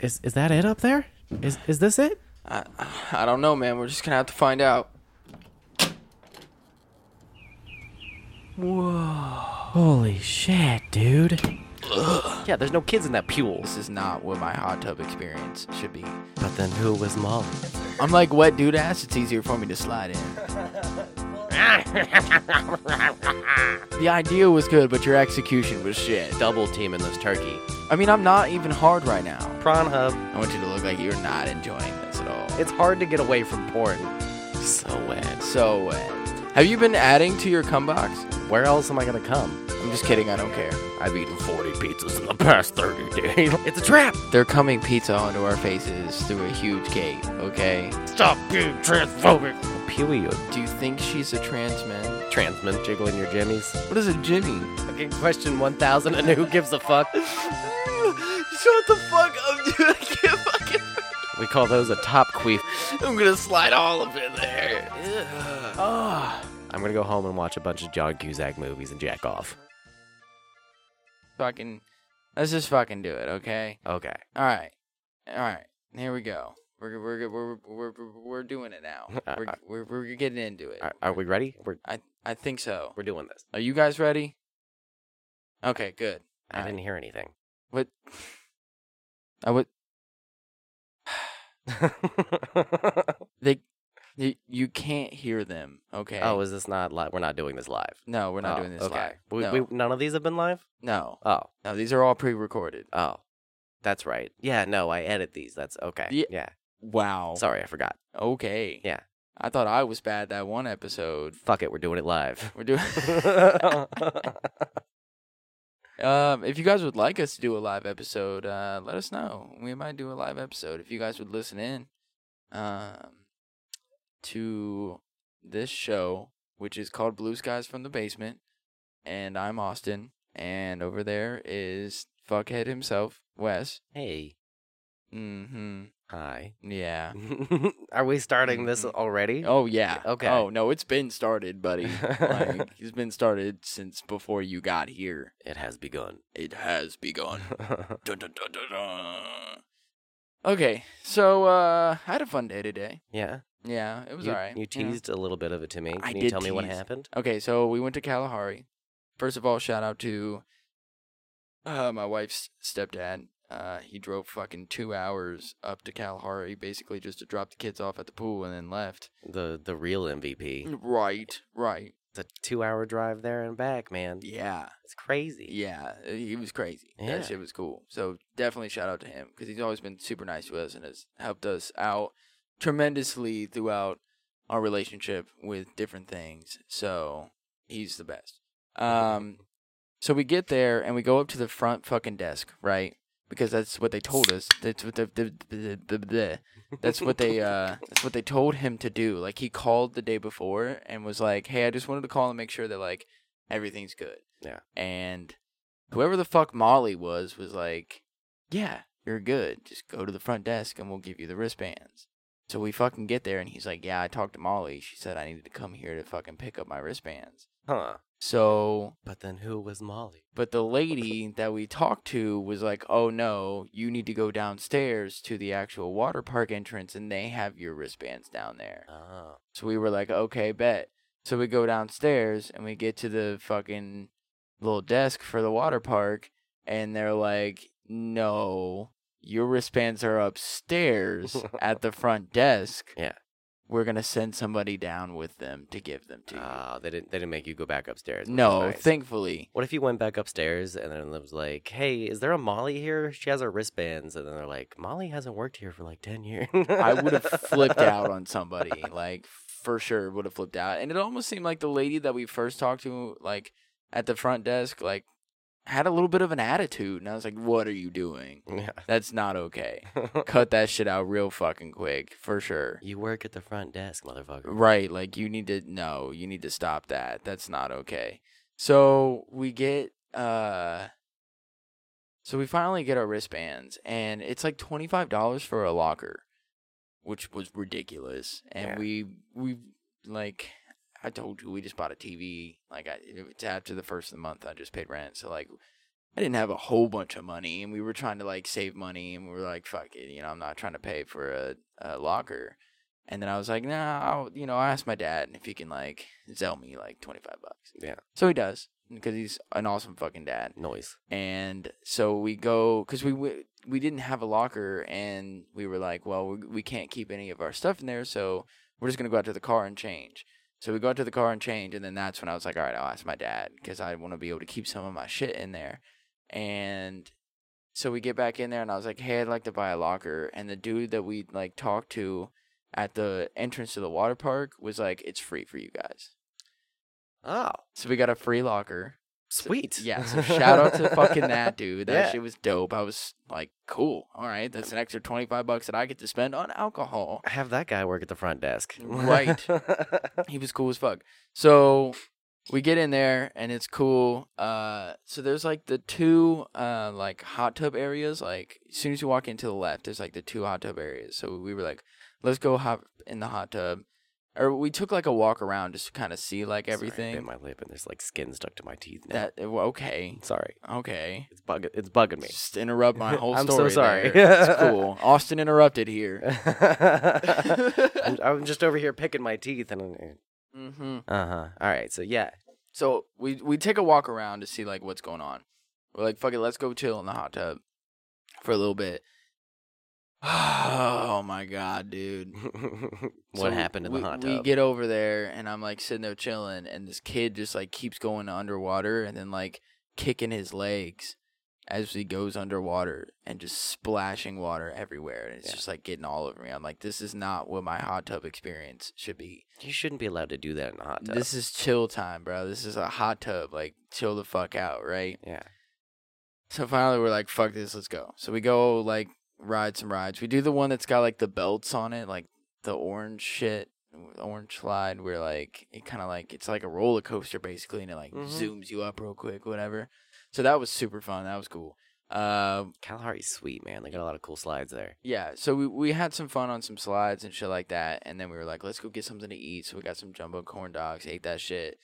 Is is that it up there? Is is this it? I don't know, man. We're just gonna have to find out. Holy shit, dude. Yeah, there's no kids in that pool. This is not what my hot tub experience should be. But then who was Molly? I'm like wet dude ass. It's easier for me to slide in. the idea was good, but your execution was shit. Double teaming this turkey. I mean, I'm not even hard right now. Prawn Hub. I want you to look like you're not enjoying this at all. It's hard to get away from porn. So wet. So wet. Have you been adding to your cum box? Where else am I gonna come? I'm just kidding. I don't care. I've eaten 40 pizzas in the past 30 days. It's a trap! They're coming pizza onto our faces through a huge gate. Okay. Stop being transphobic! Period. Do you think she's a trans man? Transman jiggling your jimmies. What is a Jimmy? Fucking question 1000 and who gives a fuck? Shut the fuck up, dude. I can't fucking. We call those a top queef. I'm gonna slide all of it there. Ah. I'm gonna go home and watch a bunch of John Cusack movies and jack off. Fucking. Let's just fucking do it, okay? Okay. All right. All right. Here we go. We're we're we're we're we're, we're doing it now. Uh, We're, uh. we're we're getting into it. Are, are we ready? We're, I I think so. we're doing this. Are you guys ready? Okay, good. I didn't hear anything. What? I would. They. You, you can't hear them. Okay. Oh, is this not live? We're not doing this live. no, we're not Oh, doing this okay. live. We, no, we, none of these have been live? no, Oh, no. These are all pre-recorded. oh. That's right. Yeah, no, I edit these. That's okay. Ye- yeah. Wow. Sorry, I forgot. Okay. Yeah. I thought I was bad that one episode. Fuck it, we're doing it live. We're doing. um, if you guys would like us to do a live episode, uh, let us know. We might do a live episode if you guys would listen in, um, to this show which is called Blue Skies from the Basement, and I'm Austin, and over there is fuckhead himself, Wes. hey. Mm-hmm. Hi. Mm-hmm. Yeah. Are we starting this Mhm. already? Oh yeah. Okay. Oh no, it's been started, buddy. like, it's been started since before you got here. It has begun. It has begun. Dun, dun, dun, dun, dun. Okay, so uh, I had a fun day today. yeah. Yeah, it was you, alright. You know? teased a little bit of it to me. Can I you did tell me what tease. happened? Okay, so we went to Kalahari. First of all, shout out to uh, my wife's stepdad. Uh, he drove fucking two hours up to Kalahari, basically just to drop the kids off at the pool and then left. The the real Mm. MVP. Right, right. It's a two hour drive there and back, man. Yeah. It's crazy. Yeah, uh, he was crazy. Yeah. That shit was cool. So definitely shout out to him because he's always been super nice to us and has helped us out tremendously throughout our relationship with different things. So he's the best. Um, so we get there and we go up to the front fucking desk, right? Because that's what they told us. That's what the, the, the, the, the that's what they uh that's what they told him to do. Like he called the day before and was like, "Hey, I just wanted to call and make sure that like everything's good." Yeah. And whoever the fuck Molly was was like, "Yeah, you're good. Just go to the front desk and we'll give you the wristbands." So we fucking get there and he's like, "Yeah, I talked to Molly. She said I needed to come here to fucking pick up my wristbands." Huh. So But then who was Molly? but the lady that we talked to was like, "Oh no, you need to go downstairs to the actual water park entrance, and they have your wristbands down there." Oh. So we were like, "Okay, bet." So we go downstairs and we get to the fucking little desk for the water park, and they're like, "No, your wristbands are upstairs at the front desk. Yeah. we're gonna send somebody down with them to give them to you." Ah, they didn't they didn't make you go back upstairs. which is no, nice. thankfully. What if you went back upstairs and then it was like, "Hey, is there a Molly here? She has her wristbands." And then they're like, "Molly hasn't worked here for like ten years." I would have flipped out on somebody, like for sure would have flipped out. And it almost seemed like the lady that we first talked to, like at the front desk, like had a little bit of an attitude, and I was like, "What are you doing? Yeah. That's not okay. Cut that shit out real fucking quick, for sure." you work at the front desk, motherfucker. Right, like you need to no, you need to stop that. That's not okay. So we get uh so we finally get our wristbands and it's like $25 for a locker, which was ridiculous. And Yeah. we we like I told you we just bought a TV. Like I, it's after the first of the month I just paid rent. So like I didn't have a whole bunch of money, and we were trying to like save money, and we were like, "Fuck it," you know, I'm not trying to pay for a, a locker. And then I was like, "Nah, I'll, you know, I asked my dad if he can like sell me like 25 bucks." Yeah. So he does because he's an awesome fucking dad. Noise. And so we go because we w- we didn't have a locker, and we were like, "Well, we, we can't keep any of our stuff in there, so we're just gonna go out to the car and change." So we go out to the car and change, and then that's when I was like, "All right, I'll ask my dad because I want to be able to keep some of my shit in there." and so we get back in there and i was like hey i'd like to buy a locker and the dude that we like talked to at the entrance to the water park was like it's free for you guys Oh, so we got a free locker sweet. yeah so shout out to fucking that dude that Yeah. shit was dope i was like cool all right that's an extra 25 bucks that i get to spend on alcohol Have that guy work at the front desk. Right. he was cool as fuck. So we get in there and it's cool. Uh, so there's like the two uh like hot tub areas. Like as soon as you walk into the left, there's like the two hot tub areas. So we were like, let's go hop in the hot tub, or we took like a walk around just to kind of see like Sorry, I everything. bit my lip and there's like skin stuck to my teeth now. that well, okay, sorry. okay. It's bugging it's bugging me. Just interrupt my whole I'm so story. sorry. there. it's cool. Austin interrupted here. I'm, I'm just over here picking my teeth and hmm uh huh. All right, so yeah, So we we take a walk around to see like what's going on. We're like, fuck it, let's go chill in the hot tub for a little bit. Oh my god, dude. what So happened in we, the hot We tub? get over there and I'm like sitting there chilling and this kid just like keeps going underwater and then like kicking his legs as he goes underwater and just splashing water everywhere and it's Yeah. just like getting all over me. I'm like, this is not what my hot tub experience should be. you shouldn't be allowed to do that in a hot tub. This is chill time, bro. This is a hot tub. Like chill the fuck out, right? yeah, So finally, we're like, "Fuck this, let's go." So we go like ride some rides. We do the one that's got like the belts on it, like the orange shit, orange slide. Where like it kind of like it's like a roller coaster basically, and it like Mhm. zooms you up real quick, whatever. So that was super fun. That was cool. Um, Kalahari's sweet, man. They got a lot of cool slides there. yeah, so we, we had some fun on some slides and shit like that, and then we were like, let's go get something to eat. So we got some jumbo corn dogs, ate that shit,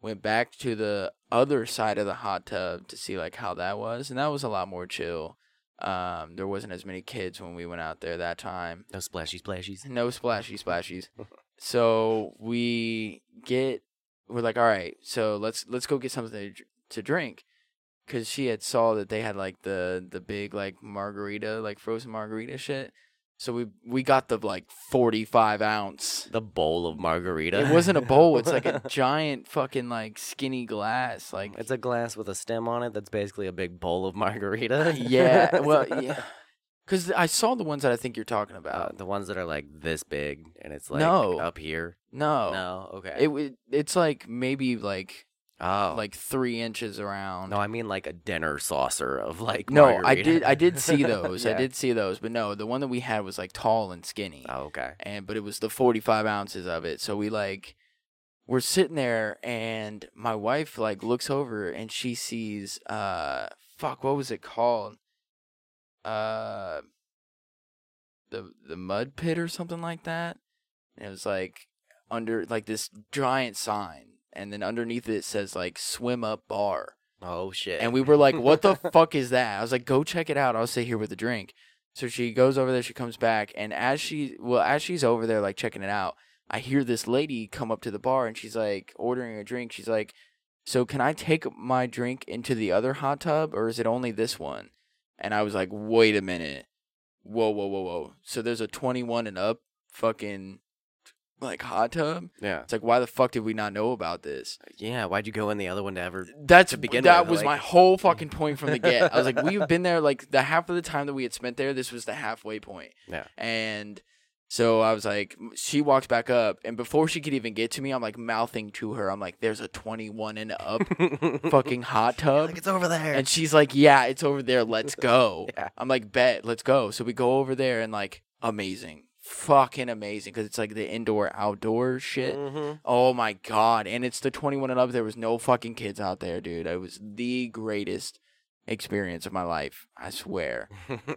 went back to the other side of the hot tub to see like how that was, and that was a lot more chill. Um, there wasn't as many kids when we went out there that time. No splashy splashies. No splashy splashies. so we get we're like, all right, so let's let's go get something to, dr- to drink, because she had saw that they had like the the big like margarita like frozen margarita shit. So we we got the like forty five ounce. The bowl of margarita. It wasn't a bowl. It's like a giant fucking like skinny glass. Like it's a glass with a stem on it. That's basically a big bowl of margarita. Uh, yeah. Well, yeah. Because I saw the ones that I think you're talking Uh, about. the ones that are like this big and it's like No. up here. no. No, okay. It, it it's like maybe like oh, like three inches around. no, I mean like a dinner saucer of like. No, I margarita. did I did see those. I Yeah. did see those, but no, the one that we had was like tall and skinny, Oh, okay. and but it was the forty five ounces of it. So we like we're sitting there, and my wife like looks over and she sees uh fuck what was it called uh the the mud pit or something like that. And it was like under like this giant sign, and then underneath it says like swim up bar. Oh shit. And we were like, what the fuck is that? I was like, go check it out. I'll sit here with a drink. So she goes over there, she comes back, and as she well, as she's over there like checking it out, I hear this lady come up to the bar and she's like ordering a drink. She's like, So can I take my drink into the other hot tub or is it only this one? And I was like, wait a minute. Whoa, whoa, whoa, whoa. So there's a twenty one and up fucking like hot tub? yeah. It's like why the fuck did we not know about this? Yeah. Why'd you go in the other one to ever? That's to begin that with, was like- my whole fucking point from the get. I was like, we've been there like the half of the time that we had spent there. This was the halfway point. Yeah. And so I was like, she walks back up, and before she could even get to me, I'm like mouthing to her. I'm like, there's a 21 and up fucking hot tub. like it's over there. And she's like, yeah, it's over there. Let's go. Yeah. I'm like, bet, let's go. So we go over there and like, amazing. Fucking amazing. Cause it's like the indoor outdoor shit. Mhm. Oh my god! And it's the twenty-one and up. There was no fucking kids out there, dude. It was the greatest experience of my life. I swear.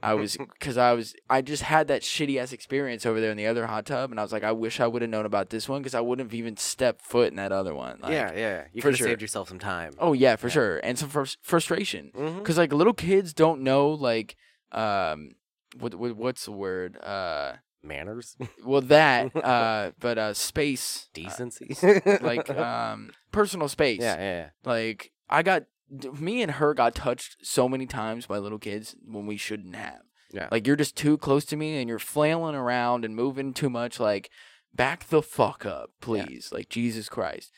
I was because I was I just had that shitty ass experience over there in the other hot tub, and I was like, I wish I would have known about this one because I wouldn't have even stepped foot in that other one. Like, yeah, yeah. You for could have sure. saved yourself some time. Oh yeah, for Yeah. sure, and some frus- frustration Mhm. because like little kids don't know like um what, what what's the word uh Manners, well that uh but uh space uh, decency, like uh, um personal space yeah, yeah, like I got d- me and her got touched so many times by little kids when we shouldn't have. Yeah. Like you're just too close to me and you're flailing around and moving too much. Like back the fuck up, Yeah. please. Like Jesus Christ.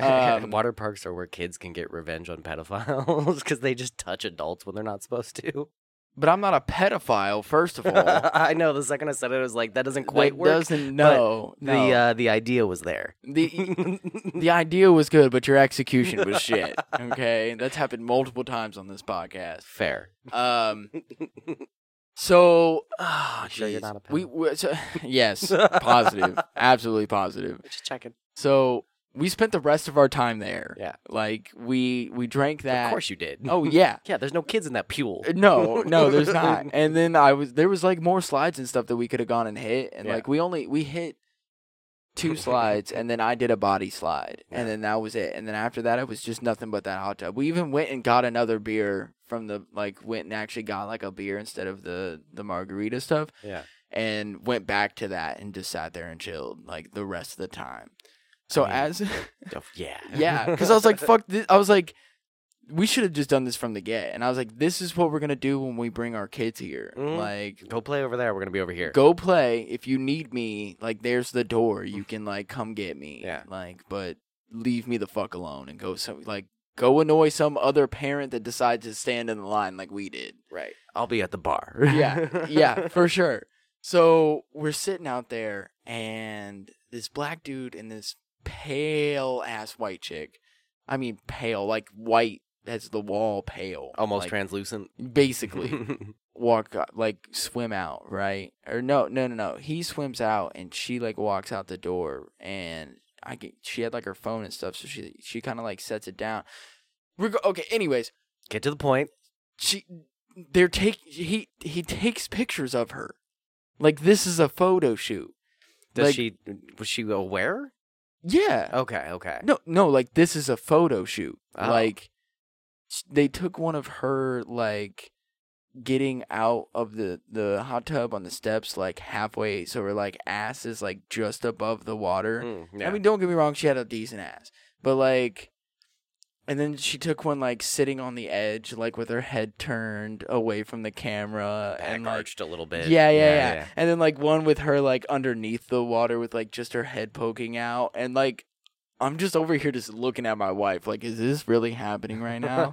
yeah. Um, Water parks are where kids can get revenge on pedophiles because they just touch adults when they're not supposed to. But I'm not a pedophile, first of all. I know. The second I said it, I was like, that doesn't quite That work. Doesn't no. no. The uh, the idea was there. the the idea was good, but your execution was shit. Okay, that's happened multiple times on this podcast. Fair. Um. So, ah, You sure you're jeez. not a we, pedo? we so, yes, positive, absolutely positive. Just checking. So we spent the rest of our time there. Yeah. like we we drank that. Of course you did. Oh yeah. yeah. There's no kids in that pool. Uh, No, no, there's not. And then I was there was like more slides and stuff that we could have gone and hit, and Yeah. like we only we hit two slides, and then I did a body slide, Yeah. and then that was it. And then after that, it was just nothing but that hot tub. We even went and got another beer from the like went and actually got like a beer instead of the the margarita stuff, Yeah. and went back to that and just sat there and chilled like the rest of the time. So mean, as Oh, yeah. yeah, because I was like, fuck this. I was like, we should have just done this from the get. And I was like, this is what we're going to do when we bring our kids here. Mhm. Like, Go play over there. We're gonna be over here. go play. If you need me, like, there's the door. You can, like, come get me. Yeah. Like, but leave me the fuck alone and go, so, like, go annoy some other parent that decides to stand in the line like we did. Right. I'll be at the bar. Yeah, yeah, for sure. So we're sitting out there, and this black dude and this pale ass white chick. I mean, pale, like white as the wall, pale. Almost like, translucent. Basically, walk, like, swim out, right? Or no, no, no, no. He swims out, and she, like, walks out the door, and. I get, she had like her phone and stuff, so she she kind of like sets it down. Reg- okay, anyways, Get to the point. she they're take he he takes pictures of her like this is a photo shoot Does Like- she was she aware? yeah Okay, okay. no no like this is a photo shoot Oh. like s- they took one of her like getting out of the the hot tub on the steps like halfway so her like ass is like just above the water Mm, I mean, don't get me wrong, she had a decent ass, but like, and then she took one like sitting on the edge, like with her head turned away from the camera, back and like, arched a little yeah bit. yeah, yeah, and then like one with her like underneath the water with like just her head poking out, and like, I'm just over here just looking at my wife, like, is this really happening right now?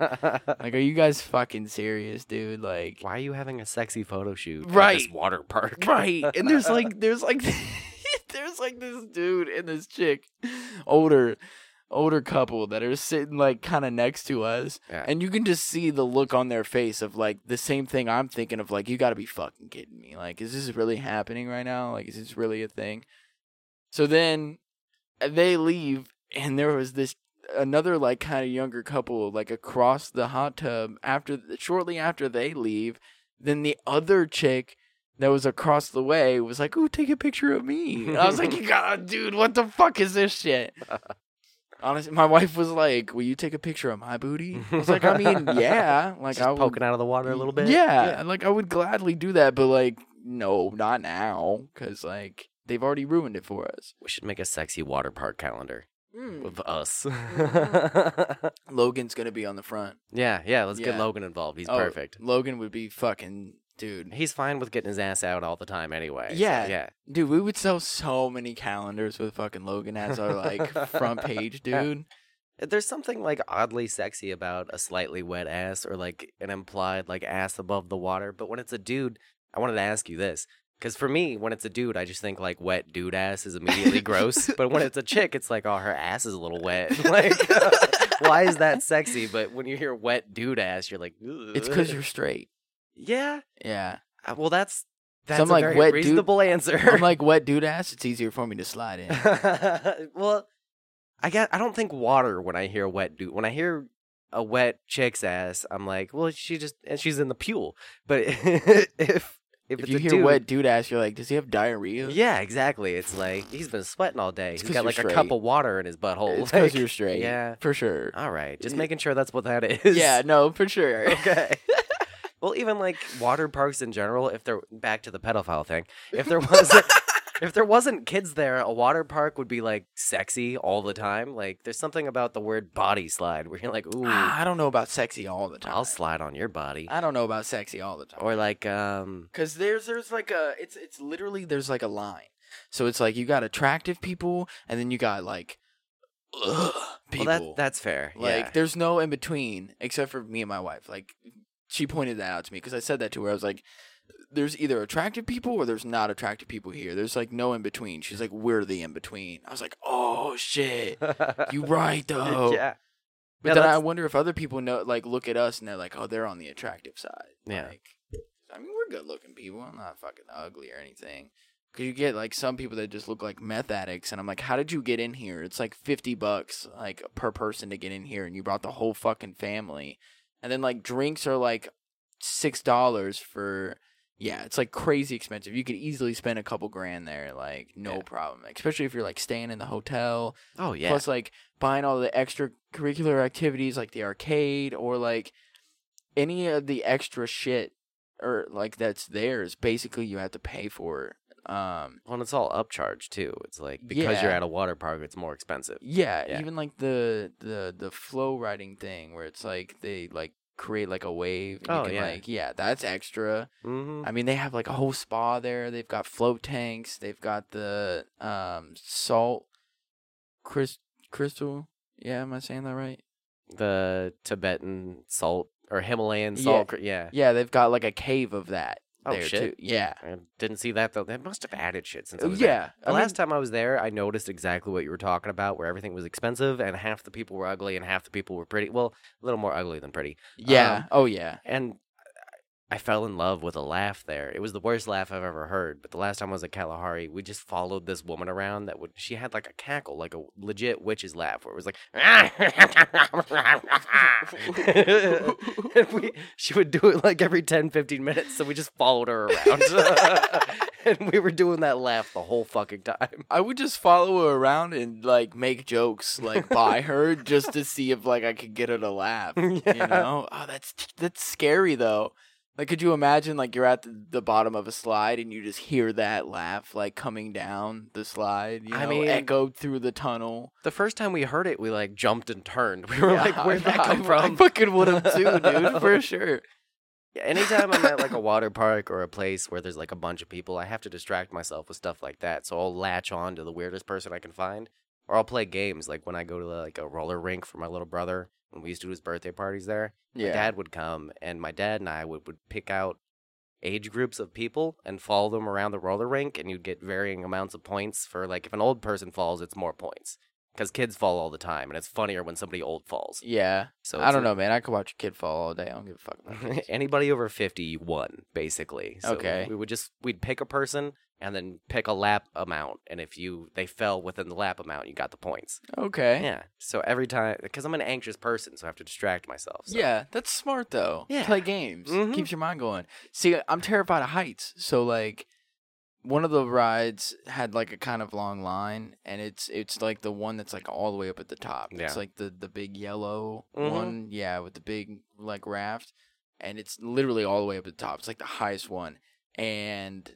like, are you guys fucking serious, dude? Like, Why are you having a sexy photo shoot at Right. this water park? Right. And there's like there's like there's like this dude and this chick, older older couple that are sitting like kind of next to us Yeah. and you can just see the look on their face of like the same thing I'm thinking of like you got to be fucking kidding me. Like is this really happening right now? Like is this really a thing? So then uh, they leave and there was this another like kind of younger couple like across the hot tub after shortly after they leave then the other chick that was across the way was like ooh take a picture of me And i was like you got dude what the fuck is this shit honestly my wife was like will you take a picture of my booty i was like i mean yeah like Just i would poking out of the water a little bit. yeah, like i would gladly do that but like no not now because like they've already ruined it for us We should make a sexy water park calendar Hmm. with us. logan's gonna be on the front yeah, yeah. Let's get Yeah. Logan involved. He's Oh, perfect. Logan would be fucking dude. He's fine with getting his ass out all the time anyway. so Yeah. yeah. Dude, we would sell so many calendars with fucking Logan as our like front page, dude. Uh, There's something like oddly sexy about a slightly wet ass or like an implied like ass above the water. But when it's a dude, I wanted to ask you this. Because for me, when it's a dude, I just think like wet dude ass is immediately gross. But when it's a chick, it's like, oh, her ass is a little wet. Like, why is that sexy? But when you hear wet dude ass, you're like, It's because you're straight. Yeah. Yeah. Uh, Well, that's that's I'm a like, very wet dude- reasonable answer. I'm like wet dude ass, it's easier for me to slide in. well, I got. I don't think water when I hear wet dude. When I hear a wet chick's ass, I'm like, well, she just and she's in the pule. But if if, If it's you a hear dude, wet dude ass, you're like, does he have diarrhea? yeah, exactly. It's like he's been sweating all day. It's he's 'cause got you're like a cup straight. of water in his butthole. it's Oh, Uh, like- because you're straight. yeah. for sure. All right, just Yeah. making sure that's what that is. Yeah, no, for sure. okay. well, even like water parks in general, if they're back to the pedophile thing, if there wasn't if there wasn't kids there, a water park would be like sexy all the time. Like there's something about the word body slide where you're like, ooh, Ah, I don't know about sexy all the time. I'll slide on your body. I don't know about sexy all the time. Or like um Cause there's there's like a it's it's literally there's like a line. So it's like you got attractive people and then you got like ugh, people. well that that's fair. like yeah. there's no in between except for me and my wife. Like she pointed that out to me because I said that to her. I was like, "There's either attractive people or there's not attractive people here. There's like no in between." She's like, "We're the in between." I was like, "Oh shit, you right though." yeah. But Yeah, then I that's- wonder if other people know, like, look at us and they're like, "Oh, they're on the attractive side." Yeah. Like, I mean, we're good-looking people. I'm not fucking ugly or anything. Cause you get like some people that just look like meth addicts, and I'm like, "How did you get in here? It's like fifty bucks, like per person to get in here, and you brought the whole fucking family." And then like drinks are like six dollars for. Yeah, it's like crazy expensive. You could easily spend a couple grand there, like no Yeah. problem. Especially if you're like staying in the hotel, Oh yeah. plus like buying all the extracurricular activities like the arcade or like any of the extra shit or like that's theirs basically you have to pay for it um well, and it's all upcharge too. It's like because you're Yeah. at a water park, it's more expensive. yeah, Yeah. even like the the the flow riding thing where it's like they like create like a wave and you Oh, can, yeah. like yeah that's extra Mm-hmm. i mean they have like a whole spa there they've got float tanks they've got the um salt crys- crystal yeah am i saying that right the Tibetan salt or Himalayan Yeah. salt. cr- Yeah. Yeah, they've got like a cave of that Oh, there shit. too. Yeah. I didn't see that though. They must have added shit since I was there. yeah. The last time I was there, I noticed exactly what you were talking about, where everything was expensive and half the people were ugly and half the people were pretty. Well, a little more ugly than pretty. yeah. um, oh yeah. And I fell in love with a laugh there. It was the worst laugh I've ever heard. But the last time I was at Kalahari, we just followed this woman around that would, she had like a cackle, like a legit witch's laugh, where it was like, and we she would do it like every 10 15 minutes so we just followed her around and we were doing that laugh the whole fucking time I would just follow her around and like make jokes like by her just to see if like I could get her to laugh. You know? Oh, that's that's scary though. Like, could you imagine like you're at the, the bottom of a slide and you just hear that laugh like coming down the slide? You know, I mean- echoed through the tunnel. the first time we heard it we like jumped and turned we were Yeah, like where'd that I- come from I fucking would have too, dude, for sure. Yeah, anytime I'm at like a water park or a place where there's like a bunch of people, I have to distract myself with stuff like that. So I'll latch on to the weirdest person I can find, or I'll play games. Like when I go to like a roller rink for my little brother, when we used to do his birthday parties there, my dad would come, and my dad and I would, would pick out age groups of people and follow them around the roller rink, and you'd get varying amounts of points for like if an old person falls, it's more points because kids fall all the time, and it's funnier when somebody old falls. Yeah. So I it's don't a- know, man. I could watch a kid fall all day. I don't give a fuck about kids. anybody over 50 won basically so Okay. we would just we'd pick a person and then pick a lap amount and if you they fell within the lap amount you got the points okay. Yeah. yeah so every time because i'm an anxious person so i have to distract myself so. that's smart though. Yeah. Play games. Mhm. Keeps your mind going. See, I'm terrified of heights. So like one of the rides had like a kind of long line and it's it's like the one that's like all the way up at the top. Yeah. It's like the the big yellow Mhm. one, yeah, with the big like raft and it's literally all the way up at the top. It's like the highest one. And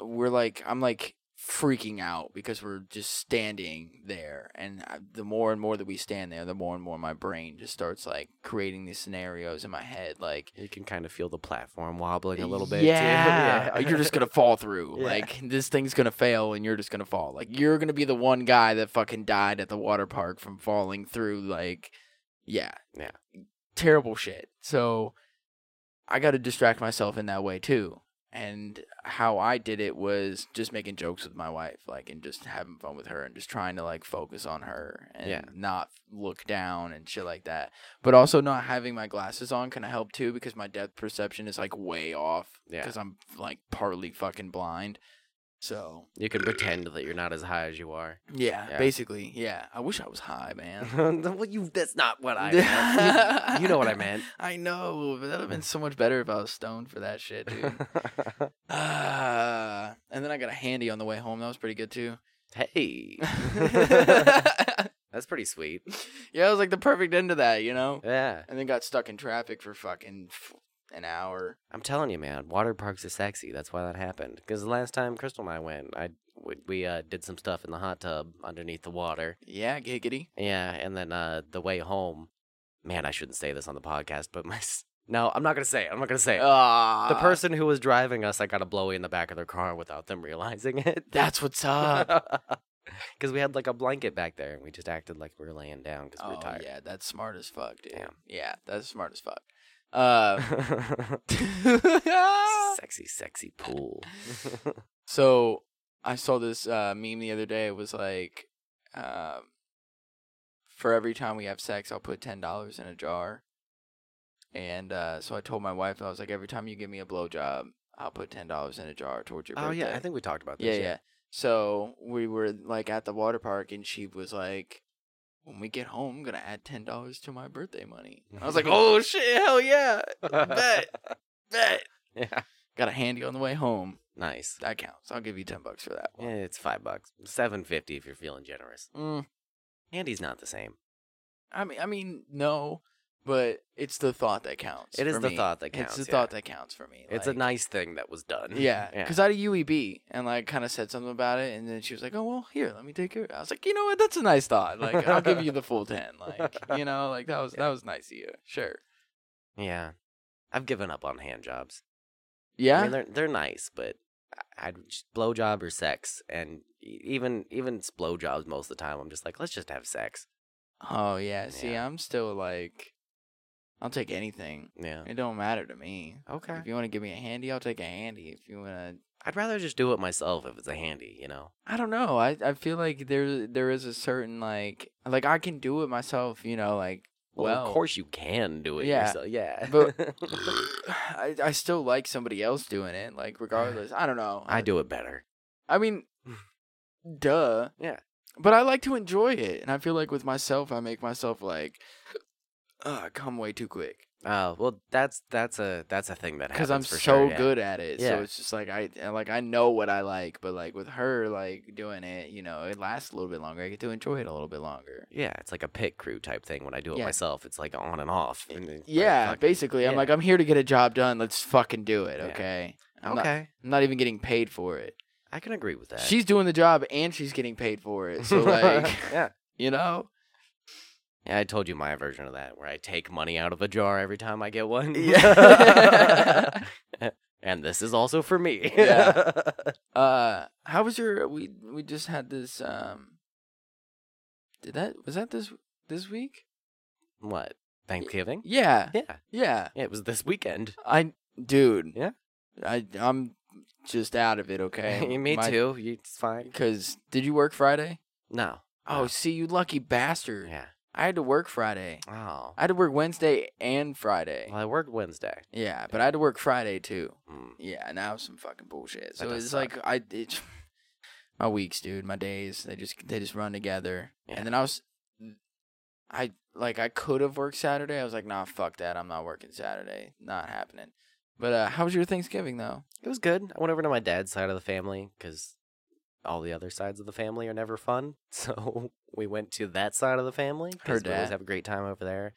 we're like I'm like freaking out because we're just standing there and I, the more and more that we stand there the more and more my brain just starts like creating these scenarios in my head like you can kind of feel the platform wobbling a little bit too. yeah, you're just gonna fall through Yeah. like this thing's gonna fail and you're just gonna fall like you're gonna be the one guy that fucking died at the water park from falling through like yeah Yeah. terrible shit so i gotta distract myself in that way too and how i did it was just making jokes with my wife like and just having fun with her and just trying to like focus on her and Yeah. not look down and shit like that but also not having my glasses on kind of help too because my depth perception is like way off Yeah. because I'm like partly fucking blind. So You can pretend that you're not as high as you are. yeah, Yeah. basically, yeah. I wish I was high, man. well, you, that's not what I meant. You, you know what I meant. I know, but that'd have been so much better if I was stoned for that shit, dude. Ah, and then I got a handy on the way home. That was pretty good too. hey. yeah, that's pretty sweet. it was like the perfect end to that, you know. Yeah. And then got stuck in traffic for fucking f- an hour. I'm telling you, man, water parks are sexy. That's why that happened. Because the last time Crystal and I went, I we, we uh, did some stuff in the hot tub underneath the water. Yeah, giggity. Yeah, and then uh, the way home, man, I shouldn't say this on the podcast, but my s- no, I'm not gonna say it. I'm not gonna say it. Ah, the person who was driving us, I got a blowy in the back of their car without them realizing it. That's what's up. because we had like a blanket back there, and we just acted like we were laying down because we were oh tired. yeah, that's smart as fuck, dude. Damn. Yeah, that's smart as fuck. Uh, sexy, sexy pool. So I saw this uh, meme the other day. It was like, um, for every time we have sex, I'll put ten dollars in a jar. And uh, so I told my wife, I was like, every time you give me a blowjob, I'll put ten dollars in a jar towards your oh birthday. yeah, I think we talked about this. yeah, yeah. So we were like at the water park, and she was like, "When we get home, I'm gonna add ten dollars to my birthday money." I was like, "Oh shit, hell yeah, bet, bet." Yeah. Got a handy on the way home. Nice. That counts. I'll give you ten bucks for that Yeah, one. it's five bucks. Seven fifty if you're feeling generous. Mm, Andy's not the same. I mean, I mean, no, but it's the thought that counts. It is for the me. thought that counts. It's the yeah. thought that counts for me. It's like- a nice thing that was done. Yeah, Yeah. because I had a UEB and like kind of said something about it, and then she was like, "Oh well, here, let me take care." of it." I was like, "You know what? That's a nice thought. Like, I'll give you the full ten. Like, you know, like that was that was nice of you. Sure. Yeah. I've given up on hand jobs. Yeah. I mean, they're they're nice, but I- I'd just blowjob or sex, and e- even even s- blowjobs most of the time, I'm just like, let's just have sex. oh yeah. See, Yeah. I'm still like, I'll take anything. Yeah. It don't matter to me. Okay. If you want to give me a handy, I'll take a handy. If you want to I'd rather just do it myself if it's a handy, you know. I don't know. I, I feel like there there is a certain like like I can do it myself, you know, like of well. course you can do it Yeah. yourself. Yeah. But- I, I still like somebody else doing it, like regardless. I don't know. I do it better. I mean duh. Yeah. But I like to enjoy it. And I feel like with myself I make myself like uh come way too quick. Oh well, that's that's a that's a thing that happens Because I'm for so sure, yeah. good at it. Yeah. So it's just like I and, like I know what I like, but like with her like doing it, you know, it lasts a little bit longer. I get to enjoy it a little bit longer. Yeah, it's like a pit crew type thing. When I do it Yeah. myself, it's like on and off. and then, like, Yeah, fuck it. basically, I'm yeah. like, I'm here to get a job done. Let's fucking do it, Yeah. okay? I'm not, okay, I'm not even getting paid for it. I can agree with that. She's doing the job and she's getting paid for it. So like, yeah. you know, yeah, I told you my version of that, where I take money out of a jar every time I get one. yeah. and this is also for me. Yeah. uh, how was your? We we just had this. Um, did that was that this this week? what Thanksgiving? Yeah, Yeah. yeah. yeah, it was this weekend. I dude. Yeah? I I'm just out of it. Okay. me too. You, it's fine. Because did you work Friday? No. Oh, No. see, you lucky bastard. yeah. I had to work Friday. Oh. I had to work Wednesday and Friday. Well, I worked Wednesday. Yeah, but I had to work Friday too. Mm. Yeah, and that was some fucking bullshit. So does it's suck. like I it, my weeks, dude, my days, they just they just run together. Yeah. And then I was I like I could have worked Saturday. I was like, "Nah, fuck that. I'm not working Saturday. Not happening." But uh how was your Thanksgiving though? It was good. I went over to my dad's side of the family because all the other sides of the family are never fun. So we went to that side of the family. 'cause Heard we always that. have a great time over there.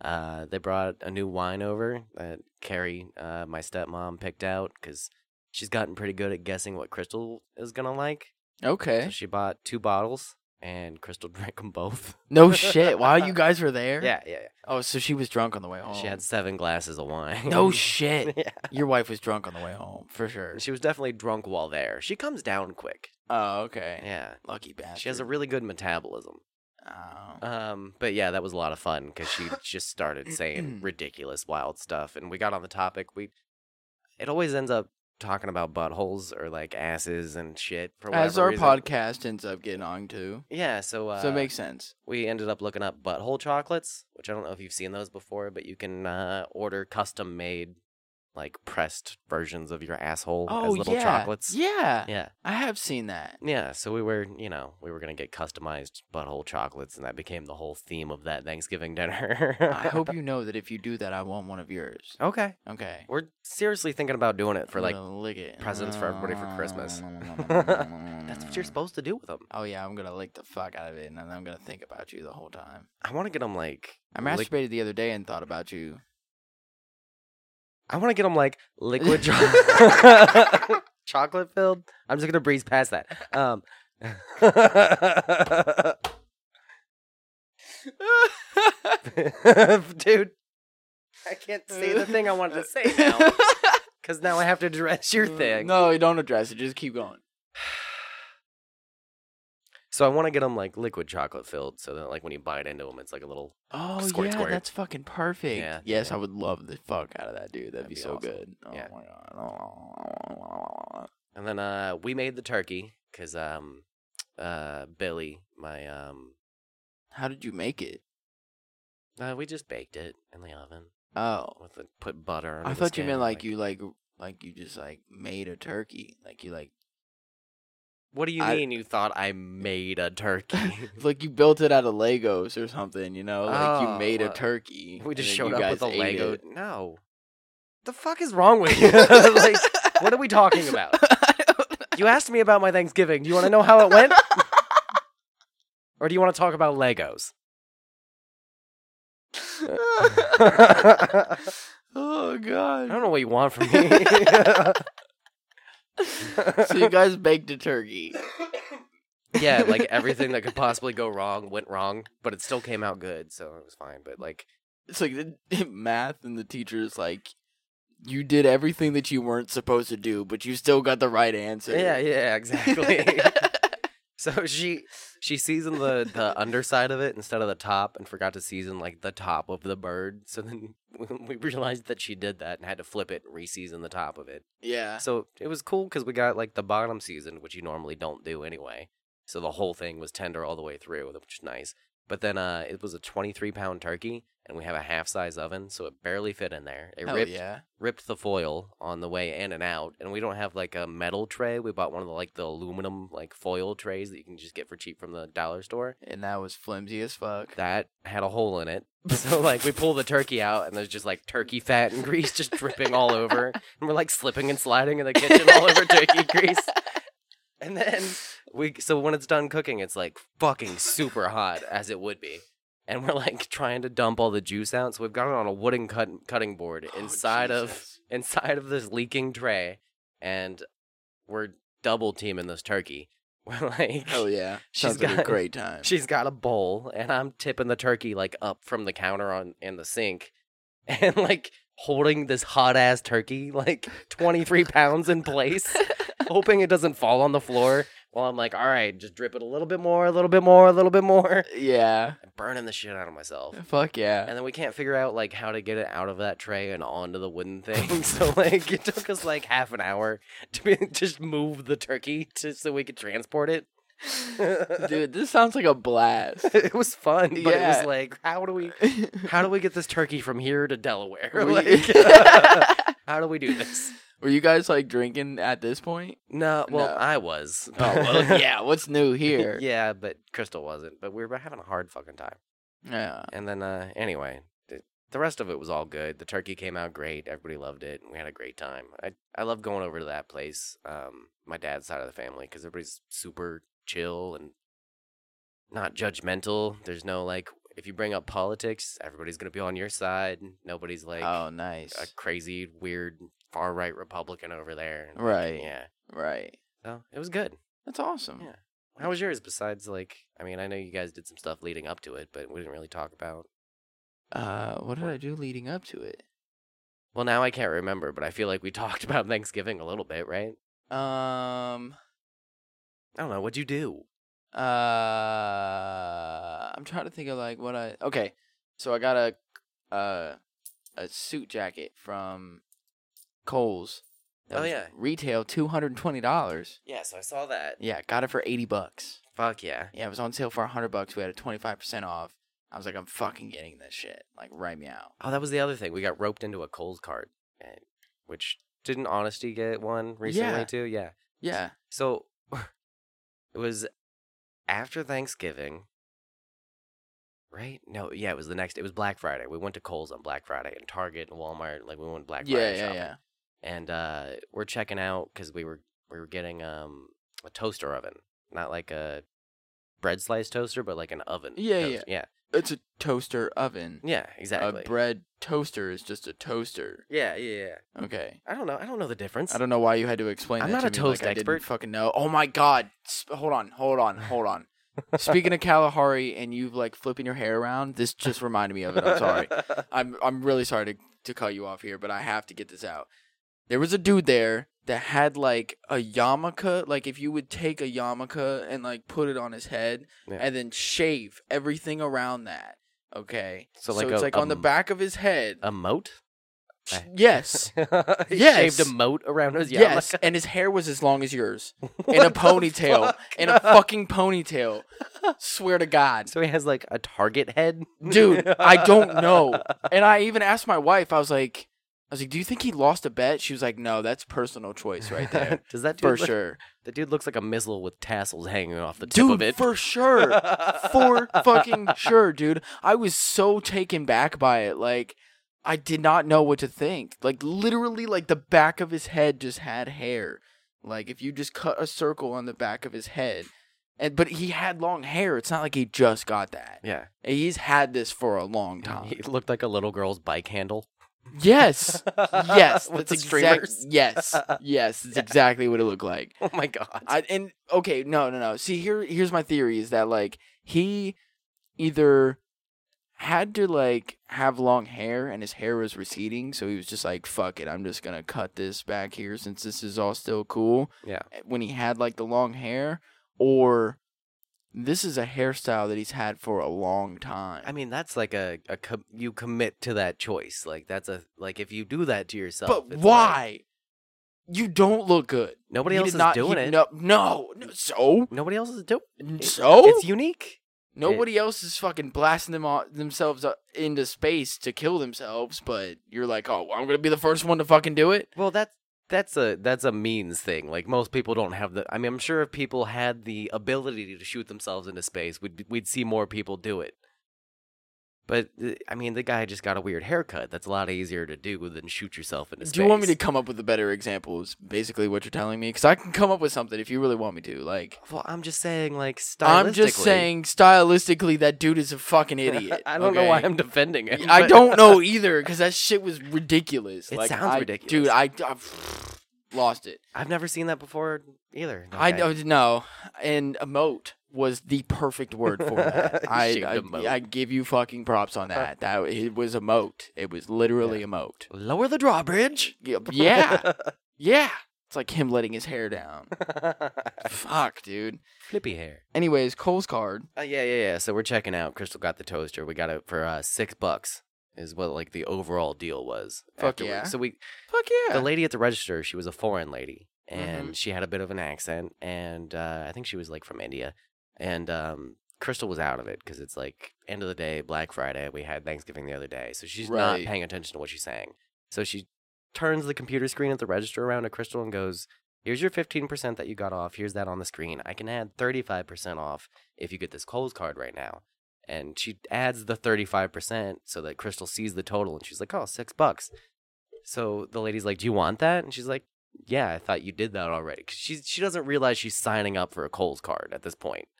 Uh, they brought a new wine over that Carrie, uh, my stepmom, picked out because she's gotten pretty good at guessing what Crystal is gonna like. So Okay. she bought two bottles, and Crystal drank them both. No shit. Wow, you guys were there? Yeah, yeah. Oh, so she was drunk on the way yeah. home. She had seven glasses of wine. No shit. yeah. Your wife was drunk on the way home, for sure. She was definitely drunk while there. She comes down quick. Oh, okay. Yeah. Lucky bastard. She has a really good metabolism. Oh. Um, but yeah, that was a lot of fun because she just started saying ridiculous, wild stuff, and we got on the topic. We it always ends up talking about buttholes or like asses and shit for whatever As our reason. podcast ends up getting on to. Yeah, so uh, so it makes sense. we ended up looking up butthole chocolates, which I don't know if you've seen those before, but you can uh, order custom made like pressed versions of your asshole oh as little yeah. chocolates. Yeah, Yeah. I have seen that. Yeah, so we were, you know, we were gonna get customized butthole chocolates, and that became the whole theme of that Thanksgiving dinner. I hope you know that if you do that, I want one of yours. Okay, Okay. we're seriously thinking about doing it for I'm like gonna lick it. presents for everybody for Christmas. that's what you're supposed to do with them. Oh yeah, I'm gonna lick the fuck out of it, and then I'm gonna think about you the whole time. I want to get them like I liquid- masturbated the other day and thought about you. I want to get them like liquid cho- chocolate filled. I'm just gonna breeze past that. Um, dude, I can't say the thing I wanted to say now because now I have to address your thing. Mm, No, you don't address it. Just keep going. So I want to get them like liquid chocolate filled, so that like when you bite into them, it's like a little. Oh Squirt, yeah, squirt. that's fucking perfect. Yeah, yes, yeah. I would love the fuck out of that dude. That'd, That'd be, be so awesome. good. Oh Yeah. my god. And then uh, we made the turkey because um, uh, Billy, my um, How did you make it? uh, we just baked it in the oven. Oh, with the, put butter. Under I the thought you skin, meant like you like like you just like made a turkey. Like you like What do you I- mean? You thought I made a turkey? like you built it out of Legos or something. You know, like Oh, you made a uh, turkey. we and just then showed you up with a guys ate Lego. it. No, the fuck is wrong with you? like, what are we talking about? You asked me about my Thanksgiving. Do you want to know how it went, or do you want to talk about Legos? I oh god. don't know what you want from me. So you guys baked a turkey. yeah, like everything that could possibly go wrong went wrong, but it still came out good, so it was fine. But like, It's like the math and the teacher is like, you did everything that you weren't supposed to do, but you still got the right answer. yeah, yeah, exactly. So she she seasoned the the underside of it instead of the top, and forgot to season like the top of the bird. So then we realized that she did that and had to flip it and reseason the top of it. yeah. So it was cool because we got like the bottom seasoned, which you normally don't do anyway. So the whole thing was tender all the way through, which is nice. But then uh, it was a 23 pound turkey, and we have a half size oven, so it barely fit in there. It Hell ripped Oh, yeah. ripped the foil on the way in and out, and we don't have like a metal tray. We bought one of the like the aluminum like foil trays that you can just get for cheap from the dollar store. And that was flimsy as fuck. That had a hole in it. So like we pull the turkey out and there's just like turkey fat and grease just dripping all over. And we're like slipping and sliding in the kitchen all over turkey grease. And then we so when it's done cooking, it's like fucking super hot as it would be. And we're like trying to dump all the juice out. So we've got it on a wooden cut, cutting board Oh, inside of Jesus. inside of this leaking tray and we're double teaming this turkey. We're like Hell yeah. She's Sounds like a got- great time. she's got a bowl and I'm tipping the turkey like up from the counter on in the sink and like holding this hot ass turkey like 23 pounds in place hoping it doesn't fall on the floor while I'm like all right just drip it a little bit more a little bit more a little bit more yeah. burning the shit out of myself Fuck yeah. and then we can't figure out like how to get it out of that tray and onto the wooden thing. so like it took us like half an hour to be, just move the turkey to, so we could transport it. Dude, this sounds like a blast. it was fun, but it Yeah. was like how do we how do we get this turkey from here to Delaware? We- Like how do we do this? Were you guys like drinking at this point? No, well No. I was. Oh well, yeah. What's new here? yeah, but Crystal wasn't. But we were having a hard fucking time. yeah. And then uh anyway, th- the rest of it was all good. The turkey came out great. Everybody loved it. and We had a great time. I I love going over to that place, um my dad's side of the family cuz everybody's super chill and not judgmental. There's no like if you bring up politics, everybody's going to be on your side. Nobody's like oh, nice. a crazy weird far right republican over there. And, like, Right. Yeah. Right. So, it was good. That's awesome. Yeah. How was yours besides like I mean, I know you guys did some stuff leading up to it, but we didn't really talk about Uh, what did I do leading up to it? Well, now I can't remember, but I feel like we talked about Thanksgiving a little bit, right? Um, I don't know. What'd you do? uh, I'm trying to think of like what I. Okay, so I got a, uh, a suit jacket from Kohl's. that Oh, was yeah. Retail two hundred and twenty dollars. Yeah, so I saw that. Yeah, got it for eighty bucks. Fuck yeah. Yeah, it was on sale for hundred bucks. We had a twenty five percent off. I was like, I'm fucking getting this shit. Like, right me out. Oh, that was the other thing. We got roped into a Kohl's cart. And which didn't Honesty get one recently Yeah. too? Yeah. Yeah. So it was after Thanksgiving, right? No, yeah, it was the next. It was Black Friday. We went to Kohl's on Black Friday and Target and Walmart. Like we went Black Friday Yeah, yeah, shopping. yeah. And uh, we're checking out because we were we were getting um a toaster oven, not like a bread slice toaster, but like an oven. Yeah, yeah. toast- yeah, It's a toaster oven. yeah, exactly. A bread toaster is just a toaster. yeah, yeah, yeah. Okay. I don't know. I don't know the difference. I don't know why you had to explain I'm that not a to me like toast I didn't expert. fucking know. Oh my god. S- Hold on. Hold on. Hold on. Speaking of Kalahari and you like flipping your hair around, this just reminded me of it. I'm sorry. I'm I'm really sorry to to cut you off here, but I have to get this out. There was a dude there that had like a yarmulke, like if you would take a yarmulke and like put it on his head Yeah. and then shave everything around that. Okay. So, like, it's a- like on the um, back of his head. a moat. I- yes. he shaved Yes. a moat around his Yes, yarmulke? and his hair was as long as yours. in a What the ponytail. fuck? In a fucking ponytail. Swear to God. So he has like a target head? Dude, I don't know. And I even asked my wife, I was like, I was like, do you think he lost a bet? She was like, no, that's personal choice right there. Does that dude for look- sure. The dude looks like a missile with tassels hanging off the tip Dude, of it. for sure. for fucking sure, dude. I was so taken back by it. Like, I did not know what to think. Like, literally, like the back of his head just had hair. Like, if you just cut a circle on the back of his head, and but he had long hair. It's not like he just got that. Yeah. He's had this for a long time. He looked like a little girl's bike handle. yes. Yes, with that's the exact- streamers. Yes, yes, it's exactly what it looked like. Oh my god. I and okay, no, no, no. See, here, here's my theory: is that like he either had to like have long hair and his hair was receding, so he was just like, "Fuck it, I'm just gonna cut this back here since this is all still cool." eh, Yeah. When he had like the long hair, or this is a hairstyle that he's had for a long time. I mean, that's like a, a com- you commit to that choice. Like that's a like if you do that to yourself. but it's like, why? you don't look good. nobody He else did is not- doing he- it. No, no, no. So, Nobody else is doing. so It's unique. Nobody else is fucking blasting them o- themselves up into space to kill themselves, but you're like, oh, I'm gonna be the first one to fucking do it. Well, that's that's a that's a means thing. Like most people don't have the. I mean, I'm sure if people had the ability to shoot themselves into space, we'd we'd see more people do it. But uh, I mean, the guy just got a weird haircut. That's a lot easier to do than shoot yourself into space. Do you want me to come up with a better example? Is basically what you're telling me, because I can come up with something if you really want me to. Like, Well, I'm just saying, like stylistically. I'm just saying, stylistically, that dude is a fucking idiot. I don't know why okay? I'm defending him. I but- don't know either, because that shit was ridiculous. It like, sounds I- ridiculous. dude. I, I've lost it. I've never seen that before either. I Okay. don't know. And emote was the perfect word for that. You shaved I, emote. I, I give you fucking props on that. That it was emote. It was literally emote. Lower the drawbridge. Y- Yeah, yeah. It's like him letting his hair down. Fuck, dude. Flippy hair. Anyways, Cole's card. Uh, yeah, yeah, yeah. So we're checking out. Crystal got the toaster. We got it for uh, six bucks. Is what like the overall deal was. Fuck yeah. So we Fuck yeah. Mm-hmm. the lady at the register, she was a foreign lady, and she had a bit of an accent, and uh, I think she was like from India, and um, Crystal was out of it because it's like end of the day, Black Friday. We had Thanksgiving the other day, so she's not Right. paying attention to what she's saying. So she turns the computer screen at the register around to Crystal and goes, "Here's your fifteen percent that you got off. Here's that on the screen. I can add thirty five percent off if you get this Kohl's card right now." And she adds the thirty five percent so that Crystal sees the total, and she's like, "Oh, six bucks." So the lady's like, "Do you want that?" And she's like, "Yeah, I thought you did that already." 'Cause she she doesn't realize she's signing up for a Kohl's card at this point.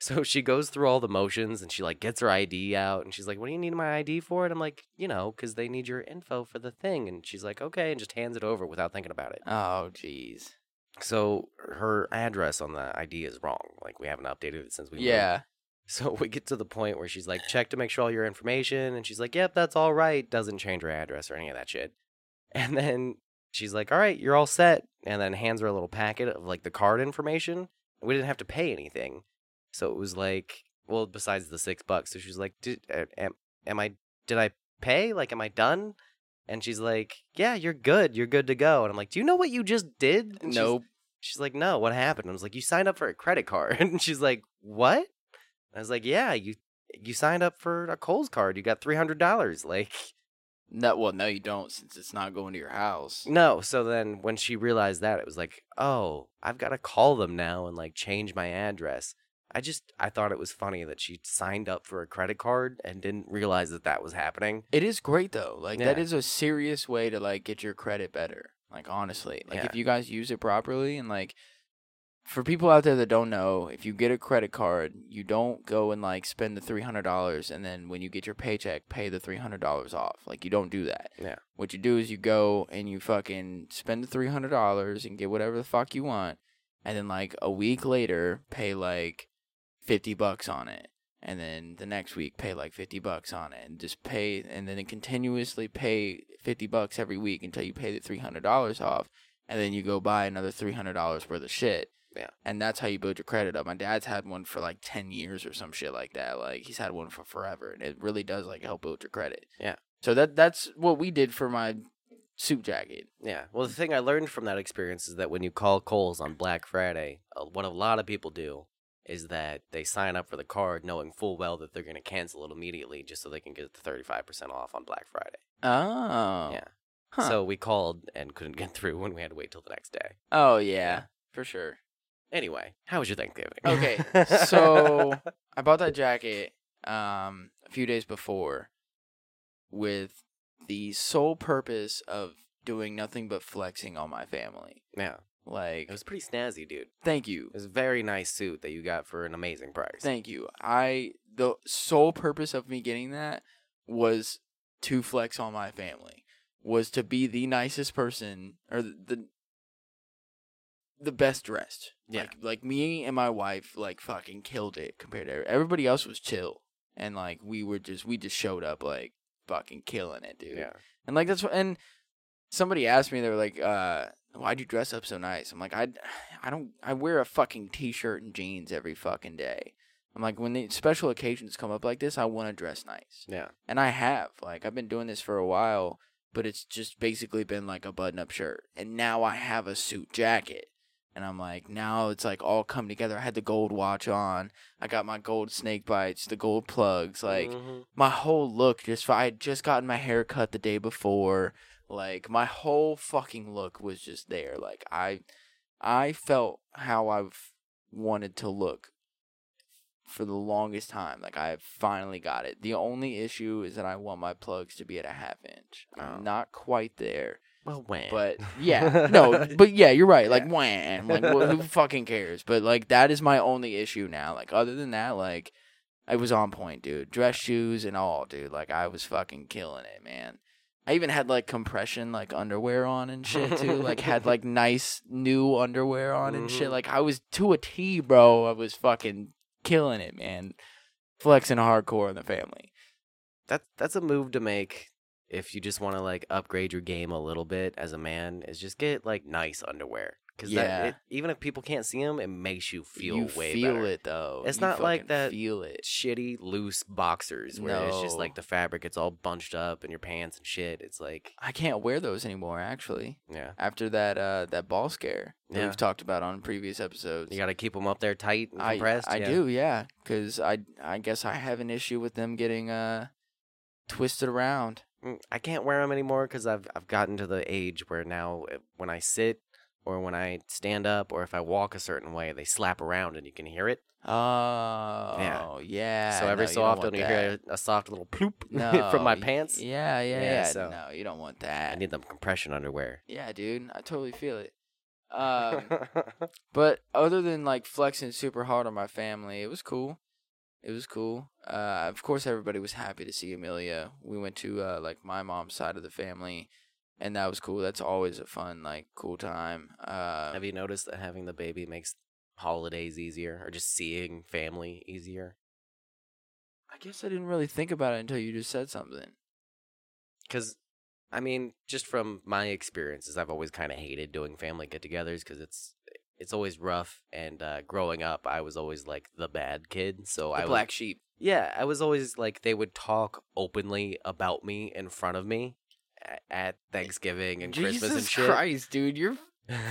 So she goes through all the motions and she like gets her ID out and she's like, "What do you need my ID for?" And I'm like, "You know, because they need your info for the thing." And she's like, "Okay," and just hands it over without thinking about it. Oh, jeez. So her address on the ID is wrong. Like we haven't updated it since we moved. Yeah. So we get to the point where she's like, check to make sure all your information. And she's like, yep, that's all right. Doesn't change her address or any of that shit. And then she's like, all right, you're all set. And then hands her a little packet of like the card information. We didn't have to pay anything. So it was like, well, besides the six bucks. So she's like, did, uh, am, am I, did I pay? Like, am I done? And she's like, yeah, you're good. You're good to go. And I'm like, do you know what you just did? And she's Nope. She's like, no, what happened? I was like, you signed up for a credit card. And she's like, what? I was like, yeah, you you signed up for a Kohl's card. You got three hundred dollars. Like, No, well, no, you don't, since it's not going to your house. No, so then when she realized that, it was like, oh, I've got to call them now and like change my address. I just I thought it was funny that she signed up for a credit card and didn't realize that that was happening. It is great though. Like that Yeah. is a serious way to like get your credit better. Like honestly, like Yeah. if you guys use it properly and like for people out there that don't know, if you get a credit card, you don't go and like spend the three hundred dollars and then when you get your paycheck, pay the three hundred dollars off. Like you don't do that. Yeah. What you do is you go and you fucking spend the three hundred dollars and get whatever the fuck you want, and then like a week later pay like fifty bucks on it and then the next week pay like 50 bucks on it and just pay and then continuously pay 50 bucks every week until you pay the $300 off and then you go buy another $300 worth of shit Yeah. and that's how you build your credit up my dad's had one for like 10 years or some shit like that like he's had one for forever and it really does like help build your credit Yeah. so that that's what we did for my suit jacket Yeah. Well, the thing I learned from that experience is that when you call Kohl's on Black Friday, uh, what a lot of people do is that they sign up for the card knowing full well that they're going to cancel it immediately just so they can get the 35% off on Black Friday. oh Yeah. Huh. So we called and couldn't get through when we had to wait till the next day. oh yeah for sure Anyway, how was your Thanksgiving? Okay, so I bought that jacket um a few days before with the sole purpose of doing nothing but flexing on my family. yeah, Like it was pretty snazzy, dude. thank you. It was a very nice suit that you got for an amazing price. Thank you. I the sole purpose of me getting that was to flex on my family. Was to be the nicest person or the the, the best dressed. Yeah. Like, like me and my wife like fucking killed it compared to everybody else was chill and like we were just we just showed up like fucking killing it, dude. Yeah. And like that's what and somebody asked me they were like uh why'd you dress up so nice? I'm like I I don't I wear a fucking t-shirt and jeans every fucking day. I'm like when the special occasions come up like this, I want to dress nice. Yeah. And I have. Like I've been doing this for a while, but it's just basically been like a button-up shirt. And now I have a suit jacket. And I'm like, now it's like all come together. I had the gold watch on. I got my gold snake bites, the gold plugs, like Mhm. my whole look just I had just gotten my hair cut the day before. Like my whole fucking look was just there. Like I I felt how I've wanted to look for the longest time. Like I finally got it. The only issue is that I want my plugs to be at a half inch. Oh. I'm not quite there. well, when? But yeah. No, but yeah, you're right. Like wham. Like wh- who fucking cares? But like that is my only issue now. Like other than that, like I was on point, dude. Dress shoes and all, dude. Like I was fucking killing it, man. I even had like compression like underwear on and shit too. like had like nice new underwear on and shit. Mhm. Like I was to a T, bro. I was fucking killing it, man. Flexing hardcore in the family. that that's a move to make if you just want to like upgrade your game a little bit as a man. Is just get like nice underwear because Yeah. that it, even if people can't see them, it makes you feel you way feel better. it though. It's You not like fucking that- Feel it. Shitty loose boxers where it's just like No. the fabric, it's all bunched up in your pants and shit. It's like I can't wear those anymore. Actually, yeah. after that uh, that ball scare that Yeah. we've talked about on previous episodes, You got to keep them up there tight and I compressed. I yeah. do, yeah, because I I guess I have an issue with them getting uh twisted around. Mm, I can't wear them anymore because I've I've gotten to the age where now uh, when I sit or when I stand up or if I walk a certain way, they slap around and you can hear it. Oh yeah, so every no, so you don't often want you that. hear a, a soft little ploop no, from my y- pants. Yeah, yeah, Yeah, yeah. so- No, you don't want I that. need them compression underwear. Yeah, dude, I totally feel it. Um, But other than like flexing super hard on my family, it was cool. It was cool. Uh, of course, everybody was happy to see Amelia. We went to uh, like my mom's side of the family, and that was cool. That's always a fun, like, cool time. Uh, Have you noticed that having the baby makes holidays easier or just seeing family easier? I guess I didn't really think about it until you just said something. Because, I mean, just from my experiences, I've always kind of hated doing family get-togethers because it's it's always rough. And uh, growing up, I was always like the bad kid, so I The was- black sheep. Yeah, I was always like they would talk openly about me in front of me a- at Thanksgiving and Christmas and Jesus shit. Christ, dude, your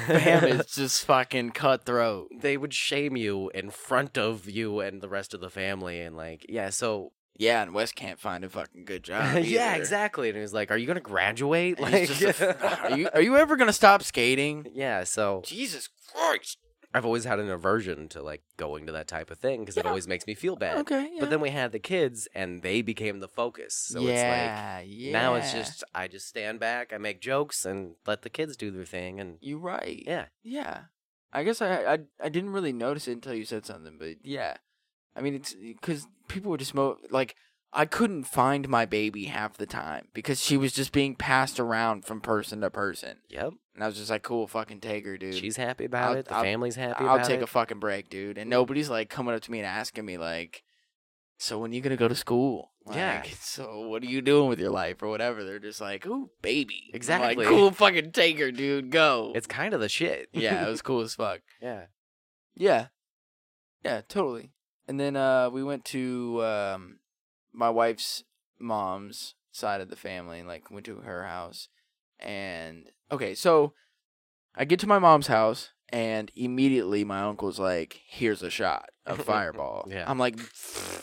fam is just fucking cutthroat. they would shame you in front of you and the rest of the family and like yeah so uh, Yeah, and Wes can't find a fucking good job. yeah, either. exactly. And he was like, "Are you gonna graduate?" And Like, he's just a f- are you are you ever gonna stop skating? yeah. So Jesus Christ. I've always had an aversion to like going to that type of thing because it Yeah. always makes me feel bad. Okay. But then we had the kids, and they became the focus. So it's like yeah, yeah. now it's just I just stand back, I make jokes, and let the kids do their thing. And you right. yeah, Yeah. I guess I, I I didn't really notice it until you said something, but yeah. I mean, it's because people were just mo- like I couldn't find my baby half the time because she was just being passed around from person to person, yep. and I was just like, "Cool, fucking take her, dude. She's happy about I'll- it. The I'll- family's happy I'll about take it. a fucking break, dude." And nobody's like coming up to me and asking me like, "So when you gonna go to school?" Like, Yeah. So what are you doing with your life or whatever? They're just like, "Ooh, baby." I'm Exactly. like, cool, fucking take her, dude. Go. it's kind of the shit. yeah, it was cool as fuck. yeah. Yeah. Yeah, totally. And then uh we went to um my wife's mom's side of the family, like went to her house. And okay, so I get to my mom's house and immediately my uncle's like, "Here's a shot of Fireball." Yeah. I'm like,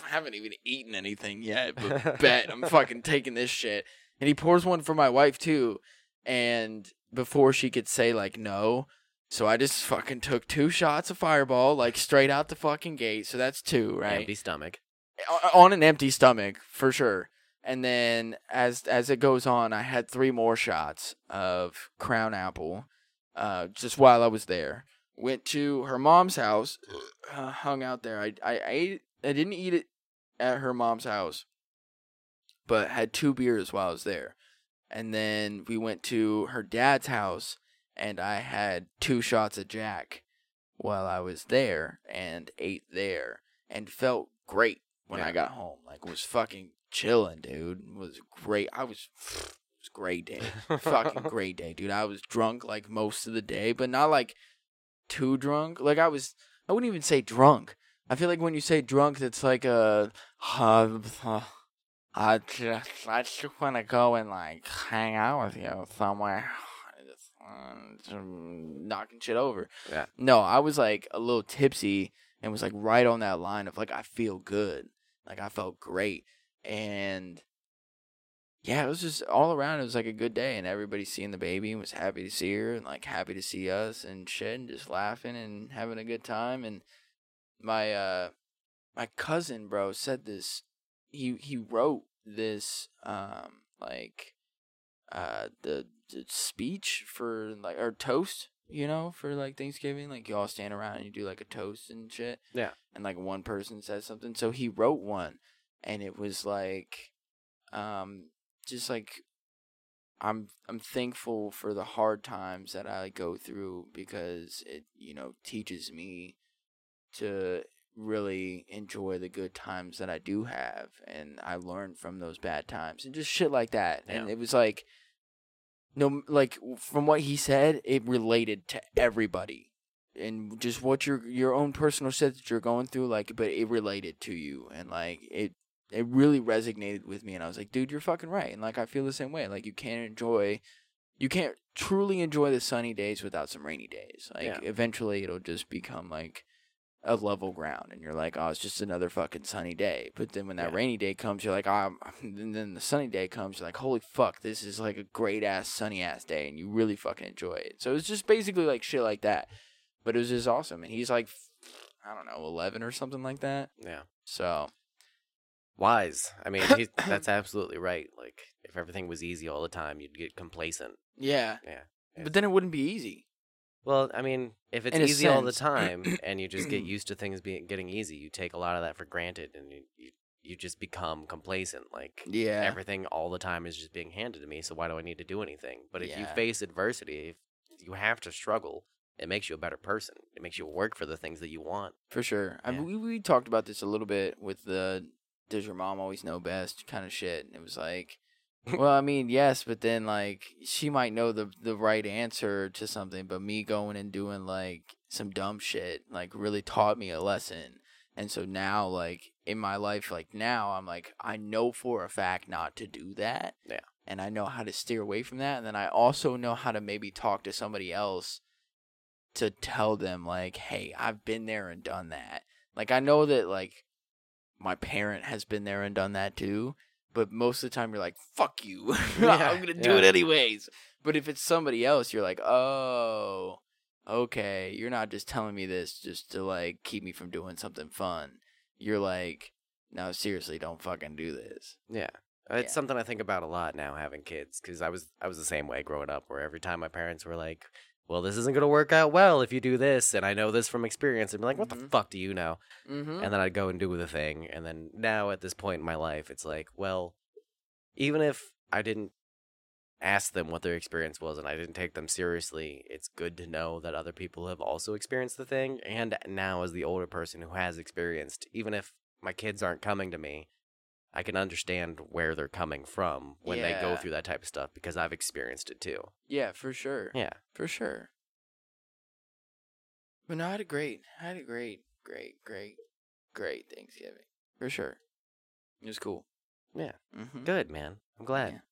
"I haven't even eaten anything yet, but bet I'm fucking taking this shit." And he pours one for my wife too, and before she could say like no, so I just fucking took two shots of Fireball, like straight out the fucking gate. So that's two, right? Empty stomach. O- On an empty stomach, for sure. And then as as it goes on, I had three more shots of Crown Apple, uh, just while I was there. Went to her mom's house, uh, hung out there. I I I, ate, I didn't eat it at her mom's house, but had two beers while I was there. And then we went to her dad's house, and I had two shots of Jack while I was there, and ate there, and felt great when I Yeah. got home. Like was fucking chilling, dude. Was great. I was. It was a great day fucking great day, dude. I was drunk like most of the day, but not like too drunk. Like I was, I wouldn't even say drunk. I feel like when you say drunk, it's like a, uh, uh, I just, I just want to go and like hang out with you somewhere, Just, uh, just knocking shit over. Yeah. No, I was like a little tipsy and was like right on that line of like I feel good, like I felt great, and yeah, it was just all around. It was like a good day, and everybody seeing the baby and was happy to see her, and like happy to see us and shit, and just laughing and having a good time. And my uh, my cousin, bro, said this. He he wrote this um like uh the, the speech for like or toast, you know, for like Thanksgiving. Like you all stand around and you do like a toast and shit. Yeah. And like one person says something, so he wrote one, and it was like um just like I'm I'm thankful for the hard times that I go through because it you know teaches me to really enjoy the good times that I do have and I learn from those bad times and just shit like that and Yeah. it was like no like from what he said it related to everybody and just what your your own personal shit that you're going through like but it related to you and like it it really resonated with me and I was like, dude, you're fucking right. And like I feel the same way. Like you can't enjoy you can't truly enjoy the sunny days without some rainy days. Like Yeah. eventually it'll just become like a level ground and you're like, Oh, it's just another fucking sunny day. But then when that Yeah. rainy day comes, you're like, ah, I'm and then the sunny day comes, you're like, Holy fuck, this is like a great ass sunny ass day and you really fucking enjoy it. So it's just basically like shit like that. But it was just awesome. And he's like I don't know, eleven or something like that. Yeah. So Wise. I mean, he, that's absolutely right. Like, if everything was easy all the time, you'd get complacent. Yeah. Yeah. But then it wouldn't be easy. Well, I mean, if it's In a easy all the sense. time and you just get used to things being getting easy, you take a lot of that for granted and you you, you just become complacent. Like Yeah. everything all the time is just being handed to me, so why do I need to do anything? But if you Yeah. face adversity, if you have to struggle. It makes you a better person. It makes you work for the things that you want. For sure. I Yeah. mean, we, we talked about this a little bit with the does your mom always know best kind of shit. And it was like, well, I mean, yes, but then like she might know the the right answer to something, but me going and doing like some dumb shit like really taught me a lesson. And so now like in my life like now I'm like I know for a fact not to do that. Yeah. And I know how to steer away from that and then I also know how to maybe talk to somebody else to tell them like, "Hey, I've been there and done that." Like I know that like my parent has been there and done that too. But most of the time, you're like, "Fuck you! Yeah, I'm gonna do yeah. it anyways." But if it's somebody else, you're like, "Oh, okay. You're not just telling me this just to like keep me from doing something fun. You're like, no, seriously, don't fucking do this." Yeah. It's Yeah. something I think about a lot now having kids cuz I was I was the same way growing up where every time my parents were like, "Well, this isn't going to work out well if you do this." And I know this from experience and be like, "What the Mhm. fuck do you know?" Mm-hmm. And then I'd go and do the thing. And then now at this point in my life, it's like, well, even if I didn't ask them what their experience was and I didn't take them seriously, it's good to know that other people have also experienced the thing. And now, as the older person who has experienced, even if my kids aren't coming to me, I can understand where they're coming from when they go Yeah. through that type of stuff because I've experienced it too. Yeah, for sure. Yeah. For sure. But no, I had a great, I had a great, great, great, great Thanksgiving. For sure. It was cool. Yeah. Mm-hmm. Good, man. I'm glad.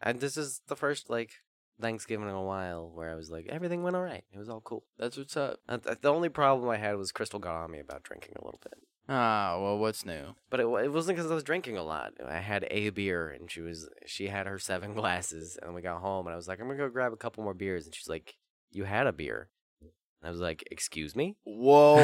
And this is the first, like, Thanksgiving in a while where I was like, everything went all right. It was all cool. That's what's up. Uh, th- The only problem I had was Crystal got on me about drinking a little bit, Ah, well, what's new? but it, wa- it wasn't because I was drinking a lot. I had a beer, and she was she had her seven glasses, and we got home, and I was like, I'm gonna go grab a couple more beers, and she's like, You had a beer, and I was like, Excuse me. Whoa.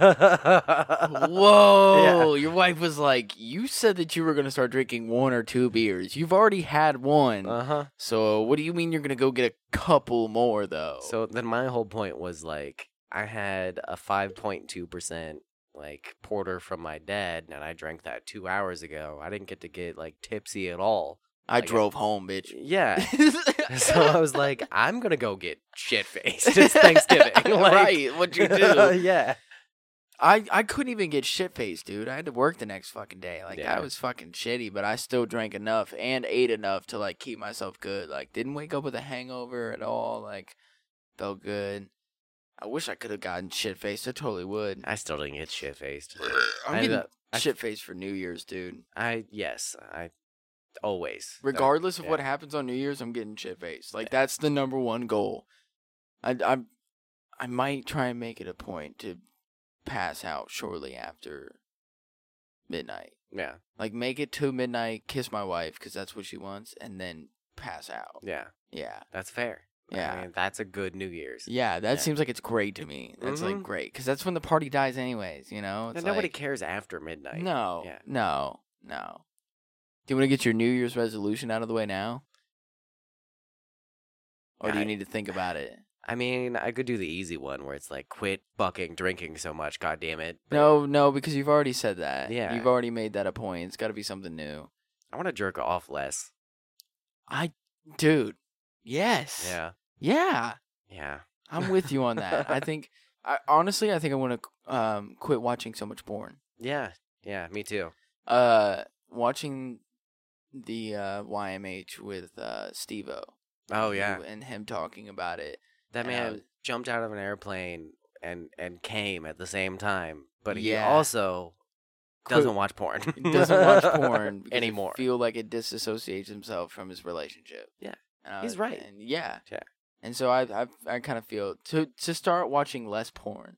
Oh. Whoa. Your wife was like, You said that you were going to start drinking one or two beers. You've already had one. uh huh. so, what do you mean you're going to go get a couple more, though? So then my whole point was like I had a 5.2% like porter from my dad and I drank that 2 hours ago. I didn't get to get like tipsy at all. I got- drove home, bitch. Yeah. so I was like, I'm gonna go get shit faced. It's Thanksgiving. Like, right? What you do? yeah. I I couldn't even get shit faced, dude. I had to work the next fucking day. Like Yeah. that was fucking shitty. But I still drank enough and ate enough to like keep myself good. Like didn't wake up with a hangover at all. Like felt good. I wish I could have gotten shit faced. I totally would. I still didn't get shit faced. I'm I ended getting up- I- shit faced for New Year's, dude. I yes, I always. That- Regardless of yeah. what happens on New Year's, I'm getting shit faced. Like that's the number one goal. I I I might try and make it a point to pass out shortly after midnight. Yeah, Like make it to midnight, kiss my wife because that's what she wants, and then pass out. yeah. Yeah, That's fair. I Yeah. mean, that's a good New Year's. yeah. That Yeah. seems like it's great to me. That's Mhm. like great because that's when the party dies, anyways. You know, And It's nobody like- cares after midnight. No, Yeah. no, no. Do you want to get your New Year's resolution out of the way now, or do I- you need to think about it? I mean, I could do the easy one where it's like, quit fucking drinking so much. God damn it. But No, no, because you've already said that. Yeah. you've already made that a point. It's got to be something new. I want to jerk off less. I, dude, yes, Yeah. yeah. Yeah. I'm with you on that. I think, I honestly, I think I want to um, quit watching so much porn. Yeah. Yeah. Me too. Uh, watching the uh, YMH with uh, Steve-O. Oh, yeah. and him talking about it. That And I man was- jumped out of an airplane and and came at the same time, but he Yeah. also Quit- doesn't watch porn. doesn't watch porn because he anymore. Feel like it disassociates himself from his relationship. Yeah. And I He's was- right. And yeah, Yeah. And so I I I kind of feel to to start watching less porn,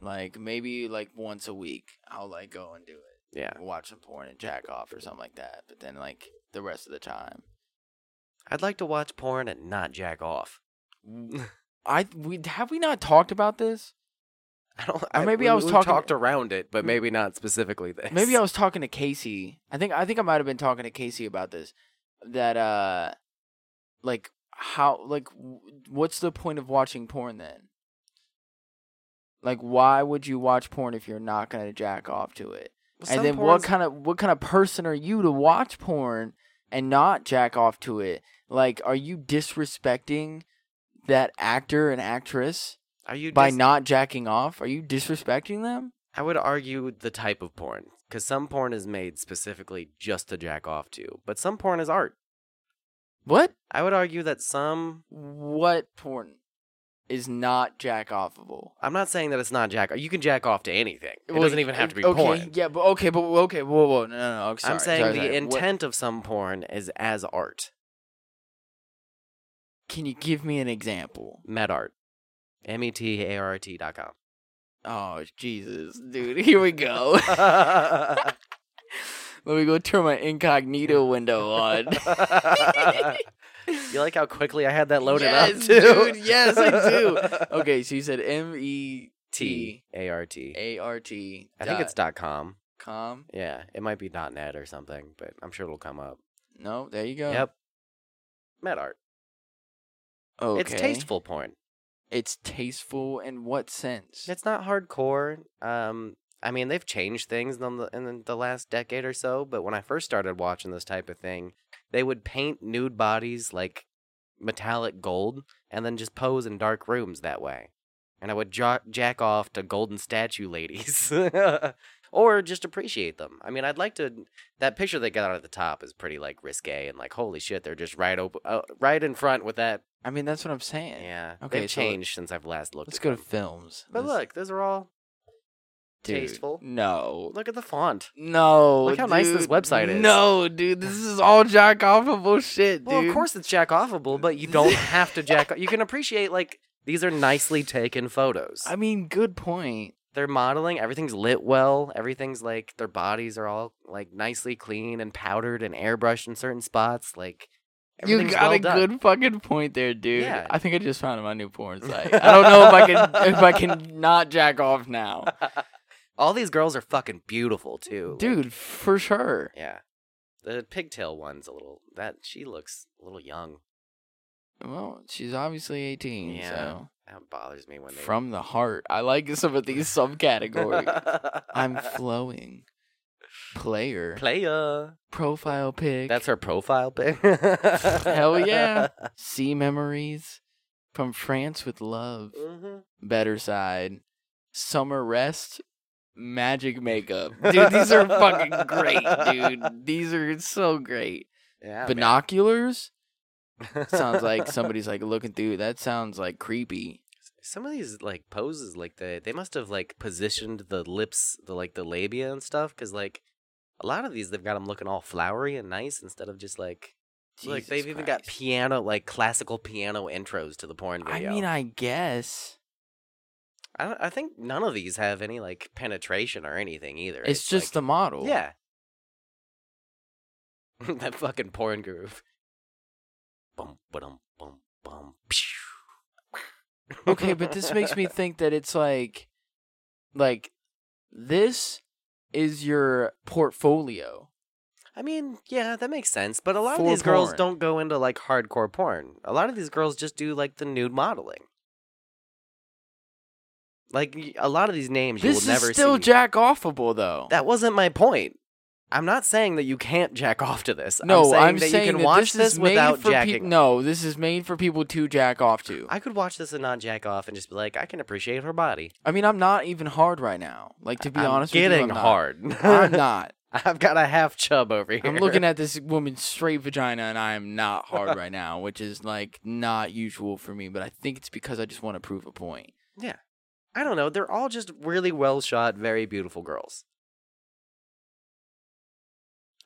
like maybe like once a week I'll like go and do it. yeah. watch some porn and jack off or something like that. But then like the rest of the time, I'd like to watch porn and not jack off. I we have we not talked about this? I don't. maybe we- I was we talking- talked around it, but maybe not specifically this. Maybe I was talking to Casey. I think I think I might have been talking to Casey about this. That uh, like how like w- what's the point of watching porn then? Like why would you watch porn if you're not gonna jack off to it? Well, some and then what porns- kind of what kind of person are you to watch porn and not jack off to it? Like, are you disrespecting that actor and actress Are you by dis- not jacking off? Are you disrespecting them? I would argue the type of porn, because some porn is made specifically just to jack off to, but some porn is art. What? I would argue that some. What porn is not jack offable? I'm not saying that it's not jack. You can jack off to anything. It Well, doesn't even have to be okay, porn. Yeah, but okay, but okay, whoa, whoa, no, no, no. I'm, sorry, I'm saying sorry, the sorry. What- intent of some porn is as art, can you give me an example? met art, m e t a r t dot com. Oh Jesus, dude, here we go. Let me go turn my incognito window on. you like how quickly I had that loaded up Yes, too? dude, yes, I do. okay, so you said M E T A R T. A R T. I think it's dot com. com. Yeah, it might be dot net or something, but I'm sure it'll come up. No, there you go. Yep. Met art. Okay. It's tasteful porn. It's tasteful in what sense? It's not hardcore. Um, I mean, they've changed things in the, in the last decade or so, but when I first started watching this type of thing, they would paint nude bodies like metallic gold and then just pose in dark rooms that way. And I would jo- jack off to golden statue ladies or just appreciate them. I mean, I'd like to. That picture they got out at the top is pretty like risque and like, holy shit, they're just right, op- uh, right in front with that. I mean, that's what I'm saying. Yeah. Okay, They've so let- changed since I've last looked Let's at go them. to films. But Let's- look, those are all dude, tasteful. No. Look at the font. No. Look how nice this dude. website is. No, dude, this is all jack offable shit, dude. Well, of course it's jack offable, but you don't have to jack. You can appreciate like these are nicely taken photos. I mean, good point. They're modeling. Everything's lit well. Everything's like their bodies are all like nicely clean and powdered and airbrushed in certain spots. Like You everything's got well a done. good fucking point there, dude. Yeah. I think I just found my new porn site. I don't know if I can if I can not jack off now, All these girls are fucking beautiful too. like- dude, for sure. yeah. The pigtail one's a little that she looks a little young. Well, she's obviously eighteen, Yeah. so That bothers me when they from the heart. I like some of these subcategories. I'm flowing. Player player. profile pic. uh, That's her profile pic. Hell yeah. Sea memories from France with love. hmm Better side. Summer rest. Magic makeup. Dude, these are fucking great, dude. These are so great. Yeah. Oh, man. Binoculars? Sounds like somebody's like looking through. That sounds like creepy. some of these like poses, like the they must have like positioned the lips, the like the labia and stuff, because like a lot of these they've got them looking all flowery and nice instead of just like like Jesus they've even got Christ. piano like classical piano intros to the porn I video. mean, I guess. I, don't, I think none of these have any like penetration or anything either. It's, just like, the model. yeah. that fucking porn groove. Bum ba-dum, bum bum. pshh. okay, but this makes me think that it's like, like, this is your portfolio. I mean, yeah, that makes sense. But a lot of For these girls porn. don't go into like hardcore porn. A lot of these girls just do like the nude modeling. Like y- a lot of these names you This will never is still see. jack offable though. that wasn't my point. I'm not saying that you can't jack off to this. I'm no, saying I'm that saying you can that watch this, this, is made without for jacking. peop- no, this is made for people to jack off to. I, I could watch this and not jack off and just be like, I can appreciate her body. mean, I'm not even hard right now. Like to be I'm honest, getting with you, I'm hard. Not. I'm not. I've got a half chub over here. I'm looking at this woman's straight vagina, and I am not hard right now, which is like not usual for me. But I think it's because I just want to prove a point. I don't know. They're all just really well shot, very beautiful girls.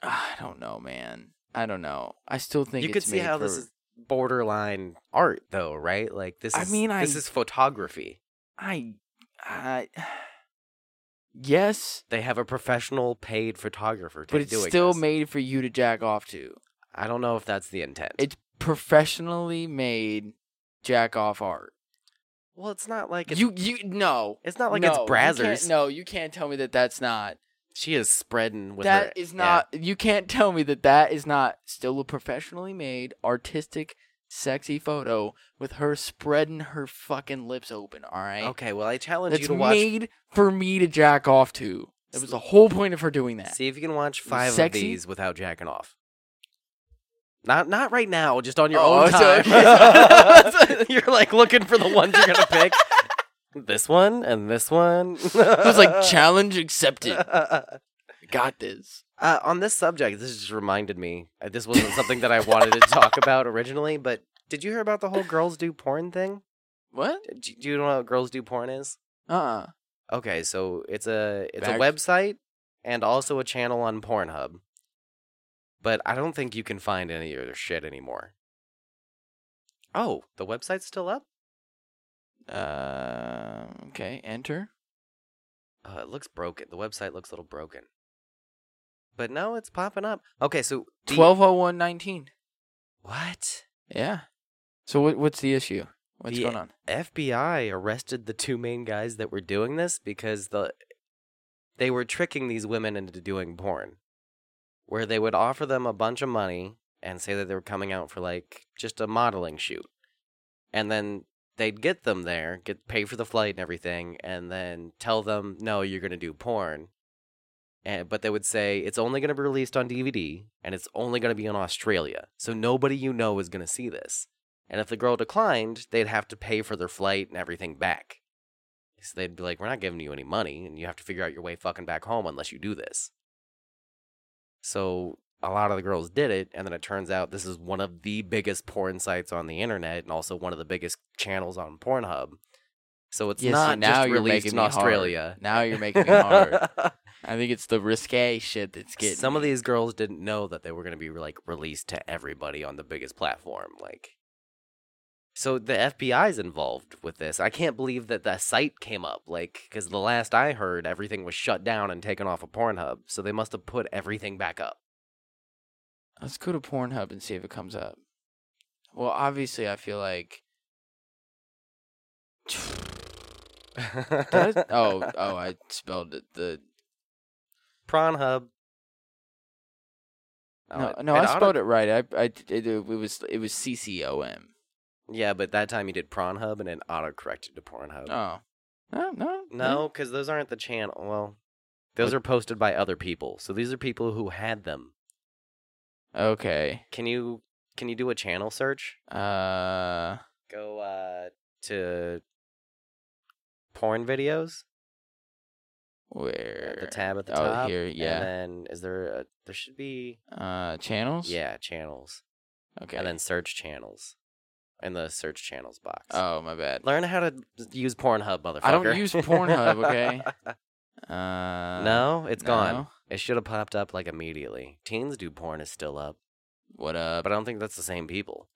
I don't know, man. I don't know. I still think you it's could see made how this for- is borderline art though right like this is I mean, I- this is photography I, I. Yes, they have a professional paid photographer to but it's doing still this. made for you to jack off to. i don't know if that's the intent It's professionally made jack off art. well it's not like it's, You you no. it's not like No, you it's can't- brazzers No, you can't tell me that that's not. she is spreading with her That is not. You can't tell me that that is not still a professionally made, artistic, sexy photo with her spreading her fucking lips open. All right. yeah. okay well i challenge That's you to watch made for me to jack off to. That was the whole point of her doing that. see if you can watch five Sexy? of these without jacking off not not right now just on your Oh, own sorry. time you're like looking for the ones you're gonna pick this one and this one it It was like challenge accepted. uh, Got this. on this subject, this just reminded me. uh, This wasn't something that I wanted to talk about originally, but did you hear about the whole girls do porn thing? What? Do do you know what girls do porn is? Uh. uh Okay, so it's a it's Back- a website and also a channel on Pornhub. But I don't think you can find any of their shit anymore. Oh, the website's still up? okay. Enter. Oh, Uh, it looks broken. The website looks a little broken. but no, it's popping up. Okay, so the- Twelve oh one nineteen. What? Yeah. So what what's the issue? What's The- going on? FBI arrested the two main guys that were doing this because the they were tricking these women into doing porn, where they would offer them a bunch of money and say that they were coming out for like just a modeling shoot, and then they'd get them there, get pay for the flight and everything, and then tell them no, you're gonna do porn. And, but they would say it's only going to be released on DVD and it's only going to be in Australia. So nobody you know is going to see this. And if the girl declined, they'd have to pay for their flight and everything back. So they'd be like, we're not giving you any money, and you have to figure out your way fucking back home unless you do this. So a lot of the girls did it, and then it turns out this is one of the biggest porn sites on the internet and also one of the biggest channels on Pornhub. So it's Yeah, see, not now just you're released making in me hard. Australia. Now you're making it hard. I think it's the risque shit that's getting Some of me. these girls didn't know that they were going to be like released to everybody on the biggest platform. Like, so the FBI's involved with this. I can't believe that the site came up. Like, because the last I heard, everything was shut down and taken off of Pornhub. So they must have put everything back up. Let's go to Pornhub and see if it comes up. Well, obviously, I feel like. Did I- oh, oh, I spelled it the. Pornhub. Oh, No, it- no, it I oughta- spelled it right. I, I, it, it was, it was C C O M. Yeah, but that time you did Pornhub and it auto corrected to Pornhub. Oh, no, no, No, because those aren't the channel. Well, those are posted by other people. So these are people who had them. Okay. Can you can you do a channel search? Uh, Go uh, to porn videos where at the tab at the oh, top. here, yeah. And then is there a there should be Uh, channels. yeah channels Okay. and then search channels in the search channels box. oh, my bad. Learn how to use Pornhub, motherfucker. I don't use Pornhub, okay? Uh, no, it's gone. no. It should have popped up like immediately. Teens do porn is still up. What up? but I don't think that's the same people.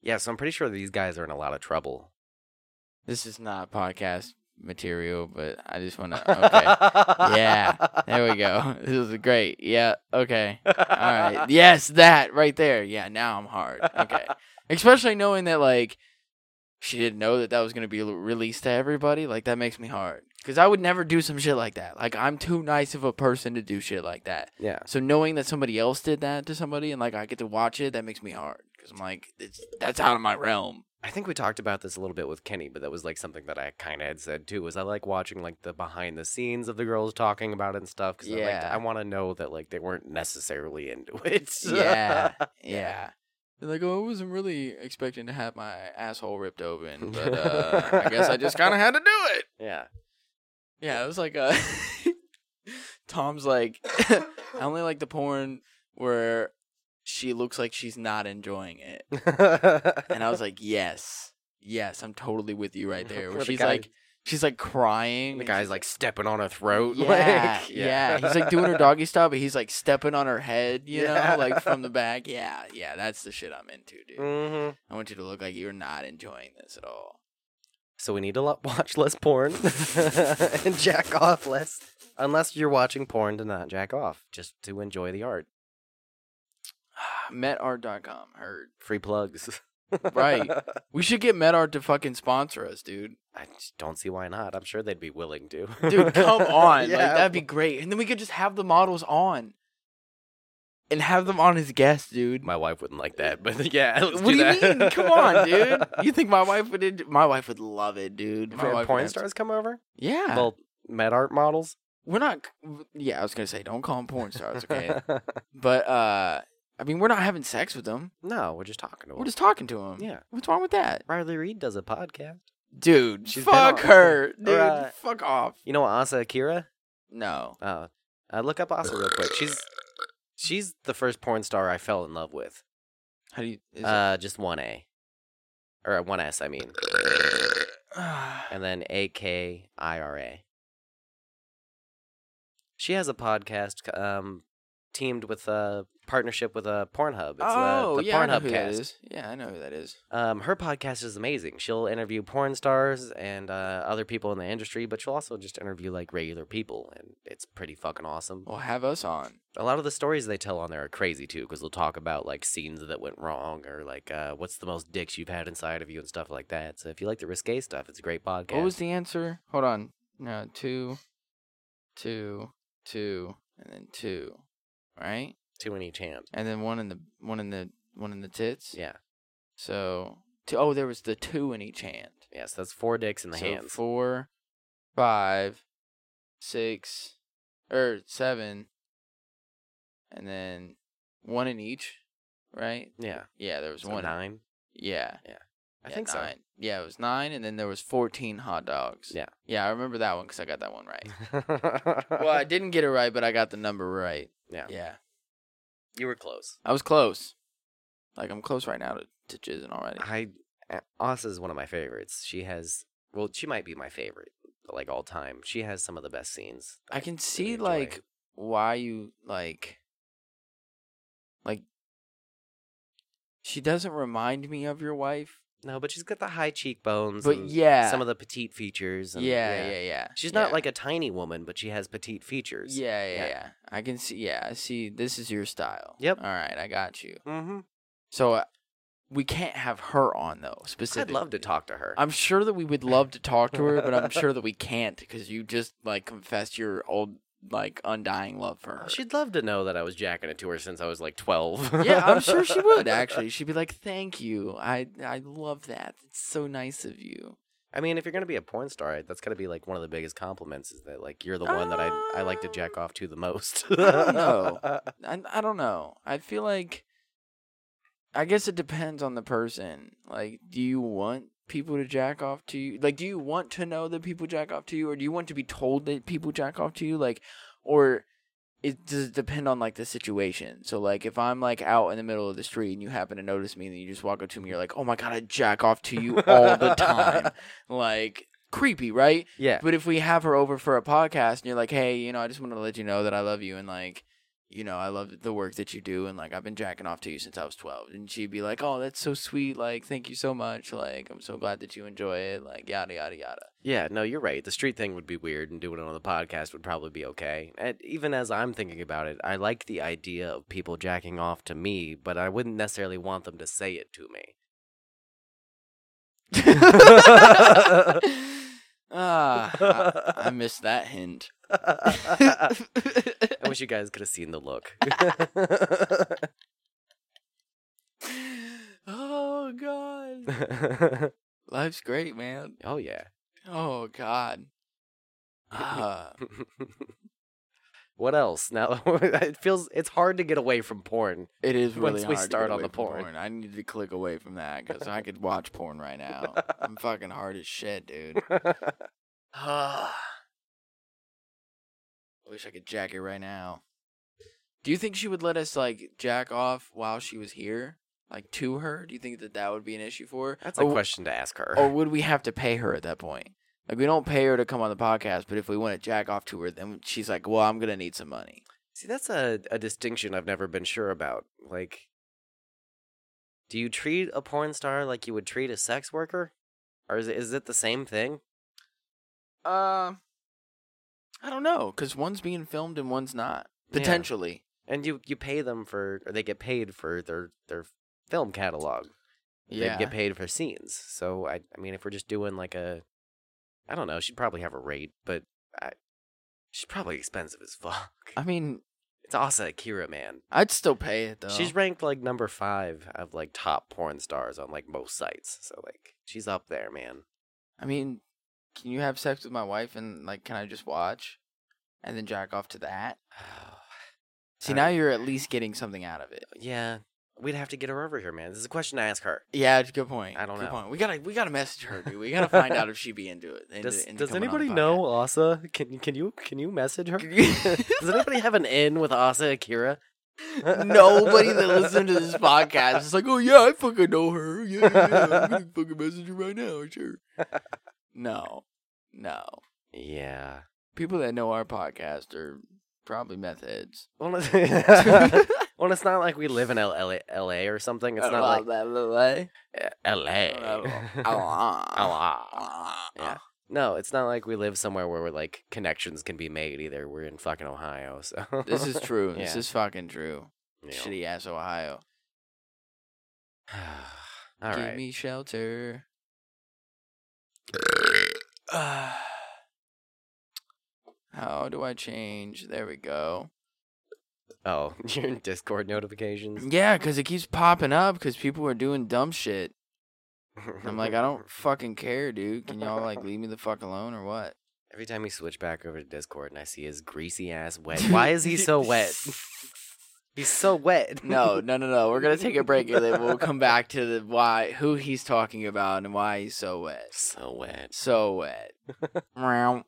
Yeah, so I'm pretty sure these guys are in a lot of trouble. This is not podcast material, but I just want to. Okay. Yeah, There we go. This is great. Yeah. Okay. All right. Yes, that right there. Yeah. Now I'm hard. Okay. Especially knowing that like she didn't know that that was gonna be l- released to everybody. Like that makes me hard because I would never do some shit like that. Like I'm too nice of a person to do shit like that. Yeah. So knowing that somebody else did that to somebody and like I get to watch it, that makes me hard because I'm like it's, that's out of my realm. I think we talked about this a little bit with Kenny, but that was like something that I kind of had said too. Was I like watching like the behind the scenes of the girls talking about it and stuff because I, like, Yeah. I want to know that like they weren't necessarily into it. Yeah. Yeah. They're like, oh, I wasn't really expecting to have my asshole ripped open, but uh, I guess I just kind of had to do it. yeah. Yeah, it was like uh Tom's like I only like the porn where she looks like she's not enjoying it. And I was like, Yes. Yes, I'm totally with you right there. Where Where the she's guy- like she's like crying. the and guy's like stepping on her throat. she's like, yeah, like, yeah. He's like doing her doggy style, but he's like stepping on her head, you Yeah. know, like from the back. Yeah, yeah, that's the shit I'm into, dude. Mhm. I want you to look like you're not enjoying this at all. So we need to lo- watch less porn and jack off less. Unless you're watching porn to not jack off, just to enjoy the art. Ah, MetArt.com, heard. Free plugs. Right. We should get MedArt to fucking sponsor us, dude. I just don't see why not. I'm sure they'd be willing to. Dude, come on. Yeah. Like that'd be great. And then we could just have the models on. And have them on as guests, dude. My wife wouldn't like that, but yeah. let's do what do, you that. mean? Come on, dude. You think my wife would en- my wife would love it, dude. If My we had wife would porn have- stars come over? Yeah. Well, med art models? we're not yeah, I was gonna say don't call them porn stars, okay? but uh I mean we're not having sex with them. no, we're just talking to them. We're just talking to them. Yeah. What's wrong with that? Riley Reed does a podcast. Dude, She's been fuck on. her. Dude, Right. fuck off. You know Asa Akira? No. Oh, uh, look up Asa real quick. She's she's the first porn star I fell in love with. How do you is Uh, just one A, or uh, one S, I mean, it- and then A K I R A. She has a podcast um teamed with a partnership with a Pornhub. It's uh, oh, the, the yeah, I know Pornhub who that cast. is. Yeah, I know who that is. Um, her podcast is amazing. She'll interview porn stars and uh, other people in the industry, but she'll also just interview like regular people, and it's pretty fucking awesome. Well, have us on. A lot of the stories they tell on there are crazy too, because they'll talk about like scenes that went wrong or like uh, what's the most dicks you've had inside of you and stuff like that. So if you like the risque stuff, it's a great podcast. What was the answer? Hold on. No, two, two, two, and then two, right? Too many champs. And then one in the one in the one in the tits. Yeah. So two, oh, there was the two in each hand. Yes, that's four dicks in the so hands. four, five, six, or seven, and then one in each, right? yeah. Yeah, there was So one. nine. Yeah, I yeah, think nine. Yeah, it was nine, and then there was fourteen hot dogs. Yeah. yeah, I remember that one because I got that one right. so. well, I didn't get it right, but I got the number right. Yeah. yeah, You were close. I was close. Like I'm close right now to to jizzing already. I uh, Asa is one of my favorites. She has well, she might be my favorite like all time. She has some of the best scenes. I can see enjoy. like why you like like she doesn't remind me of your wife. No, but she's got the high cheekbones. But and yeah. some of the petite features. yeah, And, yeah, yeah, yeah. She's not like a tiny woman, but she has petite features. yeah, yeah, yeah. yeah, I can see yeah, I see this is your style. Yep. All right, I got you. Mm-hmm. So uh, we can't have her on though, I'd specifically. love to talk to her. I'm sure that we would love to talk to her, but I'm sure that we can't because you just like confessed your old like undying love for her. She'd love to know that I was jacking it to her since I was like 12. yeah, I'm sure she would actually. She'd be like, "Thank you. I I love that. It's so nice of you." I mean, if you're gonna be a porn star, that's gotta be like one of the biggest compliments is that like you're the one that I I like to jack off to the most. Um. don't know. I I don't know. I feel like I guess it depends on the person. Like, do you want people to jack off to you? Like, do you want to know that people jack off to you or do you want to be told that people jack off to you like or it does it depend on like the situation. So like if I'm like out in the middle of the street and you happen to notice me and then you just walk up to me, you're like, Oh my god, I jack off to you all the time. like creepy, right? yeah. But if we have her over for a podcast and you're like, hey, you know, I just want to let you know that I love you and like, you know, I love the work that you do and like I've been jacking off to you since I was 12. And she'd be like, oh, that's so sweet. Like, thank you so much. Like, I'm so glad that you enjoy it. Like, yada, yada, yada. Yeah, no, you're right. The street thing would be weird, and doing it on the podcast would probably be okay. And even as I'm thinking about it, I like the idea of people jacking off to me, but I wouldn't necessarily want them to say it to me. ah, I, I missed that hint. Uh, I wish you guys could have seen the look. oh, God. Life's great, man. oh, yeah. Oh, God. Ah. what else? Now it feels it's hard to get away from porn. It is really Once we hard to start get on away the from porn. I need to click away from that because I could watch porn right now. I'm fucking hard as shit, dude. I wish I could jack it right now. Do you think she would let us like jack off while she was here, like to her? Do you think that that would be an issue for her? That's Or a w- question to ask her. Or would we have to pay her at that point? Like we don't pay her to come on the podcast, but if we want to jack off to her, then she's like, "Well, I'm gonna need some money." See, that's a, a distinction I've never been sure about. Like, do you treat a porn star like you would treat a sex worker? Or is it, is it the same thing? Uh, I don't know, cause one's being filmed and one's not Yeah. potentially. And you, you pay them for, or they get paid for their, their film catalog. They get paid for scenes. So, I, I mean, if we're just doing like a, I don't know, she'd probably have a rate, but I, she's probably expensive as fuck. I mean, It's Asa Akira, man. I'd still pay it though. She's ranked like number five of like top porn stars on like most sites. So like she's up there, man. I mean, can you have sex with my wife and like, can I just watch, and then jack off to that? See, I- now you're at least getting something out of it. yeah, we'd have to get her over here, man. This is a question to ask her. Yeah, it's a good point. I don't good know. Point. We gotta, we gotta message her, dude. We gotta find out if she'd be into it. into- Does into Does coming on the anybody know Asa? Can can you can you message her? podcast. does anybody have an in with Asa Akira? Nobody that listens to this podcast is like, oh yeah, I fucking know her. Yeah, yeah, yeah. I'm gonna fucking message her right now. Sure. No, no. Yeah, People that know our podcast are Probably meth heads. Well, it's, well, it's not like we live in LA, LA or something. Oh, It's not like eh, LA. Yeah. no, it's not like we live somewhere where we're like connections can be made either. We're in fucking Ohio, so This is true. This Yeah. is fucking true. you know. Shitty ass Ohio. All Give right. me shelter. How do I change? There we go. Oh, your Discord notifications. Yeah, because it keeps popping up because people are doing dumb shit. I'm like, I don't fucking care, dude. Can y'all like leave me the fuck alone or what? Every time we switch back over to Discord and I see his greasy ass wet. Why is he so wet? He's so wet. No, no, no, no. We're gonna take a break and then we'll come back to the why, who he's talking about, and why he's so wet. so wet. So wet. Meow.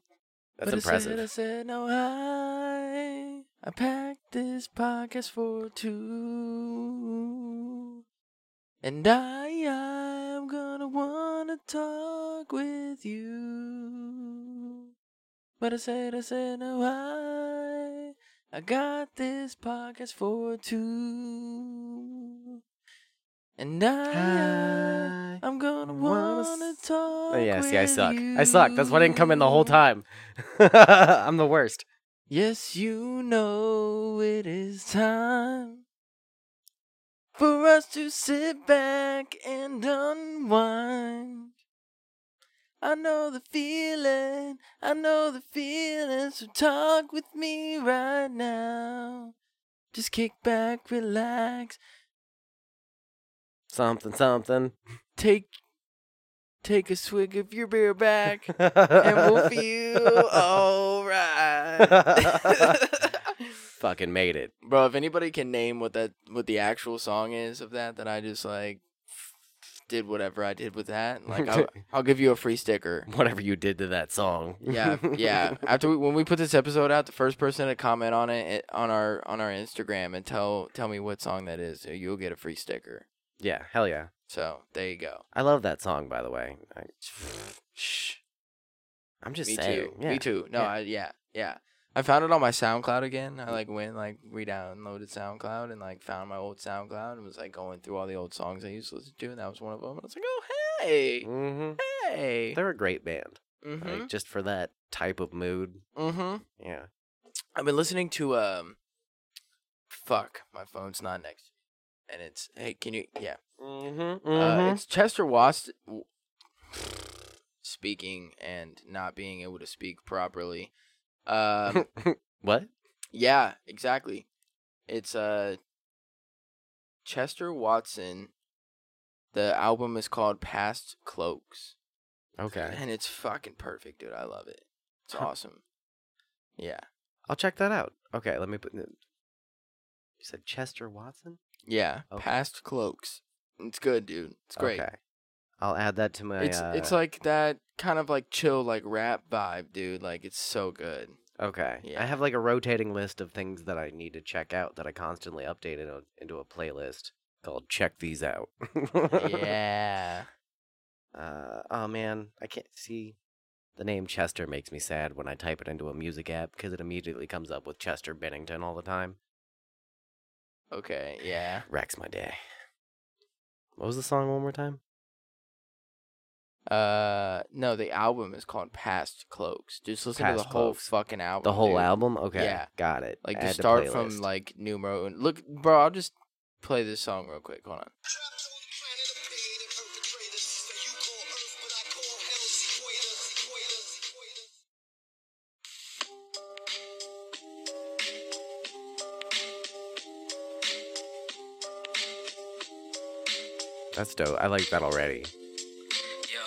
That's But I said, impressive. I said no I, I packed this podcast for two. And I am gonna wanna talk with you. But I said, I said no I, I got this podcast for two. And I, I'm gonna Ah. wanna s- wanna Oh, talk. yeah, see, I with suck. I suck. That's why I didn't come in the whole you. time. I'm the worst. Yes, you know it is time for us to sit back and unwind. I know the feeling, I know the feeling, so talk with me right now. Just kick back, relax, Something, something. take take a swig of your beer back, and we'll Fucking feel alright. made it. Bro, if anybody can name what that what the actual song is of that, that I just like did whatever I did with that. Like I'll, I'll give you a free sticker. Whatever you did to that song. Yeah, yeah. After we, when we put this episode out, the first person to comment on it it- on our on our Instagram and tell tell me what song that is, you'll get a free sticker. yeah, hell yeah. So there you go. I love that song, by the way. I, Shh. I'm just Me saying. too. Yeah. Me too. No, yeah. Mm. I yeah yeah. I found it on my SoundCloud again. I like went like re-downloaded SoundCloud and like found my old SoundCloud and was like going through all the old songs I used to listen to and that was one of them. And I was like, oh hey hmm hey. They're a great band. Mm-hmm. Like, just for that type of mood. mm-hmm. Yeah. I've been listening to um. Fuck, my phone's not next. to me. And it's hey, can you yeah. Mm-hmm. Uh, it's Chester Wast speaking and not being able to speak properly. Um. what? Yeah, exactly. It's uh Chester Watson. The album is called Past Cloaks. Okay. And it's fucking perfect, dude. I love it. It's Huh. awesome. Yeah. I'll check that out. Okay, let me put. You said Chester Watson. Yeah. Okay. Past Cloaks. It's good, dude. It's great. Okay. I'll add that to my. It's uh, it's like that kind of like chill like rap vibe, dude. Like it's so good. okay. yeah. I have like a rotating list of things that I need to check out that I constantly update in a, into a playlist called "Check These Out." yeah. Uh, oh man, I can't see. The name Chester makes me sad when I type it into a music app because it immediately comes up with Chester Bennington all the time. Okay. Yeah. Wrecks my day. What was the song one more time? Uh no, the album is called Past Cloaks. Just listen to Past the whole Cloaks. fucking album. The whole Oh, dude. album? Okay. Yeah. Got it. Like Add just to start from playlist. like numero. Look, bro, I'll just play this song real quick. Hold on. That's dope. I like that already. Yo.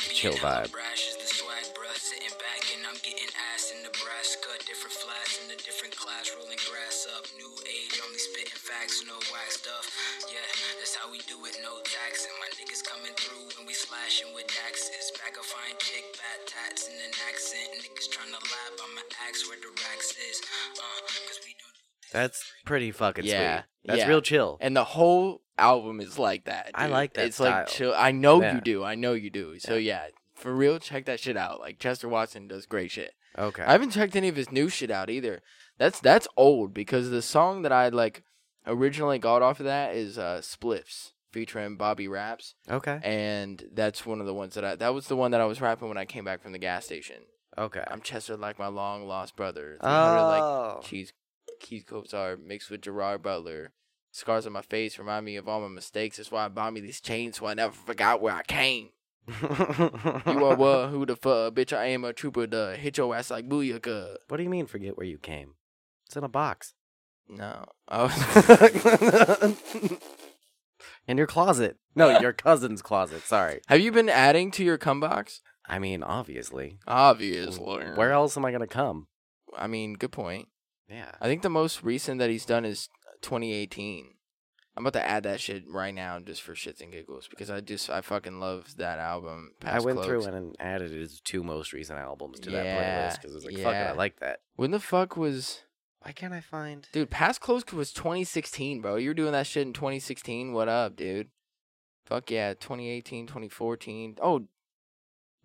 Chill vibe. Brash is the swag, bruh. Sitting back and I'm getting ass in Nebraska. Different flats in a different class, rolling grass up. New age, only spitting facts, no wax stuff. Yeah, that's how we do it, no taxing. My niggas coming through when we slashing with taxes. Back a fine chick, bad tats and an accent. Niggas tryna lab, I'ma ask where the racks is. Uh, cause we do That's pretty fucking Yeah, sweet. That's yeah. real chill. And the whole album is like that. I dude. like that It's style. like chill. I know Yeah. you do. I know you do. So yeah. for real, check that shit out. Like Chester Watson does great shit. okay. I haven't checked any of his new shit out either. That's that's old because the song that I like originally got off of that is uh Spliffs featuring Bobby Raps. Okay. And that's one of the ones that I that was the one that I was rapping when I came back from the gas station. Okay. I'm Chester like my long lost brother. 300 like Oh. cheese Keith Kozar mixed with Gerard Butler. Scars on my face remind me of all my mistakes. That's why I bought me these chains so I never forgot where I came. You are what? Who the fuck? Bitch, I am a trooper. Duh. Hit your ass like booyaka. What do you mean? Forget where you came? It's in a box. No. Oh. in your closet. No, your cousin's closet. Sorry. Have you been adding to your cum box? I mean, obviously. Obviously. Where else am I gonna come? I mean, good point. Yeah. I think the most recent that he's done is 2018. I'm about to add that shit right now just for shits and giggles because I just I fucking love that album. I Past went Cloaks. through and then added his two most recent albums to Yeah, that playlist because I was like, "Fuck it, I yeah. like that." When the fuck was Why can't I find? Dude, Past Close was 2016, bro. You were doing that shit in 2016. What up, dude? Fuck yeah, 2018, 2014. Oh,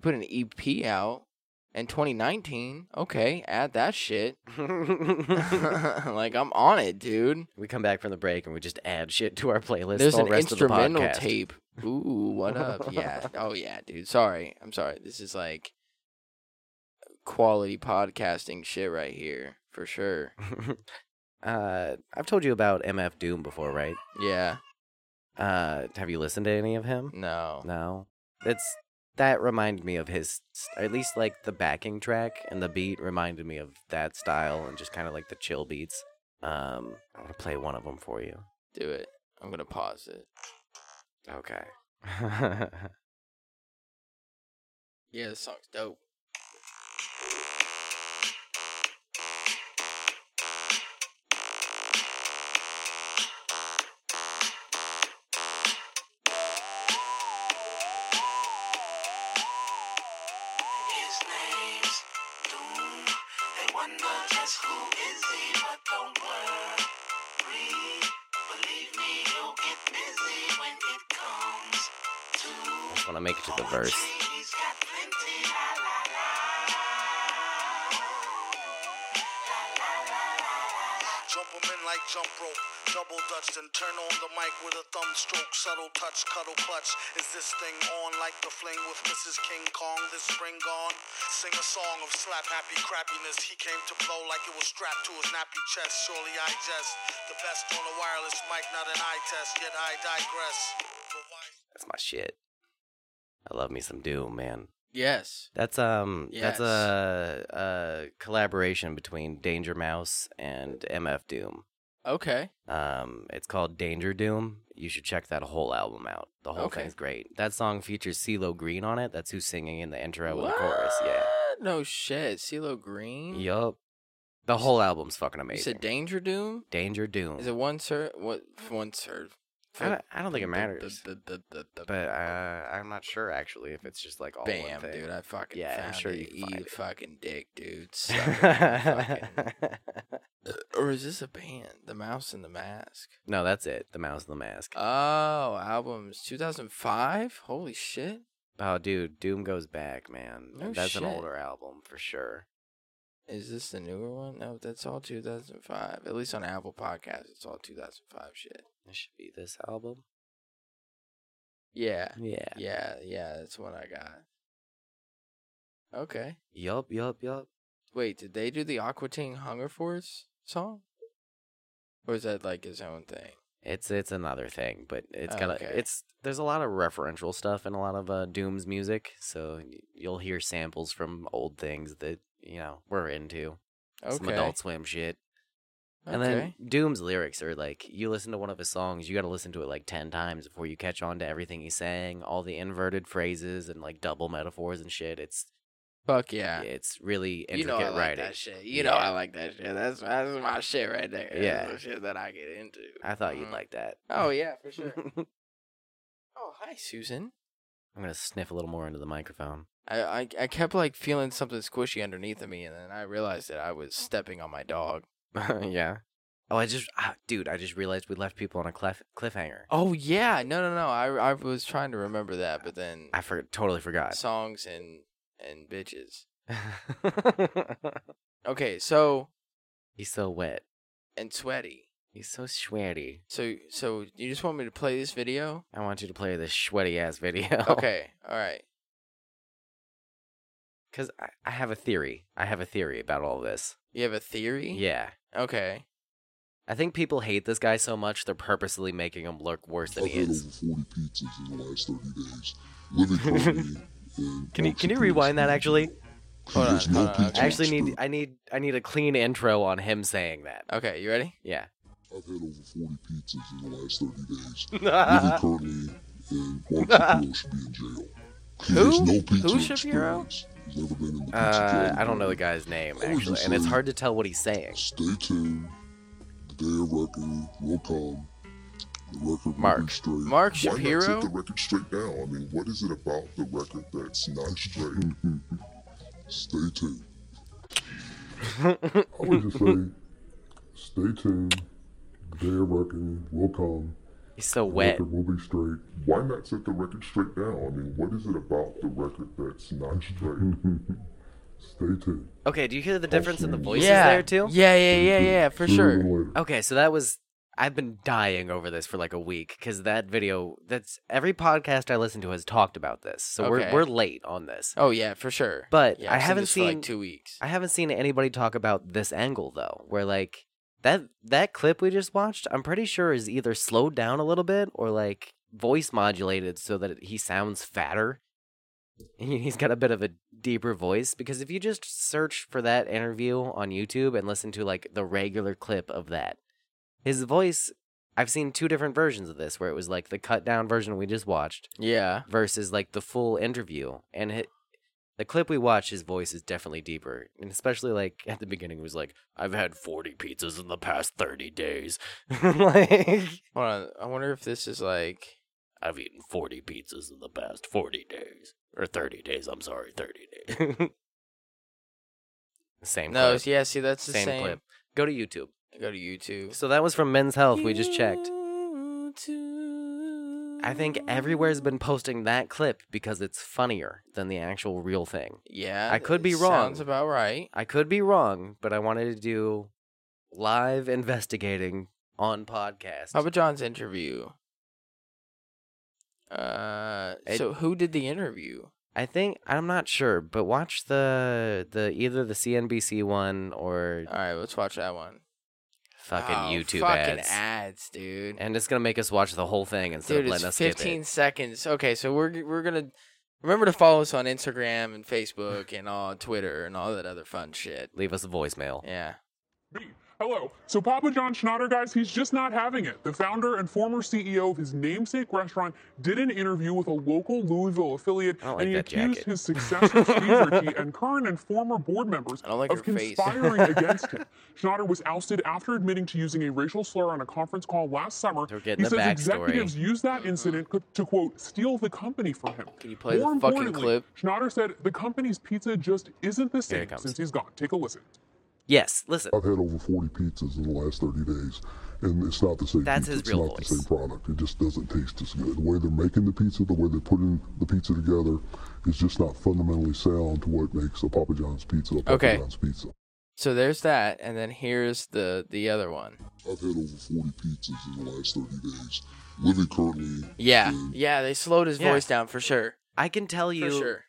put an EP out in 2019. Okay, add that shit. like I'm on it, dude. we come back from the break and we just add shit to our playlist. There's all an rest instrumental of the podcast. tape. Ooh, what up? Yeah. Oh yeah, dude. Sorry. I'm sorry. This is like quality podcasting shit right here for sure. uh, I've told you about MF Doom before, right? Yeah. Uh, have you listened to any of him? No. No. It's that reminded me of his at least like the backing track and the beat reminded me of that style and just kind of like the chill beats. Um, I'm gonna play one of them for you. Do it. I'm gonna pause it. Okay. Yeah, this song's dope. His name's Doom. They wonder just who is he, but don't worry. Believe me, you'll get busy when it comes to Just want to make it to the verse. poetry. He's got plenty. La la la. Jump 'em in like jump rope, double dutch, then turn on the mic with a thumb stroke, subtle touch, cuddle clutch. Is this thing on like the fling with Mrs. King Kong this spring gone? Sing a song of slap happy crappiness. He came to blow like it was strapped to his nappy chest. Surely I jest. The best on a wireless mic, not an eye test, yet I digress. The wise- That's my shit. I love me some Doom, man. Yes. That's um that's Yes. a, a collaboration between Danger Mouse and MF Doom. Okay. Um, it's called Danger Doom. You should check that whole album out. The whole Okay. thing's great. That song features CeeLo Green on it. That's who's singing in the intro and the chorus. Yeah. What? No shit. CeeLo Green. Yup. The whole album's fucking You amazing. said Danger Doom. Danger Doom. Is it one serve? What one serve? I, don't, I don't think it Bu- bu- matters, bu- bu- bu- bu- but uh, I'm not sure actually if it's just like all bam, one thing. dude, I fucking Yeah, I'm found sure you it. can You find it. fucking dick, dude. Suck it, fucking- Or is this a band? The Mouse and the Mask. no, that's it. The Mouse and the Mask. Oh, albums 2005. Holy shit. oh, dude, Doom goes back, man. No that's an shit. older album for sure. Is this the newer one? No, that's all 2005. At least on Apple Podcasts, it's all 2005 shit. It should be this album. Yeah. Yeah. Yeah, yeah, that's what I got. Okay. Yup. Yup. Yup. Wait, did they do the Aquatine Hunger Force song? Or is that like his own thing? It's it's another thing, but it's Oh, got okay. to it's there's a lot of referential stuff in a lot of uh, Doom's music, so y- you'll hear samples from old things that you know we're into, Okay. some Adult Swim shit, okay. and then Doom's lyrics are like you listen to one of his songs, you got to listen to it like ten times before you catch on to everything he's saying, all the inverted phrases and like double metaphors and shit. It's Fuck yeah. it's really you know intricate I like writing. that shit. You know Yeah. I like that shit. That's that's my shit right there. That's Yeah. the shit that I get into. I thought you'd Mhm. like that. Oh yeah, for sure. I'm oh hi Susan. gonna sniff a little more into the microphone. I, I I kept like feeling something squishy underneath of me, and then I realized that I was stepping on my dog. yeah. Oh, I just, ah, dude, I just realized we left people on a cliff, cliffhanger. Oh yeah, no no no. I I was trying to remember that, but then I for, totally forgot. songs and and bitches. Okay, so He's so wet. and sweaty. He's so sweaty. So so you just want me to play this video? I want you to play this sweaty ass video. Okay. All right. Because I, I have a theory. I have a theory about all this. You have a theory? Yeah. Okay. I think people hate this guy so much they're purposely making him look worse than I've he had is. over 40 pizzas in the last 30 days. Living currently. in Can you- can you Mexico rewind that, City. actually? Hold on, There's no hold on, pizza I actually need expert. I need I need a clean intro on him saying that. Okay, you ready? Yeah. I've had over 40 pizzas in the last 30 days. Living currently. And Mark Shapiro should be in jail. There's Who? no pizza Who Shapiro? experience. He's never been in the pizza Uh, I category. don't know the guy's name What was you actually, and it's saying? hard to tell what he's saying. Stay tuned. The day of record will come. The record will Mark. be straight. Mark Why not take Shapiro? the record straight now? I mean, what is it about the record that's not straight? Stay tuned. I would just say, stay tuned. The day of reckoning will come. He's so The wet. record will be straight. Why not set the record straight now? I mean, what is it about the record that's not straight? Stay tuned. Okay, do you hear the difference in the voices yeah. there too? Yeah, yeah, yeah, yeah, for Sooner than sure. later. Okay, so that was I've been dying over this for like a week because that video that's every podcast I listen to has talked about this. So Okay. we're we're late on this. Oh yeah, for sure. But yeah, I I've haven't this for, seen- like two weeks. I haven't seen anybody talk about this angle though, where like that that clip we just watched, I'm pretty sure is either slowed down a little bit or like voice modulated so that he sounds fatter. He- He's got a bit of a deeper voice because if you just search for that interview on YouTube and listen to like the regular clip of that, his voice I've seen two different versions of this where it was like the cut down version we just watched Yeah. versus like the full interview. And hi the clip we watched, his voice is definitely deeper, and especially like at the beginning, it was like, "I've had forty pizzas in the past thirty days." like, Hold on. I wonder if this is like I've eaten forty pizzas in the past forty days or thirty days. I'm sorry, thirty days. same. No, clip. yeah, see that's the same, clip. Go to YouTube. Go to YouTube. So that was from Men's Health. Oh, We just checked. YouTube. I think everywhere's been posting that clip because it's funnier than the actual real thing. Yeah. I could be it wrong. Sounds about right. I could be wrong, but I wanted to do live investigating on podcast. Papa John's interview. Uh, It- so who did the interview? I think I'm not sure, but watch the the either the CNBC one or All right, let's watch that one. fucking Oh, YouTube fucking ads. ads, dude. And it's gonna make us watch the whole thing instead Dude, of it's letting us skip 15 it. seconds. Okay, so we're g- we're gonna remember to follow us on Instagram and Facebook and all Twitter and all that other fun shit. Leave us a voicemail. Yeah. B. Hello. So Papa John Schnatter, guys, he's just not having it. The founder and former CEO of his namesake restaurant did an interview with a local Louisville affiliate, I don't like and he that accused jacket. his successor Steve Ritchie and current and former board members I don't like of your face. conspiring against him. Schnatter was ousted after admitting to using a racial slur on a conference call last summer. They're getting He the says backstory. executives used that incident co- to quote steal the company from him. Can you play the More fucking importantly, clip? Schnatter said the company's pizza just isn't the Here it same comes. since he's gone. Take a listen. Yes, listen. I've had over 40 pizzas in the last 30 days, and it's not the same. That's pizza. his it's real not voice. the same product. It just doesn't taste as good. The way they're making the pizza, the way they're putting the pizza together, is just not fundamentally sound to what makes a Papa John's pizza a Papa Okay. John's pizza. So there's that, and then here's the the other one. I've had over 40 pizzas in the last 30 days. Living currently. Yeah, yeah. They slowed his Yeah. voice down for sure. I can tell you for sure.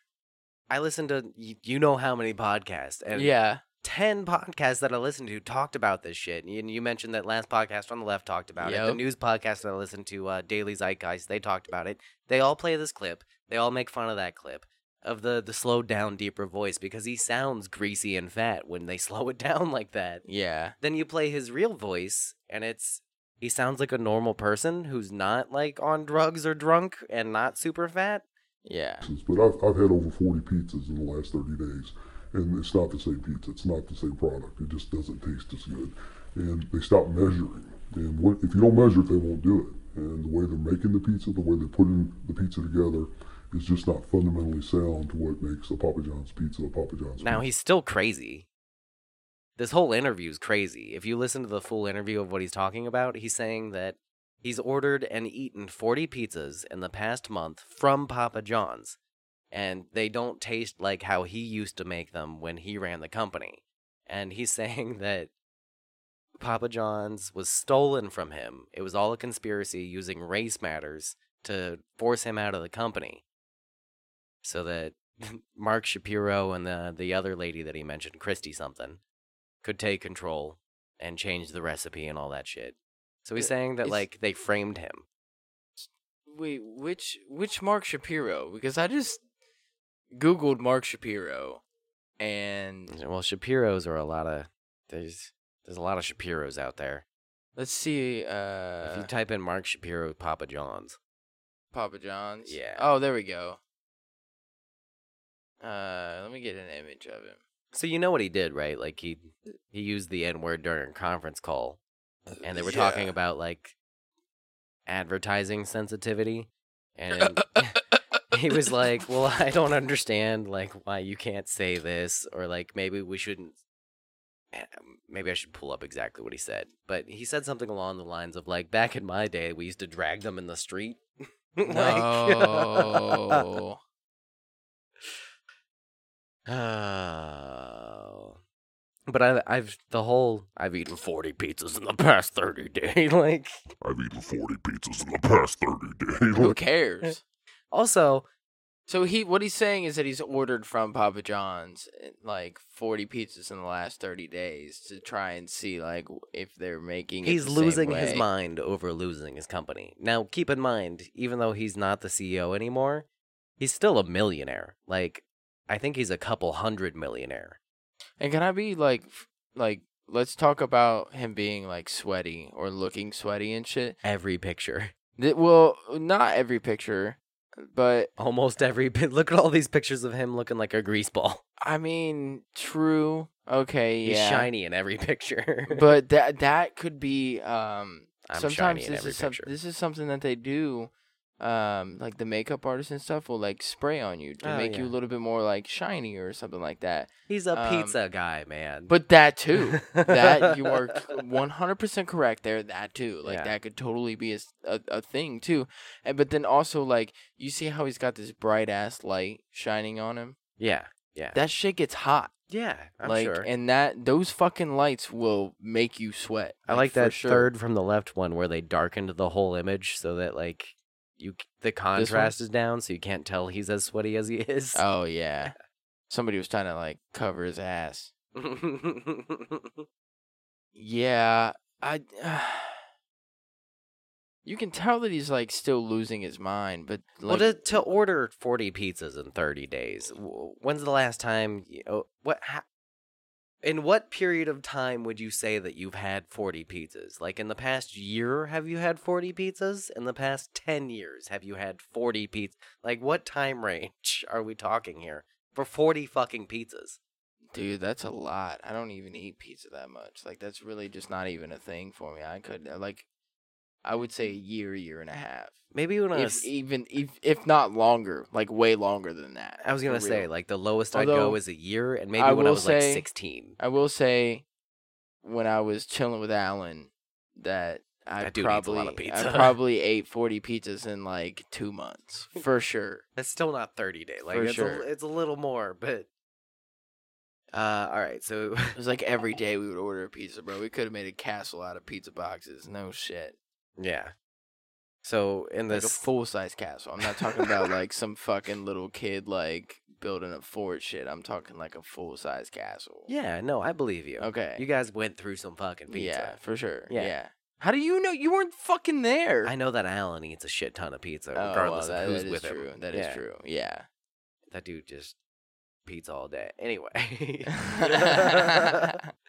I listened to y- you know how many podcasts and yeah. 10 podcasts that I listened to talked about this shit. And you mentioned that last podcast on the left talked about it. The Yep. news podcast that I listened to, uh, Daily Zeitgeist, they talked about it. They all play this clip. They all make fun of that clip of the, the slowed down, deeper voice because he sounds greasy and fat when they slow it down like that. Yeah. Then you play his real voice and it's. He sounds like a normal person who's not like on drugs or drunk and not super fat. Yeah. pizzas, but I've, I've had over 40 pizzas in the last 30 days, and it's not the same pizza. It's not the same product. It just doesn't taste as good. And they stop measuring. And what, if you don't measure it, they won't do it. And the way they're making the pizza, the way they're putting the pizza together, is just not fundamentally sound to what makes a Papa John's pizza a Papa John's Now pizza. he's still crazy. This whole interview's crazy. If you listen to the full interview of what he's talking about, he's saying that he's ordered and eaten 40 pizzas in the past month from Papa John's, and they don't taste like how he used to make them when he ran the company. And he's saying that Papa John's was stolen from him. It was all a conspiracy using race matters to force him out of the company. So that Mark Shapiro and the, the other lady that he mentioned, Christy something, could take control and change the recipe and all that shit. So he's Uh, saying that is- like they framed him. Wait, which which Mark Shapiro? Because I just Googled Mark Shapiro, and Well, Shapiro's are a lot of there's there's a lot of Shapiro's out there. let's see. if you Uh, type in Mark Shapiro Papa John's, Papa John's. Yeah. Oh, there we go. Uh, let me get an image of him. so you know what he did, right? Like he he used the N word during a conference call, and they were talking Uh, Yeah. about like advertising sensitivity, and he was like, "Well, I don't understand like why you can't say this, or like maybe we shouldn't." eh, Maybe I should pull up exactly what he said, but he said something along the lines of like, "Back in my day, we used to drag them in the street." Like- No. Oh. But I, I've the whole I've eaten forty pizzas in the past thirty days. like I've eaten 40 pizzas in the past 30 days. Who cares? also, So he, what he's saying is that he's ordered from Papa John's eh, like forty pizzas in the last thirty days to try and see like w- if they're making. it he's the same losing his way. mind over losing his company. Now, keep in mind, even though he's not the CEO anymore, he's still a millionaire. Like, I think he's a couple hundred millionaire. And can I be like, f- like, let's talk about him being like sweaty or looking sweaty and shit. Every picture, Th- well, not every picture, but almost every bit. Look at all these pictures of him looking like a grease ball. I mean, true. Okay, He's yeah. shiny in every picture. But that that could be um I'm sometimes shiny in this every is some- picture. this is something that they do um like the makeup artists and stuff will like spray on you to Oh, make you a yeah. little bit more like shiny or something like that. he's a um, pizza guy, man. But that too. that you are 100% correct there that too like Yeah. that could totally be a, s- a- a thing too and but then also like you see how he's got this bright ass light shining on him Yeah, yeah, that shit gets hot yeah. I'm like sure. and that those fucking lights will make you sweat. I like for that sure. third from the left one where they darkened the whole image so that like you c- the contrast is down, so you can't tell he's as sweaty as he is. Oh yeah. Somebody was trying to like cover his ass. Oh. Yeah, I You can tell that he's like still losing his mind, but well, like to, to order forty pizzas in thirty days. w- When's the last time? You, oh, what? ha in what period of time would you say that you've had forty pizzas? Like in the past year, have you had forty pizzas? In the past ten years, have you had forty pizzas? Like what time range are we talking here for forty fucking pizzas? dude, that's a lot. I don't even eat pizza that much. Like that's really just not even a thing for me. I could uh, like I would say a year, year and a half. Maybe when I If was e, even if if not longer, like way longer than that. I was gonna for say real. like the lowest I'd Although, go is a year, and maybe I when I will was say- like sixteen. I will say, when I was chilling with Alan, that I That dude eats a probably lot of I pizza. probably ate forty pizzas in like two months for sure. That's still not thirty day. Like For it's sure. a, it's a little more, but uh, all right. So It was like every day we would order a pizza, bro. We could have made a castle out of pizza boxes. No shit, yeah. So in like this, a full size castle. I'm not talking about like some fucking little kid like building a fort shit. I'm talking like a full size castle. yeah, no, I believe you. Okay. You guys went through some fucking Yeah, pizza. for sure. Yeah. Yeah. How do you know you weren't fucking there? I know that Alan eats a shit ton of pizza, Oh, regardless well, that- of who's that is with him. true. That is Yeah. true. Yeah. That dude just pizza all day. Anyway.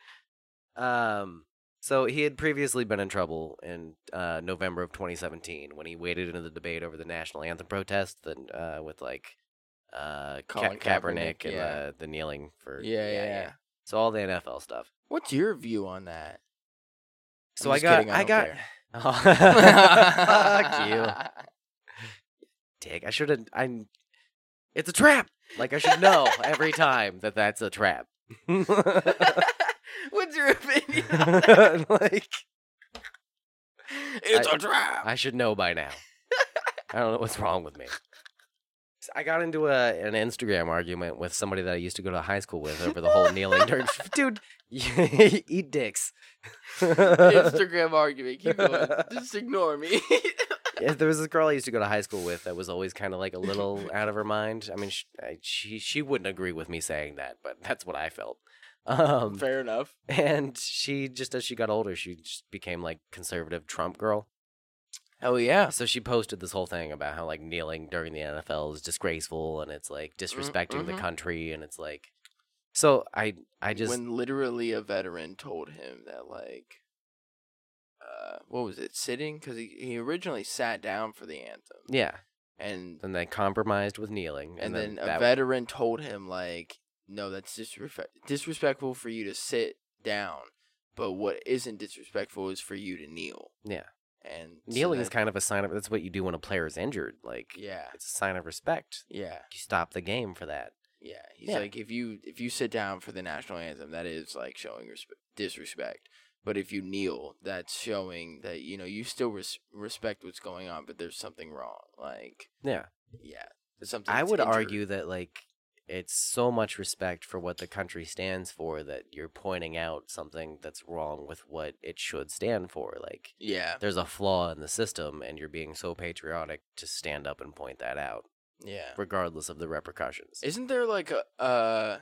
Um, so he had previously been in trouble in uh, November of 2017 when he waded into the debate over the national anthem protest and, uh, with like uh, Ka- Colin Kaepernick, Kaepernick, and yeah. the, the kneeling for yeah, yeah, So all the NFL stuff. What's your view on that? So I'm I just got kidding, I I, don't got care. fuck you, dick. I should have. I'm. It's a trap. Like I should know every time that that's a trap. What's your opinion? like It's I- a trap. I should know by now. I don't know what's wrong with me. I got into a an Instagram argument with somebody that I used to go to high school with over the whole kneeling during. Dude, eat dicks. Instagram argument. Keep going. Just ignore me. Yeah, there was this girl I used to go to high school with that was always kind of like a little out of her mind. I mean, she, I, she she wouldn't agree with me saying that, but that's what I felt. Um, Fair enough. and she just as she got older, she just became like conservative Trump girl. Hell Oh, yeah. So she posted this whole thing about how like kneeling during the NFL is disgraceful and it's like disrespecting the mhm. country and it's like. So I I just when literally a veteran told him that like uh what was it sitting because he, he originally sat down for the anthem yeah, and and then compromised with kneeling, and, then, a that- veteran told him like no that's disrespe- disrespectful for you to sit down but what isn't disrespectful is for you to kneel Yeah. and so kneeling is that- kind of a sign of that's what you do when a player is injured. Like yeah it's a sign of respect. yeah You stop the game for that. yeah he's Yeah. like if you if you sit down for the national anthem that is like showing respe- disrespect but if you kneel that's showing that you know you still res- respect what's going on but there's something wrong like Yeah. yeah there's something I that's would injured. argue that like it's so much respect for what the country stands for that you're pointing out something that's wrong with what it should stand for. Like yeah there's a flaw in the system and you're being so patriotic to stand up and point that out yeah regardless of the repercussions. Isn't there like a uh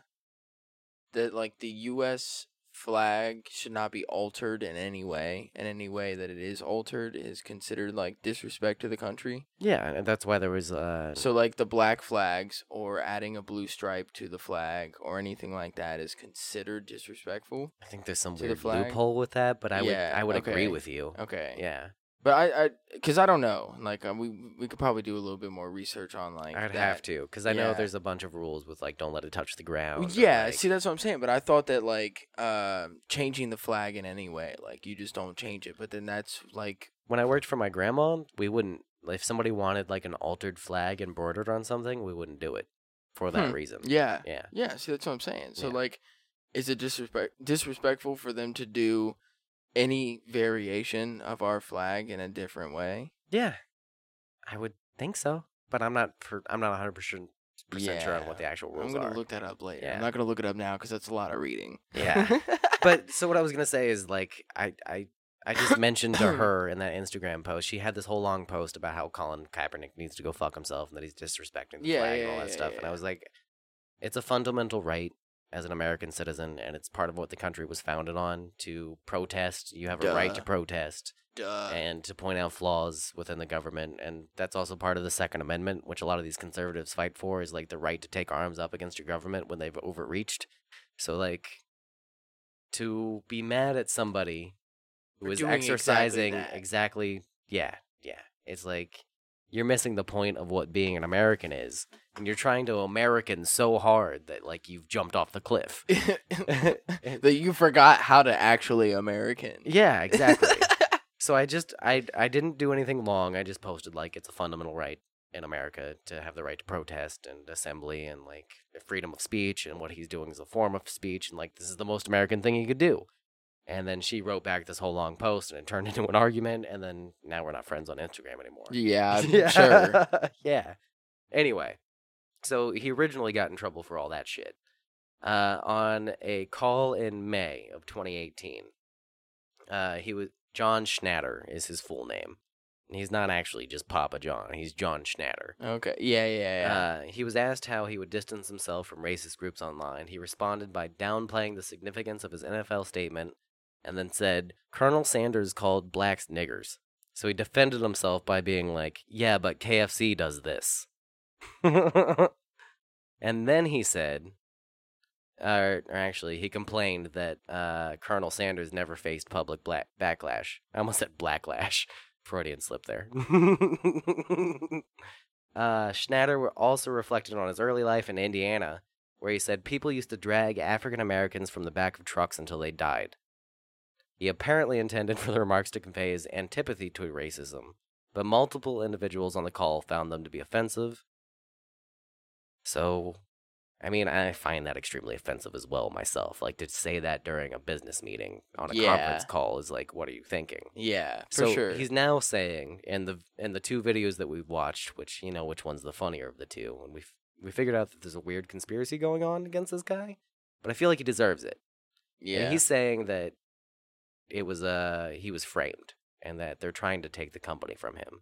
that like the US flag should not be altered in any way and any way that it is altered is considered like disrespect to the country? yeah, and that's why there was uh So like the black flags or adding a blue stripe to the flag or anything like that is considered disrespectful. I think there's some to the weird flag? loophole with that, but I Yeah, would I would agree okay. with you. Okay. Yeah. But I I cuz I don't know. Like um, we we could probably do a little bit more research on like I'd that. have to cuz I know yeah. there's a bunch of rules with like don't let it touch the Well, ground. or, yeah, like- see, that's what I'm saying. But I thought that like um changing the flag in any way, like you just don't change it. But then that's like, when I worked for my grandma, we wouldn't if somebody wanted like an altered flag embroidered on something, we wouldn't do it for that Hmm. reason. yeah, Mm, Yeah. yeah. See, that's what I'm saying. So Yeah. like, is it disrespect disrespectful for them to do any variation of our flag in a different way? Yeah. I would think so, but I'm not per, I'm not 100% sure on Yeah. what the actual I'm rules gonna are. look that up later. Yeah. I'm not gonna look it up now because that's a lot of reading. Yeah. but so what I was going to say is like I I I just mentioned to her in that Instagram post, she had this whole long post about how Colin Kaepernick needs to go fuck himself and that he's disrespecting the Yeah, flag yeah, and all that yeah, stuff. yeah, And I yeah. was like, it's a fundamental right as an American citizen, and it's part of what the country was founded on to protest. You have a right to Duh. protest Duh. and to point out flaws within the government. And that's also part of the Second Amendment, which a lot of these conservatives fight for, is like the right to take arms up against your government when they've overreached. So, like, to be mad at somebody who For is doing exactly exercising that. exactly, yeah, yeah. It's like you're missing the point of what being an American is. And you're trying to American so hard that, like, you've jumped off the cliff. that you forgot how to actually American. Yeah, exactly. so I just I I didn't do anything long. I just posted like it's a fundamental right in America to have the right to protest and assembly and like the freedom of speech and what he's doing is a form of speech and like this is the most American thing he could do. And then she wrote back this whole long post and it turned into an argument and then now we're not friends on Instagram anymore. Yeah, I'm sure. yeah. Anyway, so he originally got in trouble for all that shit uh, on a call in May of 2018. Uh, he was John Schnatter is his full name, and he's not actually just Papa John. He's John Schnatter. Okay. Yeah, yeah, yeah. Uh, he was asked how he would distance himself from racist groups online. He responded by downplaying the significance of his NFL statement and then said, Colonel Sanders called blacks niggers. So he defended himself by being like, yeah, but KFC does this. and then he said, or, or actually, he complained that uh, Colonel Sanders never faced public black backlash. I almost said blacklash. Freudian slip there. Uh, Schnatter were- also reflected on his early life in Indiana, where he said people used to drag African Americans from the back of trucks until they died. He apparently intended for the remarks to convey his antipathy to racism, but multiple individuals on the call found them to be offensive. So, I mean, I find that extremely offensive as well myself. Like to say that during a business meeting on a conference Yeah. call is like, what are you thinking? Yeah, for so sure. he's now saying in the in the two videos that we've watched, which you know which one's the funnier of the two, and we f- we figured out that there's a weird conspiracy going on against this guy, but I feel like he deserves it. yeah, And he's saying that it was uh he was framed and that they're trying to take the company from him.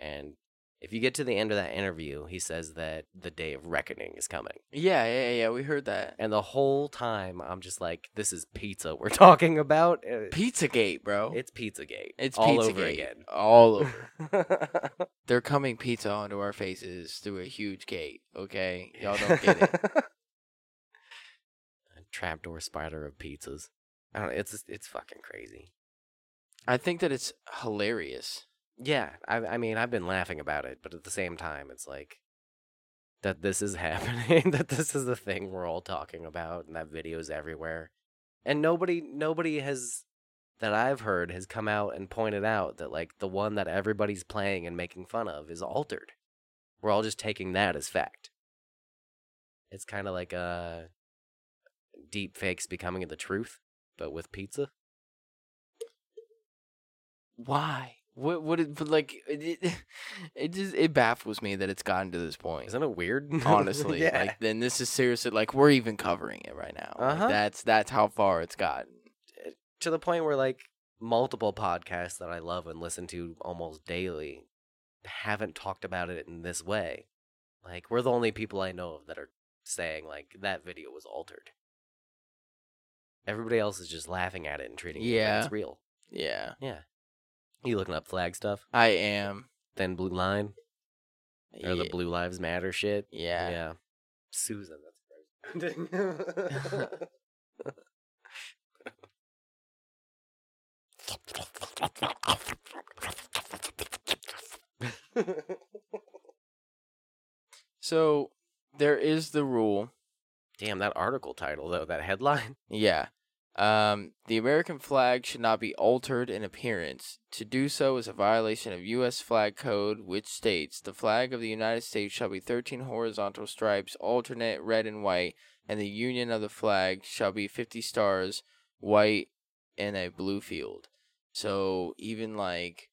And if you get to the end of that interview, he says that the day of reckoning is coming. yeah, yeah, yeah. We heard that And the whole time I'm just like this is pizza we're talking about. Uh, Pizzagate, bro. It's Pizzagate. It's all Pizzagate. over again. All over. They're coming pizza onto our faces through a huge gate. Okay, y'all don't get it. A trapdoor spider of pizzas. I don't know, it's it's fucking crazy. I think that it's hilarious. Yeah, I I mean I've been laughing about it, but at the same time it's like that this is happening, that this is the thing we're all talking about, and that video's everywhere. And nobody nobody has that I've heard has come out and pointed out that like the one that everybody's playing and making fun of is altered. We're all just taking that as fact. It's kind of like uh deep fakes becoming the truth, but with pizza. Why? What? What? It, but like, it, it- it just it baffles me that it's gotten to this point. Isn't it weird? honestly. yeah. Like then this is seriously like we're even covering it right now. Like, Uh-huh. that's that's how far it's gotten. to the point where like multiple podcasts that I love and listen to almost daily haven't talked about it in this way. Like we're the only people I know of that are saying like that video was altered. Everybody else is just laughing at it and treating it like Yeah. it's real. Yeah. Yeah. You looking up flag stuff? I am. Thin blue line or the yeah. blue lives matter shit? yeah. Yeah. Susan, that's crazy. So there is the rule. Damn, that article title though, that headline. Yeah. Um, the American flag should not be altered in appearance. To do so is a violation of U.S. flag code, which states the flag of the United States shall be 13 horizontal stripes, alternate red and white, and the union of the flag shall be 50 stars, white, and a blue field. So even like,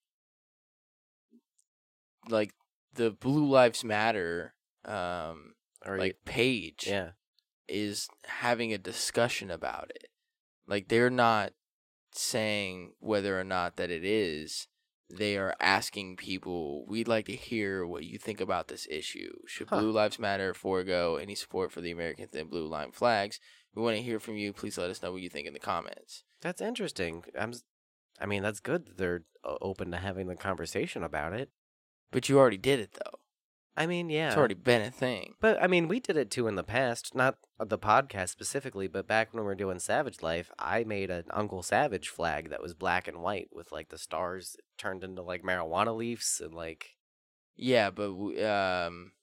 like the Blue Lives Matter, um, Or like page, yeah. is having a discussion about it. Like they're not saying whether or not that it is. They are asking people, we'd like to hear what you think about this issue. Should Huh. Blue Lives Matter forego any support for the American Thin Blue Line flags? We want to hear from you. Please let us know what you think in the comments. That's interesting. I'm s- I mean, that's good that they're o- open to having the conversation about it. But you already did it though. I mean, yeah. It's already been a thing. But I mean, we did it too in the past, not the podcast specifically, but back when we were doing Savage Life, I made an Uncle Savage flag that was black and white with like the stars turned into like marijuana leaves and like Yeah, but w- um,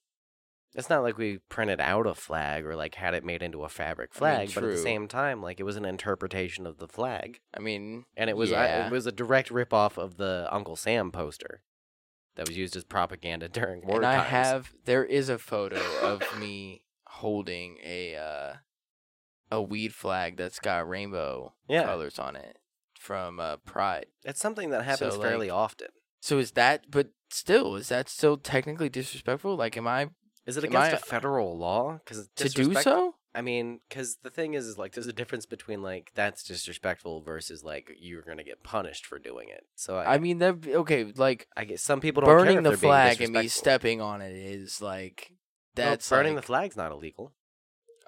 it's not like we printed out a flag or like had it made into a fabric flag, but at the true. same time, like it was an interpretation of the flag. I mean, and it was I, yeah. it was a direct ripoff of the Uncle Sam poster that was used as propaganda during war and I times. have there is a photo of me holding a uh, a weed flag that's got rainbow Yeah. colors on it from uh, Pride. It's something that happens So, fairly like- often. So is that? But still, is that still technically disrespectful? Like, am I Is it am against I- a federal law? Because to do so? I mean, because the thing is, is like there's a difference between like that's disrespectful versus like you're gonna get punished for doing it. So I, I I, mean, that okay. Like guess some people don't care burning if the they're being flag and me disrespectful. stepping on it is like Well, that's burning like, the flag's not illegal.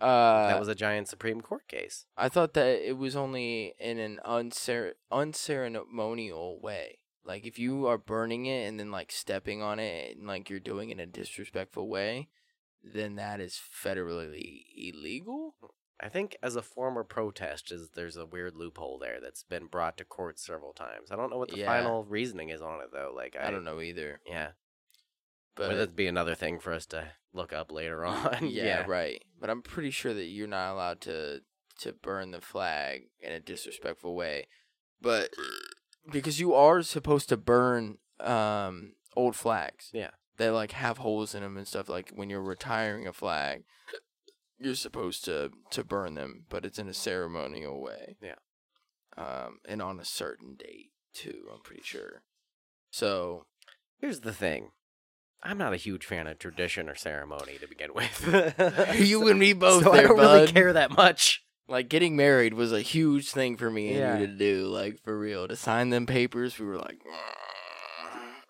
Uh, that was a giant Supreme Court case. I thought that it was only in an uncer- unceremonial way. Like if you are burning it and then like stepping on it and like you're doing it in a disrespectful way, then that is federally illegal. I think as a former protest is there's a weird loophole there that's been brought to court several times. I don't know what the Yeah. final reasoning is on it though. Like I, I don't know either. Yeah, but But uh, that'd be another thing for us to look up later on. yeah, right. But I'm pretty sure that you're not allowed to to burn the flag in a disrespectful way. But because you are supposed to burn um old flags. Yeah. They like have holes in them and stuff like when you're retiring a flag you're supposed to to burn them, but it's in a ceremonial way. Yeah. Um, and on a certain date too. I'm pretty sure. So Here's the thing. I'm not a huge fan of tradition or ceremony to begin with. you and me both so I there, don't bud. really care that much. Like getting married was a huge thing for me Yeah. and you to do. Like for real, to sign them papers, we were like,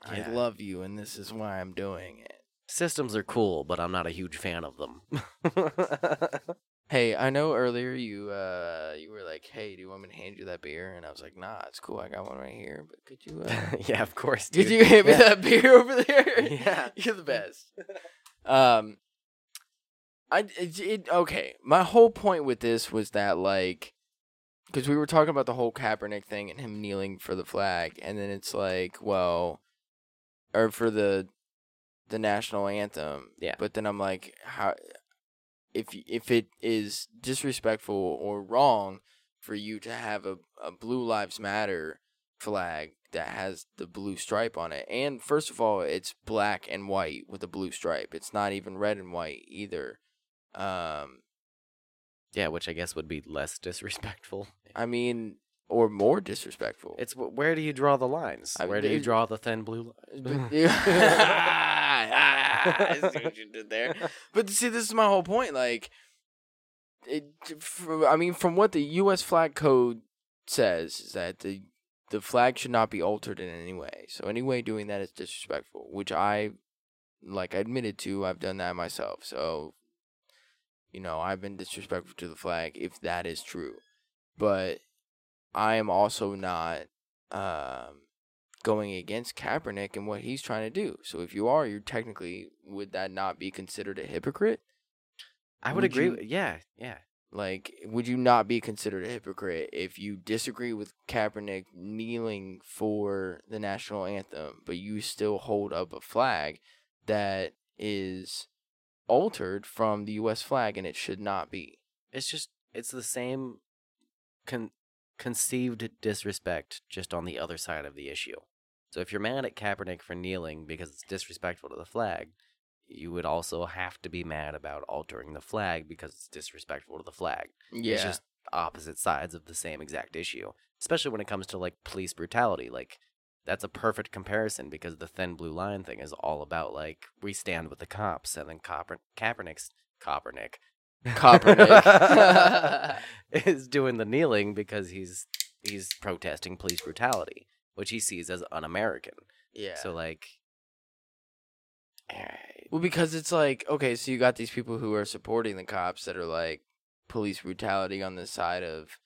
I Yeah. love you, and this is why I'm doing it. Systems are cool, but I'm not a huge fan of them. Hey, I know earlier you uh you were like, "Hey, do you want me to hand you that beer?" And I was like, "Nah, it's cool. I got one right here." But could you uh, yeah, of course. Dude. could you hand me Yeah. that beer over there? Yeah. You're the best. Um, I it, it okay. My whole point with this was that like, because we were talking about the whole Kaepernick thing and him kneeling for the flag, and then it's like, well, or for the the national anthem. Yeah. But then I'm like, how if if it is disrespectful or wrong for you to have a, a blue lives matter flag that has the blue stripe on it. And first of all, it's black and white with a blue stripe. It's not even red and white either. Um, Yeah, which I guess would be less disrespectful. I mean, or more disrespectful. It's wh- where do you draw the lines? I- Where do you it- draw the thin blue line? I see what you did there. But see, this is my whole point. Like, it, fr- I mean, from what the U.S. flag code says is that the the flag should not be altered in any way. So any way doing that is disrespectful, which I like admitted to. I've done that myself. So you know, I've been disrespectful to the flag if that is true. But I am also not um going against Kaepernick and what he's trying to do. So if you are, you're technically would that not be considered a hypocrite? I Would would agree. you- with Yeah, yeah. Like, would you not be considered a hypocrite if you disagree with Kaepernick kneeling for the national anthem, but you still hold up a flag that is altered from the U.S. flag and it should not be? It's just it's the same con- conceived disrespect, just on the other side of the issue. So if you're mad at Kaepernick for kneeling because it's disrespectful to the flag, you would also have to be mad about altering the flag because it's disrespectful to the flag. Yeah. It's just opposite sides of the same exact issue, especially when it comes to like police brutality. Like, that's a perfect comparison because the thin blue line thing is all about like we stand with the cops, and then Copper- Kaepernick's Kaepernick, Kaepernick. is doing the kneeling because he's he's protesting police brutality, which he sees as un-American. yeah. So like, Well, because it's like, okay, so you got these people who are supporting the cops that are like police brutality on the side of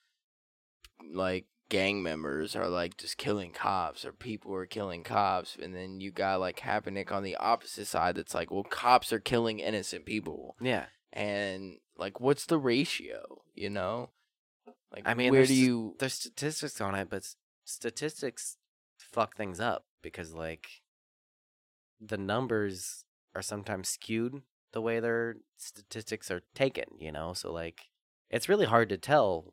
like gang members are like just killing cops or people are killing cops. And then you got like Kaepernick on the opposite side that's like, well, cops are killing innocent people. yeah, And like, what's the ratio, you know? Like, I mean, where there's do just- you. there's statistics on it, but s- statistics fuck things up because like the numbers are sometimes skewed the way their statistics are taken, you know? So like it's really hard to tell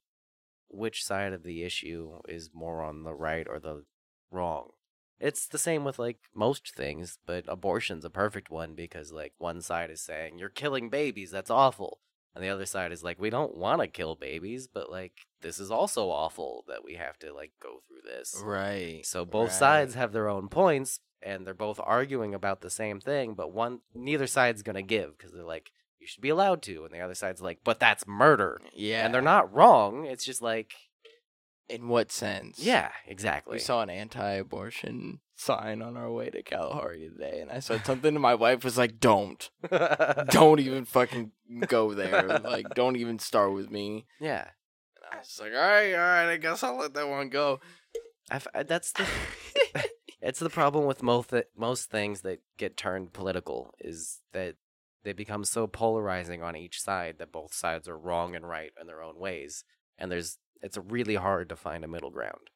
which side of the issue is more on the right or the wrong. It's the same with like most things, but abortion's a perfect one because like one side is saying you're killing babies, that's awful. And the other side is like, we don't want to kill babies, but like, this is also awful that we have to like go through this. Right. So both right. sides have their own points, and they're both arguing about the same thing, but one neither side's gonna give because they're like, you should be allowed to, and the other side's like, but that's murder, Yeah. and they're not wrong. It's just like, In what sense? yeah, exactly. We saw an anti-abortion sign on our way to Kalahari today, and I said something to my wife was like, "Don't, don't even fucking go there. Like, don't even start with me." yeah, And I was like, "All right, all right, I guess I'll let that one go." I f- I- that's the it's the problem with most th- most things that get turned political is that they become so polarizing on each side that both sides are wrong and right in their own ways, and there's it's really hard to find a middle ground.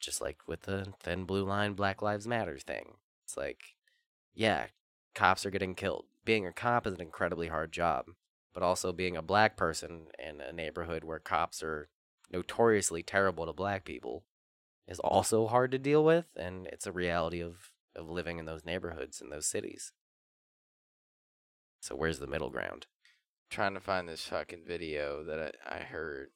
Just like with the thin blue line Black Lives Matter thing, it's like, yeah, cops are getting killed. Being a cop is an incredibly hard job, but also being a black person in a neighborhood where cops are notoriously terrible to black people is also hard to deal with, and it's a reality of of living in those neighborhoods in those cities. So where's the middle ground? trying to find this fucking video that I, I heard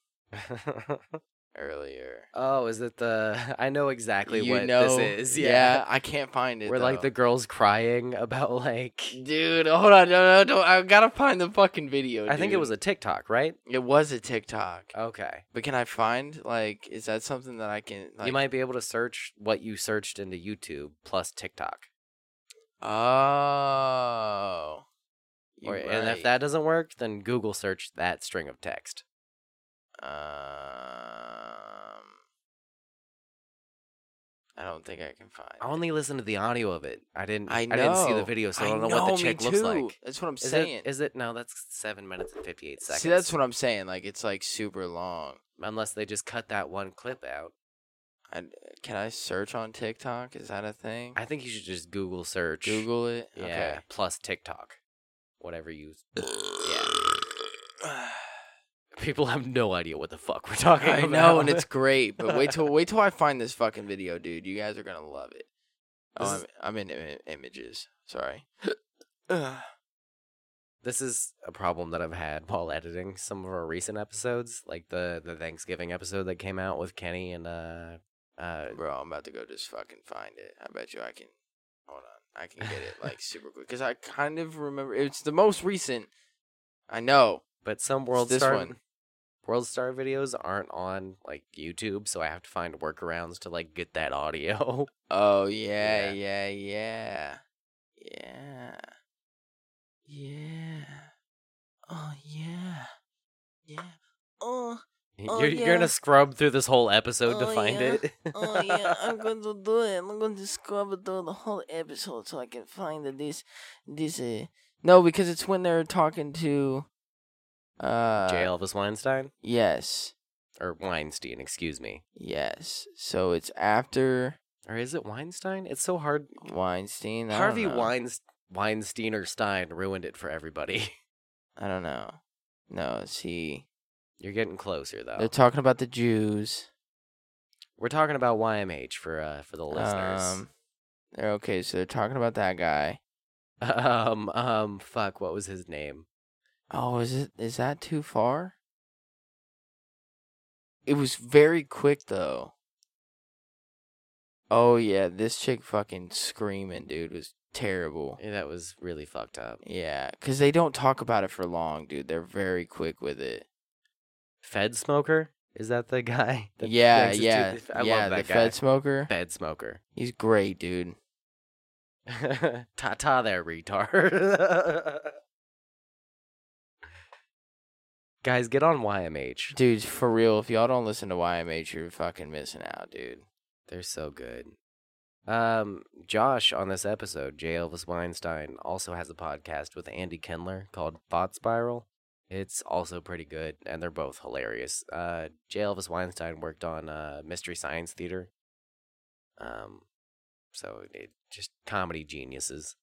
earlier. oh, is it the? I know exactly you what know, this is. I can't find it. Where like though. the girls crying about like. dude. Hold on, no, no, no. I gotta find the fucking video. I think it dude. was a Oh. TikTok, right? It was a TikTok. Okay. But can I find like is that something that I can like you might be able to search what you searched into YouTube plus TikTok. Oh. You Or, And if right. that doesn't work, then Google search that string of text. um I don't think I can find. I it. only listened to the audio of it. I didn't. I know. didn't see the video, so I don't know, what the me chick looks too. like. That's what I'm Is saying. it? Is it? No, that's seven minutes and fifty-eight seconds. See, that's what I'm saying. Like it's like super long. Unless they just cut that one clip out. I, can I search on TikTok? Is that a thing? I think you should just Google search. Google it. Yeah. Okay. Plus TikTok, whatever you. yeah. People have no idea what the fuck we're talking I about. know, and it's great, but wait till wait till I find this fucking video, dude. You guys are gonna love it. This Oh, is- I'm, I'm in Im- images. Sorry. Ugh. this is a problem that I've had while editing some of our recent episodes, like the the Thanksgiving episode that came out with Kenny and uh uh Bro, I'm about to go just fucking find it. I bet you I can. Hold on, I can get it like super quick because I kind of remember it's the most recent. I know. but some It's world this star one. world star videos aren't on like YouTube, so I have to find workarounds to like get that audio. Oh yeah, yeah, Yeah. yeah, yeah, yeah. Oh yeah, yeah. Oh, Oh, you're, you're yeah. gonna scrub through this whole episode Oh, to find yeah. it. oh yeah, I'm going to do it. I'm going to scrub through the whole episode so I can find that this, this. Uh... No, because it's when they're talking to, uh, J. Elvis Weinstein Yes, or Weinstein, excuse me, yes. So it's after or is it Weinstein? It's so hard. Weinstein. I don't Harvey know. Weinst- Weinstein or Stein ruined it for everybody. I don't know. No, it's he. You're getting closer though. They're talking about the Jews. We're talking about YMH for uh for the listeners. Um, they're okay. So they're talking about that guy. Um, um, fuck, what was his name? Oh, is it? Is that too far? It was very quick though. Oh yeah, this chick fucking screaming, dude, was terrible. Yeah, That was really fucked up. Yeah, cause they don't talk about it for long, dude. They're very quick with it. Fed smoker? Is that the guy? that yeah, thinks it's yeah, too- I yeah. love that the guy. Fed smoker, Fed smoker. he's great, dude. ta ta there, retard. Guys, get on YMH. Dude, for real, if y'all don't listen to YMH, you're fucking missing out, dude. They're so good. Um, Josh on this episode, J. Elvis Weinstein, also has a podcast with Andy Kindler called Thought Spiral. It's also pretty good, and they're both hilarious. Uh, J. Elvis Weinstein worked on uh, Mystery Science Theater. Um, so it, just comedy geniuses.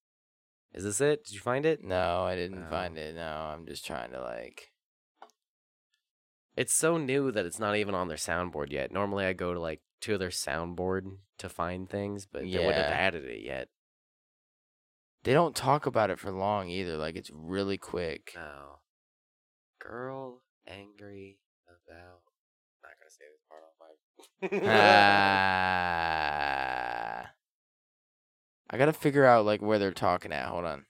Is this it? Did you find it? No, I didn't Oh. find it. No, I'm just trying to like. It's so new that it's not even on their soundboard yet. Normally, I go to like to their soundboard to find things, but they wouldn't have Yeah. added it yet. They don't talk about it for long either. Like it's really quick. No. Girl angry about. Not gonna say this part on my. Ah. I gotta figure out like where they're talking at. Hold on.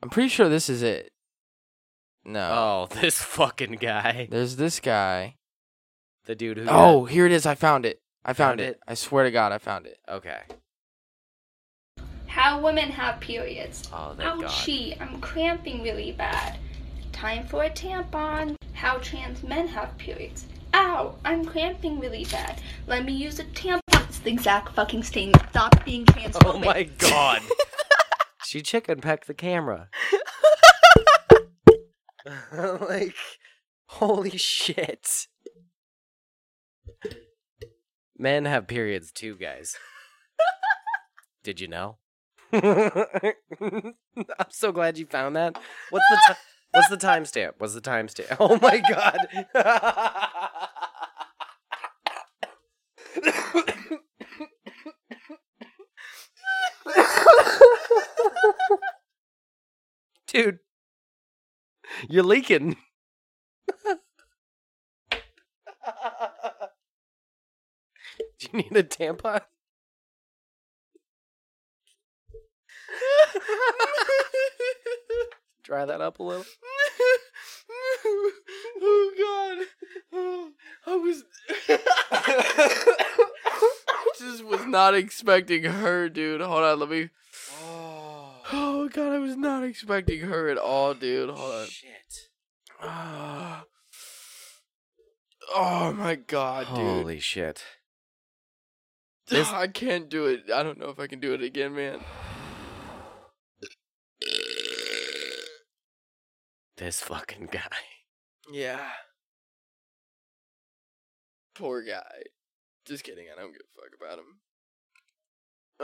I'm pretty sure this is it. oh, No, this fucking guy. there's this guy. The dude who. Oh, here it is. I found it. I Found found, it. it? I swear to God, I found it. Okay. How women have periods. Oh, thank God. Ouchie, I'm cramping really bad. Time for a tampon. How trans men have periods. Ow, I'm cramping really bad. Let me use a tampon. It's the exact fucking thing. Stop being transphobic. Oh my god. she chicken pecked the camera. like, holy shit. Men have periods too, guys. Did you know? I'm so glad you found that. What's the ti- what's the timestamp? What's the timestamp? Oh my god. Dude, You're leaking. Do you need a tampon? Dry that up a little. oh god. Oh, I was just was not expecting her, dude. Hold on, let me Oh god, I was not expecting her at all, dude. Hold on. Shit. Ah. Oh my god, dude. Holy shit. this- I can't do it. I don't know if I can do it again, man. This fucking guy. Yeah. Poor guy. Just kidding. I don't give a fuck about him.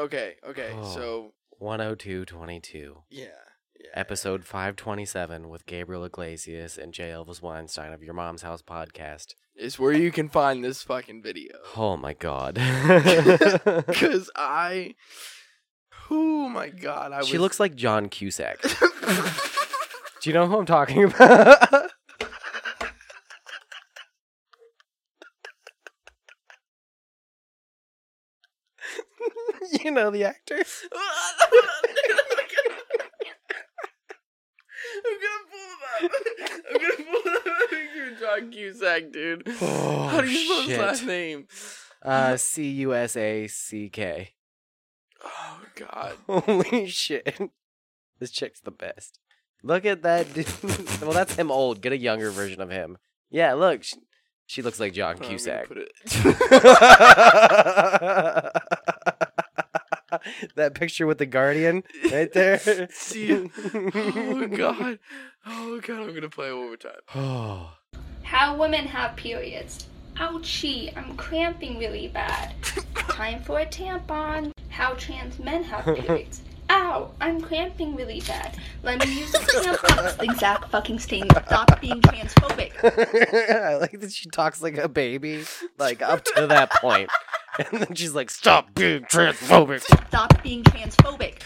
Okay, okay. Oh. So, 10222. yeah. Yeah. Episode 527 with Gabriel Iglesias and J. Elvis Weinstein of Your Mom's House podcast. It's where you can find this fucking video. Oh my god. Cuz I Oh my god, I was she looks like John Cusack. Do you know who I'm talking about? you know the actor. I'm gonna pull him up. I'm gonna pull him up. You're John Cusack, dude. Oh, How do you spell his shit. last name? Uh, Uh-huh. C U S A C K. Oh god. Holy shit. This chick's the best. Look at that dude. well, that's him old. Get a younger version of him. Yeah, look. She, she looks like John Hold on, I'm gonna Cusack. put it- that picture with the guardian right there. See, oh god, oh god, I'm gonna play it one more time. Oh. How women have periods. Ouchie, I'm cramping really bad. Time for a tampon. How trans men have periods. Ow, I'm cramping really bad. Let me use a tampon. It's the exact fucking statement. Stop being transphobic. I like that she talks like a baby, like up to that point. And then she's like, stop being transphobic. Stop being transphobic.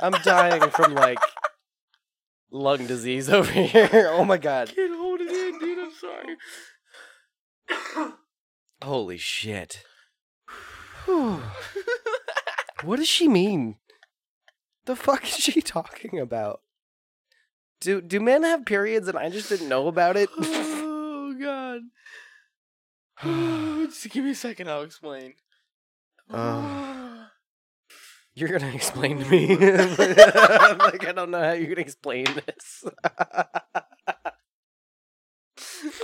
I'm dying from like lung disease over here. Oh my god. Can't hold it in, dude. I'm sorry. Holy shit. Whew. what does she mean? The fuck is she talking about? Do do men have periods and I just didn't know about it? Oh god. Oh, just give me a second. I'll explain. Uh. You're gonna explain to me. I'm like, I don't know how you're gonna explain this.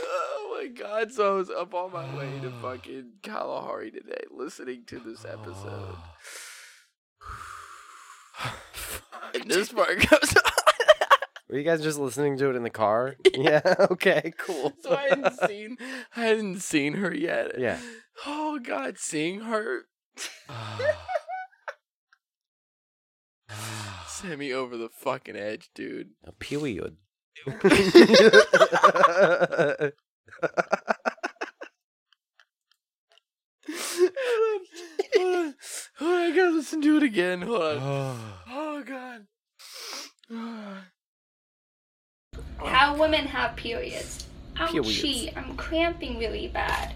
oh my god! So I was up on my way to fucking Kalahari today, listening to this episode, and this part comes on. Were you guys just listening to it in the car? Yeah. Okay. Cool. So I hadn't seen, I hadn't seen her yet. Yeah. Oh god, seeing her sent me over the fucking edge, dude. A period. hold on, hold on, hold on, I gotta listen to it again. Hold on. Oh god. How women have periods. Periods. Ouchie, I'm cramping really bad.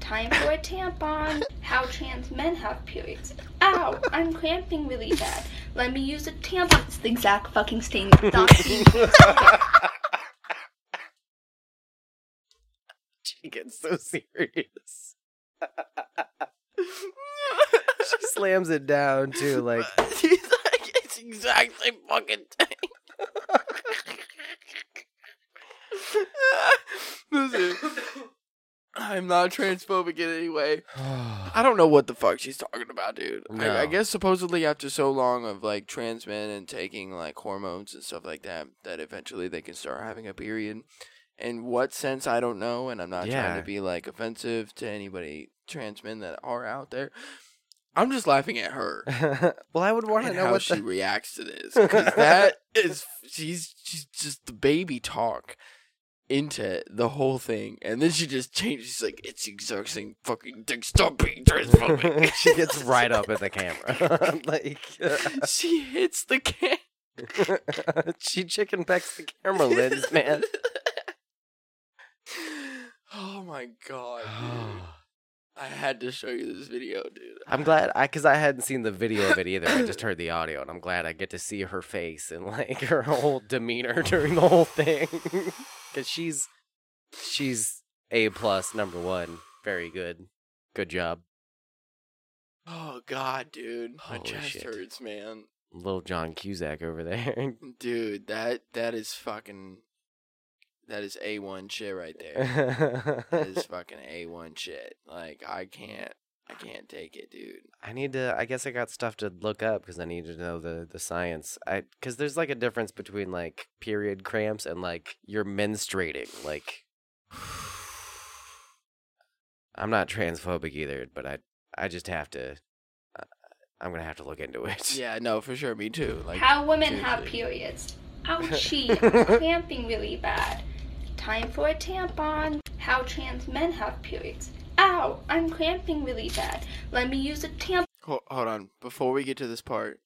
Time for a tampon. How trans men have periods. Ow, I'm cramping really bad. Let me use a tampon. It's the exact fucking same. Stop being she gets so serious. she slams it down too, like She's like, it's exactly fucking thing. Listen, I'm not transphobic in any way. I don't know what the fuck she's talking about, dude. I, I No. guess supposedly after so long of like trans men and taking like hormones and stuff like that, that eventually they can start having a period. In what sense, I don't know, and I'm not trying Yeah. to be like offensive to anybody trans men that are out there. I'm just laughing at her well, I would want to and know how what she the reacts to this because that is she's she's just the baby talk. into the whole thing, and then she just changes. She's like, "It's the exact same fucking thing. Stop being transphobic." she gets right up at the camera. like uh, she hits the camera. she chicken pecks the camera lens, man. Oh my god, dude. I had to show you this video, dude. I'm glad I because I hadn't seen the video of it either. I just heard the audio, and I'm glad I get to see her face and like her whole demeanor during the whole thing. Because she's she's a plus number one. Very good. Good job. Oh god, dude. My Holy chest shit. hurts, man. Little John Cusack over there. Dude, that that is fucking that is A1 shit right there. that is I fucking A1 shit. Like I can't I can't take it, dude. need to. I guess I got stuff to look up because I need to know the the science. I because there's like a difference between like period cramps and like you're menstruating. Like I'm not transphobic either, but I I just have to. I- I'm gonna have to look into it. Yeah, no, for sure, me too. Like How women have seriously. periods. Ouchie, I'm cramping really bad. Time for a tampon. How trans men have periods. Ow, I'm cramping really bad. Let me use a tampon. Hold, hold on. Before we get to this part,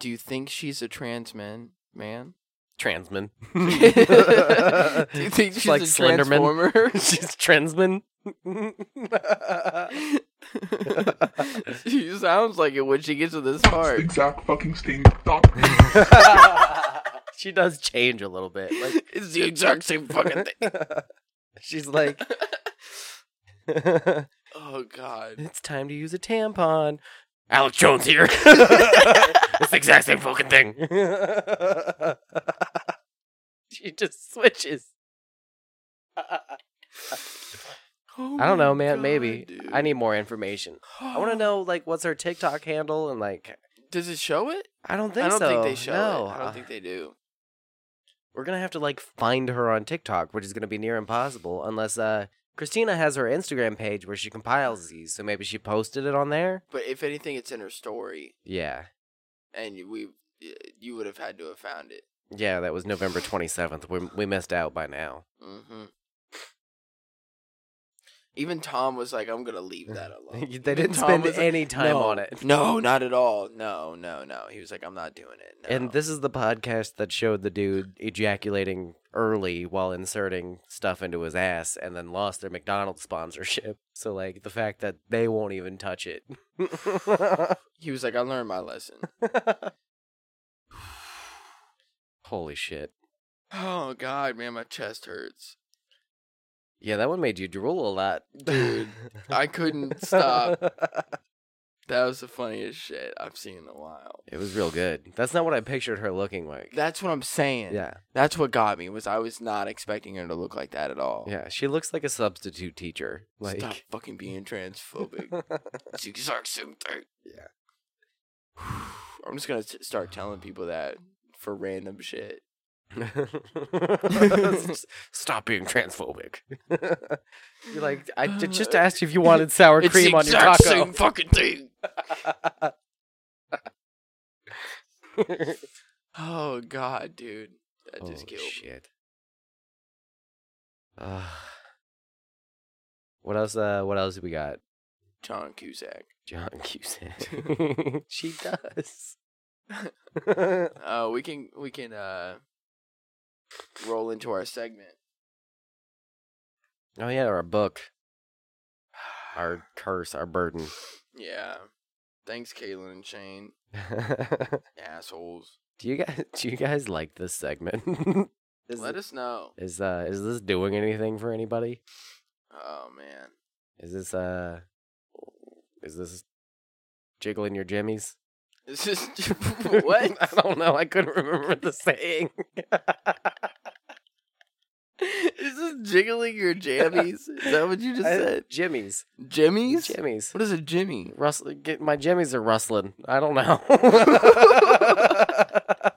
do you think she's a trans man? Man? Transman. do you think It's she's like a Slenderman. transformer? She's transman. she sounds like it when she gets to this part. Exact fucking sting. Stop. she does change a little bit. Like It's the exact same fucking thing. She's like, it's Oh god. time to use a tampon. Alex Jones here. it's the exact same fucking thing. she just switches. Oh I don't know, my man. God, Maybe I dude. need more information. I want to know, like, what's her TikTok handle and like. Does it show it? I don't think I don't so. think they show no. it. I Uh, don't think they do. We're gonna have to like find her on TikTok, which is gonna be near impossible unless uh Christina has her Instagram page where she compiles these, so maybe she posted it on there. But if anything, it's in her story, Yeah. and we, you would have had to have found it. Yeah, that was November 27th. We we missed out by now. hmm Even Tom was like, "I'm gonna leave that alone." they Even didn't Tom spend was like, any time "No, on it. No, not at all. No, no, no. He was like, "I'm not doing it." No. And this is the podcast that showed the dude ejaculating early while inserting stuff into his ass and then lost their McDonald's sponsorship. So like the fact that they won't even touch it. he was like, "I learned my lesson." Holy shit. oh God, man, my chest hurts. Yeah, that one made you drool a lot. Dude, I couldn't stop. That was the funniest shit I've seen in a while. It was real good. That's not what I pictured her looking like. That's what I'm saying. yeah. That's what got me was I was not expecting her to look like that at all. Yeah, she looks like a substitute teacher. Like Stop fucking being transphobic. it's the exact same thing. Yeah. I'm just gonna s- start telling people that for random shit. S- Stop being transphobic. You're like, I j- just asked you if you wanted sour Uh, It's cream the on your exact taco. same fucking thing. Oh god, dude, that just Oh, killed me. shit. Uh, what else? Uh, what else do we got? John Cusack. John Cusack. she does. Uh, we can we can uh roll into our segment. Oh yeah, our book, our curse, our burden. Yeah. Thanks, Kaylin and Shane. do Assholes. you guys do you guys like this segment? is, Let us know. is uh is this doing anything for anybody? Oh man. Is this uh is this jiggling your jimmies? This is what? I don't know. I couldn't remember the saying. Is this jiggling your jammies? Is that what you just said? Jimmies. Jimmies? Jimmies. What is a Jimmy? Rustle, get, my jimmies are rustling. I don't know.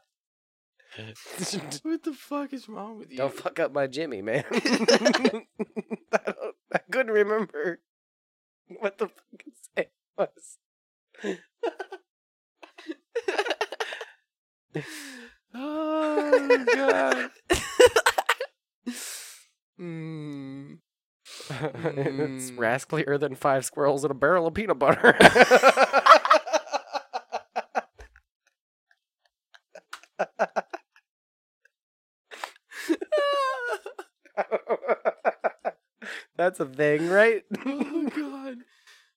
What the fuck is wrong with you? don't fuck up my Jimmy, man. I, don't, I couldn't remember what the fuck his saying was. oh god. Hmm. it's rascalier than five squirrels in a barrel of peanut butter. That's a thing, right? oh God.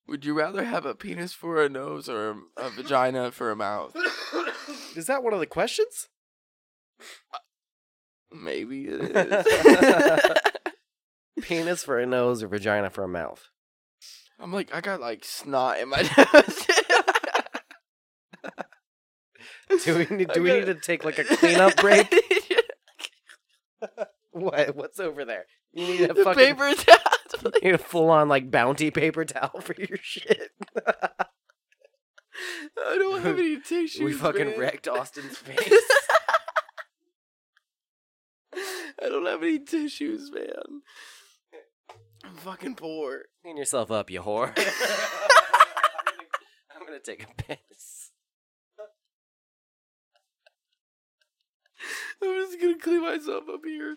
Would you rather have a penis for a nose or a- a vagina for a mouth? Is that one of the questions? Maybe it is. Penis for a nose or vagina for a mouth? I'm like, I got like snot in my nose. Do we need, I do we got- need to take like a cleanup break? the What? What's over there? You need a fucking paper towel. you need a full on like bounty paper towel for your shit. I don't have any tissues. we fucking man. wrecked Austin's face. I don't have any tissues, man. I'm fucking poor. Clean yourself up, you whore. I'm, gonna, I'm gonna take a piss. I'm just gonna clean myself up here.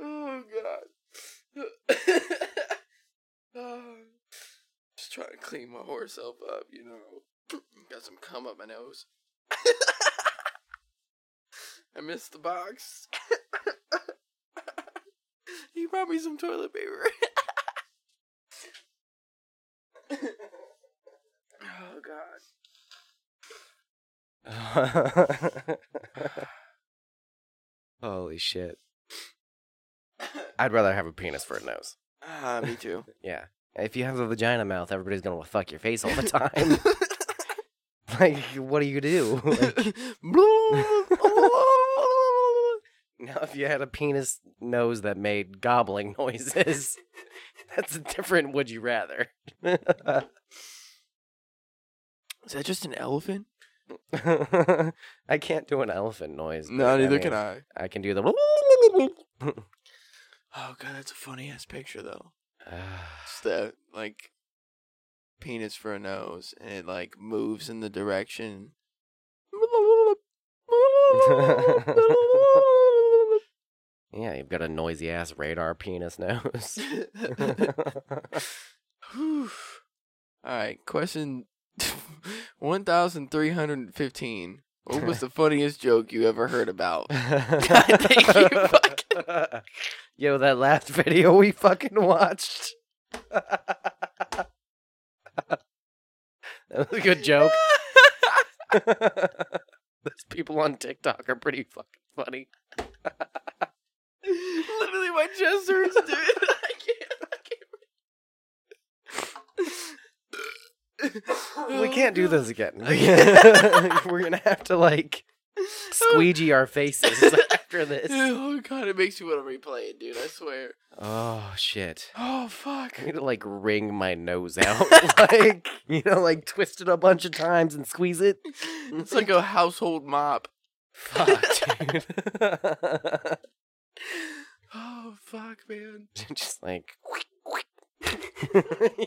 oh god. Oh, just trying to clean my whore self up, you know. Got some cum up my nose. I missed the box. You brought me some toilet paper. oh god. Holy shit. I'd rather have a penis for a nose. Ah, me too. Yeah. If you have a vagina mouth, everybody's gonna wanna fuck your face all the time. like, what do you do? Like, now, if you had a penis nose that made gobbling noises, that's a different would you rather. Is that just an elephant? I can't do an elephant noise. No, but, neither I mean, can I. I can do the. Oh god, that's a funny ass picture though. Ah. It's the like penis for a nose, and it like moves in the direction. yeah, you've got a noisy ass radar penis nose. All right, question 1315. What was the funniest joke you ever heard about? think you Yo, that last video we fucking watched. that was a good joke. Those people on TikTok are pretty fucking funny. Literally, my chest hurts, dude. I can't. I can't. We can't do this again. We're gonna have to like squeegee our faces after this. Oh god, it makes me want to replay it, dude. I swear. Oh shit. Oh fuck. I need to like wring my nose out, like you know, like twist it a bunch of times and squeeze it. It's like a household mop. Fuck, dude. Oh fuck, man. just like, you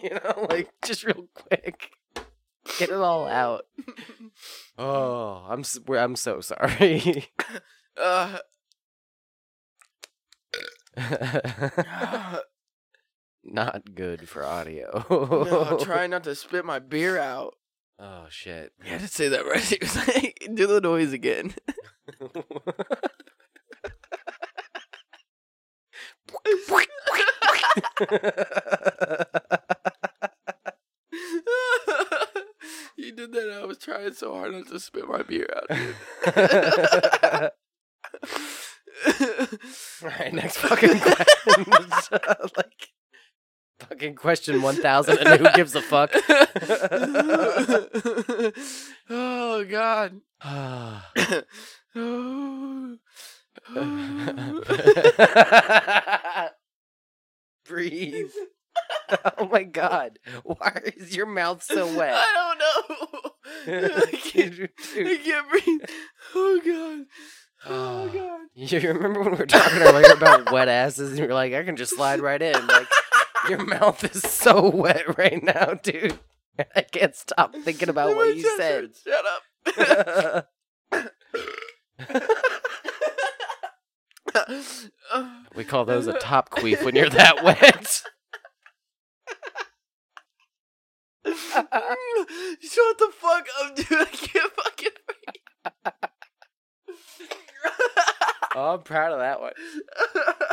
know, like just real quick, get it all out. Oh, I'm s- we're- I'm so sorry. Uh, Not good for audio. no, I'm trying not to spit my beer out. Oh shit. You had to say that right. It was like, do the noise again. you did that. I was trying so hard not to spit my beer out. All right, next fucking question. like fucking question one thousand, and who gives a fuck? oh God. Oh. Breathe. Oh my god, why is your mouth so wet? I don't know. I can't, Dude, I can't breathe. Oh god. Oh Oh. god. You remember when we were talking earlier about wet asses, and you were like, I can just slide right in. Like, your mouth is so wet right now, dude. I can't stop thinking about what you said. Shut up. we call those a top queef when you're that wet. Shut the fuck up, dude. I can't fucking oh, I'm proud of that one.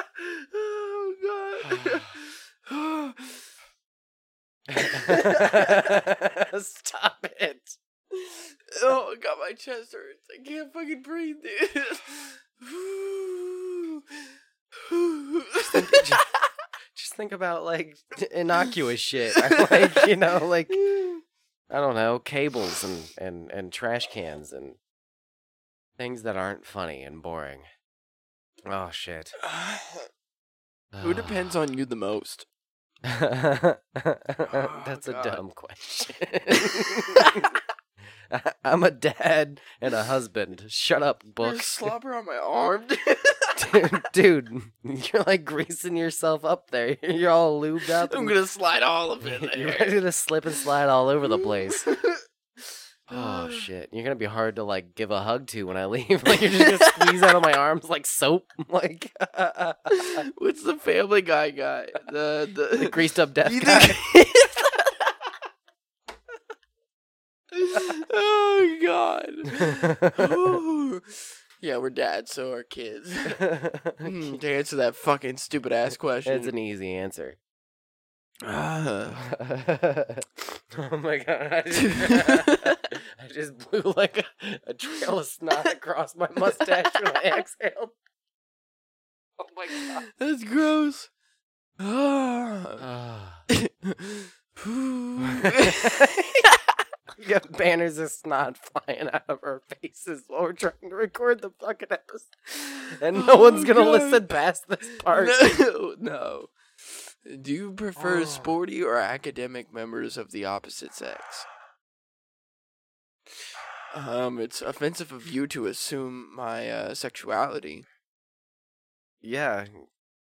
Oh god. Stop it. oh god, my chest hurts. I can't fucking breathe, dude. Just, just think about like innocuous shit. like, you know, like I don't know, cables and, and, and trash cans and things that aren't funny and boring. Oh shit. Who depends on you the most? That's a God. dumb question. I- I'm a dad and a husband. Shut up, There's books. slobber on my arm. dude. dude, dude, you're like greasing yourself up there. You're all lubed up. I'm and gonna slide all of it. you're there. ready to slip and slide all over the place. Oh Ah. shit! You're gonna be hard to like give a hug to when I leave. Like you're just gonna squeeze out of my arms like soap, like What's the Family Guy guy? The the, the greased up death You guy. oh god. Ooh. yeah, we're dads, so are kids. Hmm, to answer that fucking stupid ass question. It's Mm-hmm. an easy answer. Ah. oh my god! I just, I just- just blew like a, a trail of snot across my mustache when I exhaled. Oh my god! That's gross. Ah. Ah. Phew. We got banners of snot flying out of our faces while we're trying to record the fucking episode, and no Oh one's gonna God. listen past this part. no, no. Do you prefer Oh. sporty or academic members of the opposite sex? Um, it's offensive of you to assume my uh, sexuality. Yeah,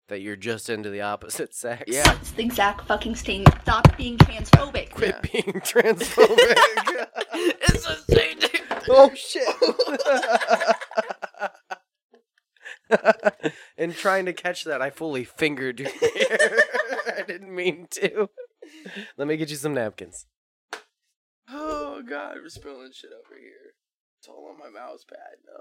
that you're just into the opposite sex. Yeah. It's the exact fucking statement. Stop being transphobic. quit being transphobic. it's the same thing. oh shit! In trying to catch that, I fully fingered your ear. I didn't mean to. Let me get you some napkins. Oh god, we're spilling shit over here. It's all on my mouse pad. No.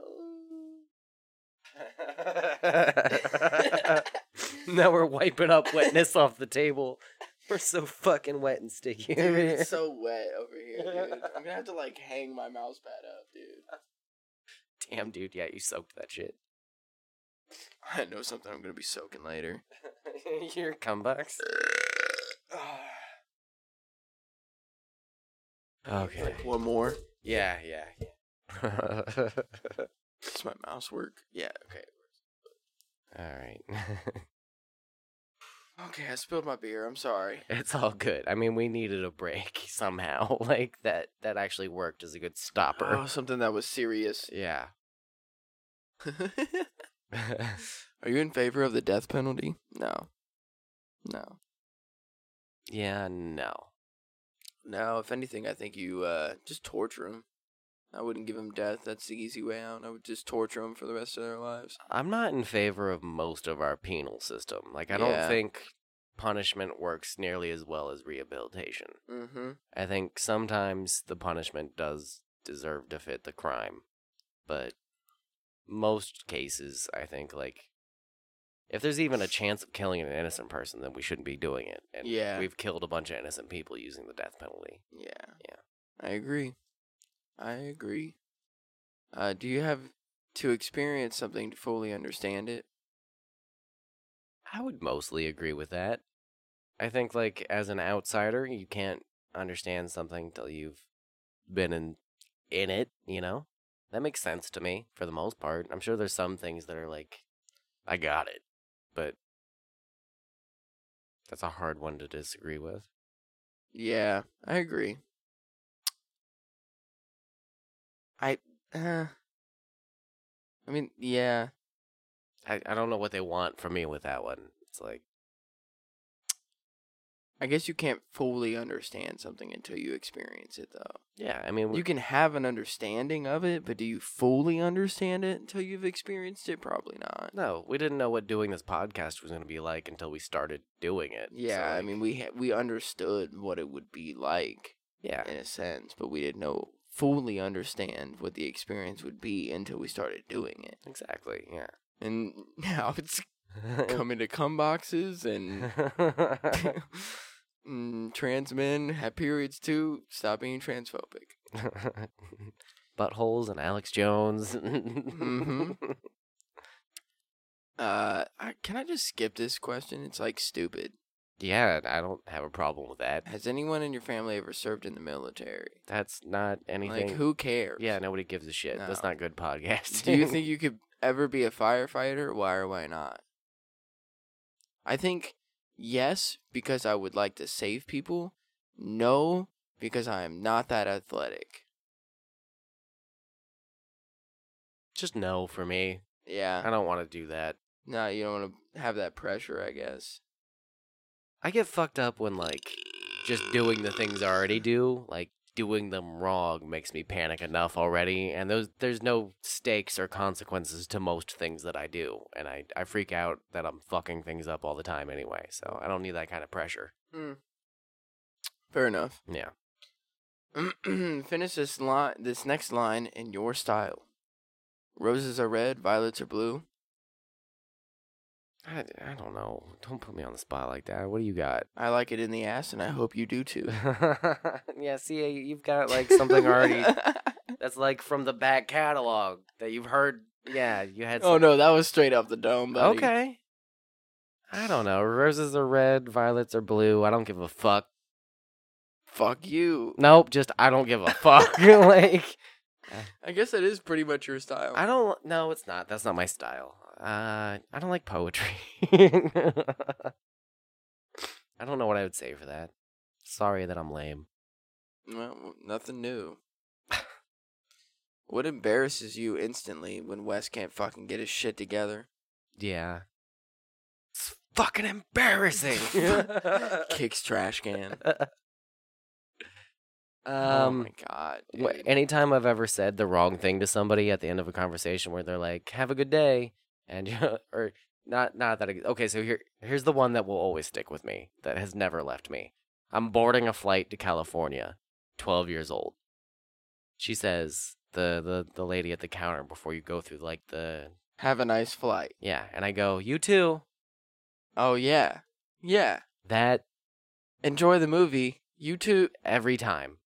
now we're wiping up wetness off the table. We're so fucking wet and sticky. Dude, over here. it's so wet over here, dude. I'm gonna have to like hang my mouse pad up, dude. Damn, dude. Yeah, you soaked that shit. I know something I'm gonna be soaking later. Your cum box. Okay. One more. Yeah, yeah. yeah. Does my mouse work? Yeah, okay. all right. Okay, I spilled my beer. I'm sorry. it's all good. I mean, we needed a break somehow. Like that that actually worked as a good stopper. Oh, something that was serious. Yeah. Are you in favor of the death penalty? No. No. yeah, no. No, if anything, I think you uh, just torture them. I wouldn't give them death. That's the easy way out. I would just torture them for the rest of their lives. I'm not in favor of most of our penal system. Like I don't Yeah. think punishment works nearly as well as rehabilitation. Mm-hmm. I think sometimes the punishment does deserve to fit the crime, but most cases, I think, like if there's even a chance of killing an innocent person, then we shouldn't be doing it. And Yeah. we've killed a bunch of innocent people using the death penalty. Yeah. Yeah. I agree. I agree. Uh, do you have to experience something to fully understand it? I would mostly agree with that. I think, like as an outsider, you can't understand something till you've been in in it. You know, that makes sense to me for the most part. I'm sure there's some things that are like, I got it, but that's a hard one to disagree with. Yeah, I agree. I, uh, I mean, yeah, I I don't know what they want from me with that one. It's like I guess you can't fully understand something until you experience it, though. Yeah, I mean, we- you can have an understanding of it, but do you fully understand it until you've experienced it? Probably not. No, we didn't know what doing this podcast was going to be like until we started doing it. So, Yeah, I like, mean, we ha- we understood what it would be like yeah, in a sense, but we didn't know fully understand what the experience would be until we started doing it. exactly. Yeah. And now it's coming to cum boxes and mm, trans men have periods too. Stop being transphobic. Buttholes and Alex Jones. Mhm. Uh, I, can I just skip this question? It's like stupid. Yeah, I don't have a problem with that. Has anyone in your family ever served in the military? That's not anything. Like, who cares? Yeah, nobody gives a shit. That's No. not good podcast. Do you think you could ever be a firefighter? Why or why not? I think yes, because I would like to save people. No, because I am not that athletic. Just no for me. I Yeah. don't want to do that. No, you don't want to have that pressure, I guess. I get fucked up when like just doing the things I already do, like doing them wrong makes me panic enough already and those there's no stakes or consequences to most things that I do and I I freak out that I'm fucking things up all the time anyway. So I don't need that kind of pressure. Fair enough. Yeah. Finish this line, this next line in your style. Roses are red, violets are blue. I, I don't know. Don't put me on the spot like that. What do you got? I like it in the ass, and I hope you do too. yeah, see, you've got like something already that's like from the back catalog that you've heard. Yeah, you had. oh no, that was straight off the dome. Buddy. Okay. I don't know. Roses are red, violets are blue. I don't give a fuck. Fuck you. Nope, just I don't give a fuck. like I guess that is pretty much your style. I don't. No, it's not. That's not my style. Uh, I don't like poetry. I don't know what I would say for that. Sorry that I'm lame. Well, nothing new. what embarrasses you instantly when Wes can't fucking get his shit together? Yeah. It's fucking embarrassing. Kicks trash can. oh um. my god. Wh- dude. anytime I've ever said the wrong thing to somebody at the end of a conversation where they're like, "Have a good day," and or not not that ex- okay. So here here's the one that will always stick with me that has never left me. I'm boarding a flight to California. Twelve years old. She says the the the lady at the counter before you go through like the Have a nice flight. yeah, and I go, "You too." Oh yeah. Yeah. That Enjoy the movie. You too. every time.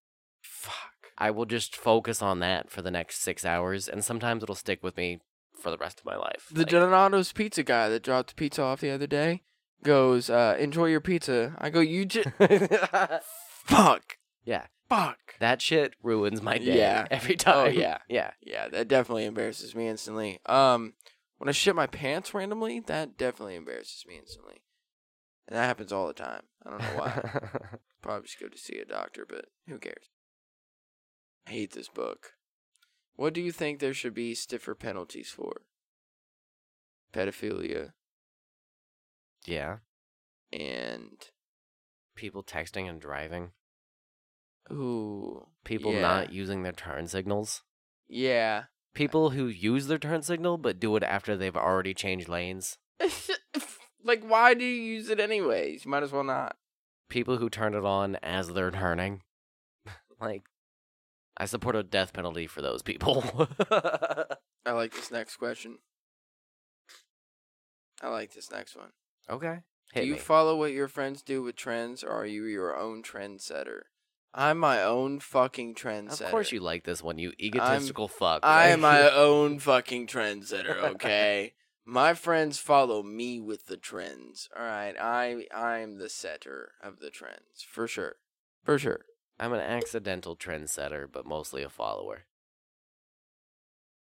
Fuck. I will just focus on that for the next six hours, and sometimes it'll stick with me for the rest of my life. The Like- Donato's pizza guy that dropped pizza off the other day goes, uh, enjoy your pizza. I go, you just fuck. Yeah. Fuck. That shit ruins my day Yeah. Oh, every time. yeah. Yeah. Yeah, that definitely embarrasses me instantly. Um, when I shit my pants randomly, that definitely embarrasses me instantly. And that happens all the time. I don't know why. Probably just go to see a doctor, but who cares? I hate this book. What do you think there should be stiffer penalties for? Pedophilia yeah. and People texting and driving. ooh, People yeah. not using their turn signals. yeah. People who use their turn signal but do it after they've already changed lanes. like, why do you use it anyways? You might as well not. People who turn it on as they're turning. like, I support a death penalty for those people. I like this next question. I like this next one. okay. do Hit you me. follow what your friends do with trends, or are you your own trendsetter? I'm my own fucking trendsetter. of course you like this one, you egotistical fuck. I am my own fucking trendsetter. Okay, my friends follow me with the trends. All right, I I'm the setter of the trends for sure, for sure. I'm an accidental trendsetter, but mostly a follower.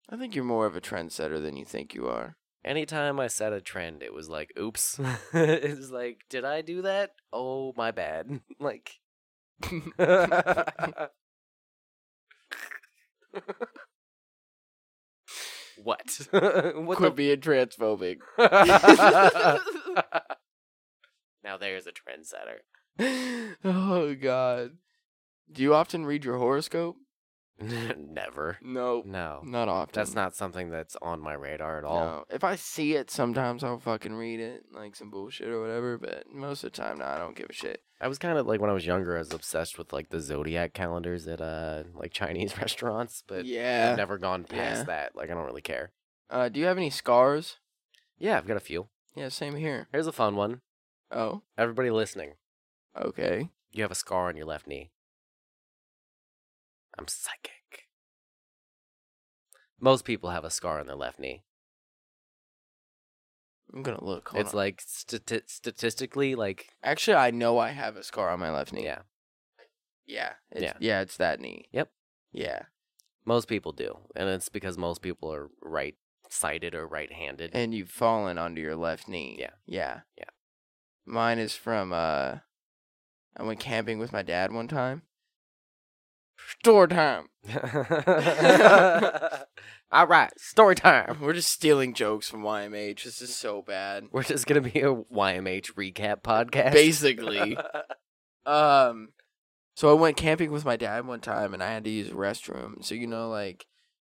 I think you're more of a trendsetter than you think you are. anytime I set a trend, it was like, oops. it was like, did I do that? Oh, my bad. like, what? what Quit being transphobic. the? now there's a trendsetter. oh God. Do you often read your horoscope? Never. No, No. not often. That's not something that's on my radar at all. No. If I see it, sometimes I'll fucking read it, like some bullshit or whatever. But most of the time, no, I don't give a shit. I was kind of like when I was younger, I was obsessed with like the zodiac calendars at uh like Chinese restaurants, but yeah. I've never gone past Yeah. that. Like I don't really care. Uh, do you have any scars? Yeah, I've got a few. Yeah, same here. Here's a fun one. Oh, Everybody listening, okay. you have a scar on your left knee. I'm psychic. Most people have a scar on their left knee. I'm gonna look. Hold it's on. like stati- statistically, like actually, I know I have a scar on my left knee. yeah, yeah, it's, Yeah. yeah. It's that knee. Yep. Yeah, most people do, and it's because most people are right-sided or right-handed. and you've fallen onto your left knee. Yeah. yeah, Yeah. Mine is from uh, I went camping with my dad one time. Store time. All right, story time. We're just stealing jokes from YMH. This is so bad. We're just gonna be a YMH recap podcast, Basically. Um, so I went camping with my dad one time, and I had to use a restroom. So you know, like,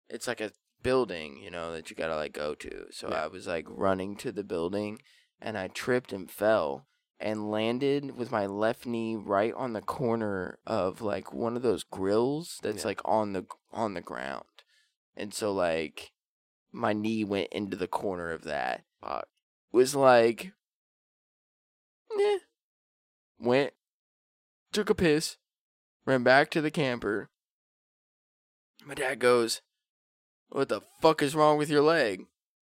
it's like a building, you know, that you gotta like go to. So I was like running to the building, and I tripped and fell and landed with my left knee right on the corner of like one of those grills that's Yeah. like on the on the ground, and so like my knee went into the corner of that. Fuck. Was like, eh. Went, took a piss, ran back to the camper. My dad goes, What the fuck is wrong with your leg?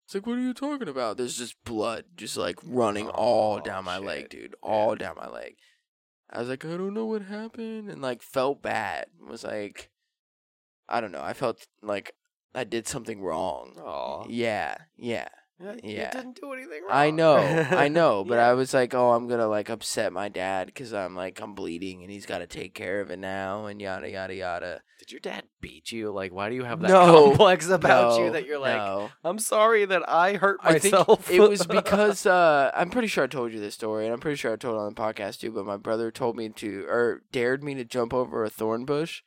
It's like, What are you talking about? There's just blood just like running all Oh, down my leg, shit. dude. All down my leg. I was like, I don't know what happened. And like, felt bad. Was like, I don't know. I felt like I did something wrong. Aw. Yeah, yeah. You Yeah. didn't do anything wrong. I know, I know, but Yeah. I was like, oh, I'm gonna like upset my dad because I'm like I'm bleeding and he's got to take care of it now and yada yada yada. Did your dad beat you? Like, why do you have that No, complex about you No, that you're like, no. I'm sorry that I hurt I think myself? it was because uh, I'm pretty sure I told you this story and I'm pretty sure I told it on the podcast too. But my brother told me to or dared me to jump over a thorn bush,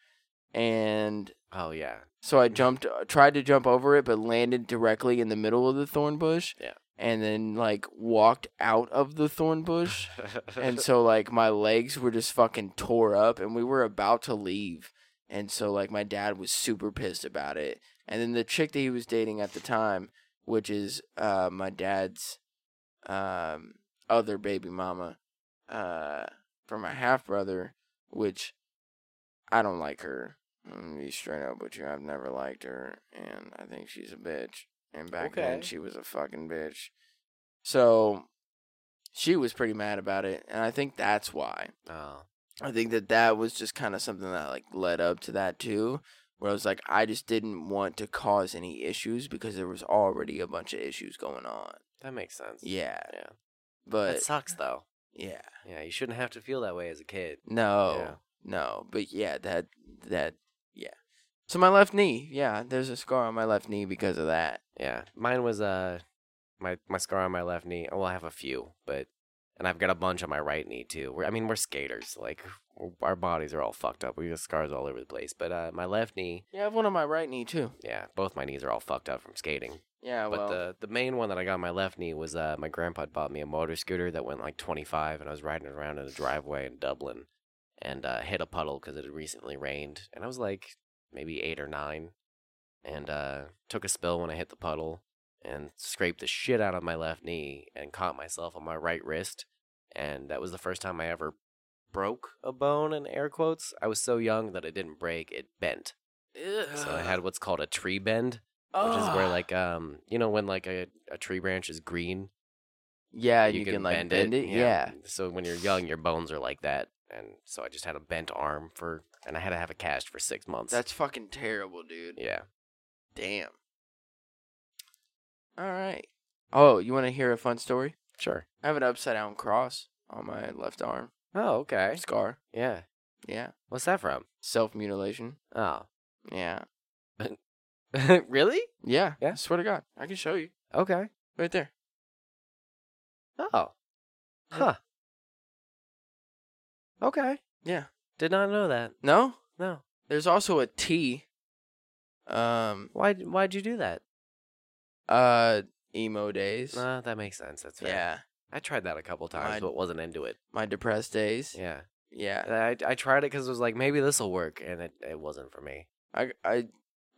and oh yeah, So I jumped, uh, tried to jump over it, but landed directly in the middle of the thorn bush. Yeah. And then like walked out of the thorn bush, and so like my legs were just fucking tore up, and we were about to leave, and so like my dad was super pissed about it, and then the chick that he was dating at the time, which is uh my dad's, um other baby mama, uh from my half brother, which I don't like her. I'm gonna be straight up with you. I've never liked her, and I think she's a bitch. And back then, Okay. she was a fucking bitch. So she was pretty mad about it, and I think that's why. oh, I think that that was just kind of something that like led up to that too, where I was like, I just didn't want to cause any issues because there was already a bunch of issues going on. that makes sense. Yeah, Yeah. but that sucks though. yeah, Yeah, you shouldn't have to feel that way as a kid. no, Yeah. no, but yeah, that that yeah. So my left knee, yeah, there's a scar on my left knee because of that. Yeah, mine was uh, my my scar on my left knee. Well, I have a few, but and I've got a bunch on my right knee too. We're, I mean, we're skaters. Like w- our bodies are all fucked up. We got scars all over the place. But uh, my left knee, Yeah, I have one on my right knee too. yeah, both my knees are all fucked up from skating. Yeah, But Oh, well, the the main one that I got on my left knee was uh, my grandpa had bought me a motor scooter that went like 25, and I was riding around in a driveway in Dublin, and uh, hit a puddle because it had recently rained, and I was like maybe eight or nine, and uh, took a spill when I hit the puddle, and scraped the shit out of my left knee, and caught myself on my right wrist, and that was the first time I ever broke a bone in air quotes. I was so young that it didn't break; it bent. So I had what's called a tree bend which is where Ugh. like um you know when like a, a tree branch is green yeah, you, can, like bend, it. Yeah. so when you're young your bones are like that and so i just had a bent arm for and i had to have a cast for six months that's fucking terrible, dude. yeah Damn. All right. Oh, you want to hear a fun story? sure I have an upside down cross on my left arm oh okay scar. yeah Yeah, what's that from self mutilation. oh Yeah, really yeah, Yeah? Swear to God, I can show you okay right there. oh huh Okay. Yeah. Did not know that. No? No. There's also a T. Um Why why'd you do that? uh emo days. Uh, that makes sense. That's fair. yeah. I tried that a couple times, I- but wasn't into it. My depressed days. Yeah. Yeah. I I tried it because it was like maybe this will work, and it, it wasn't for me. I I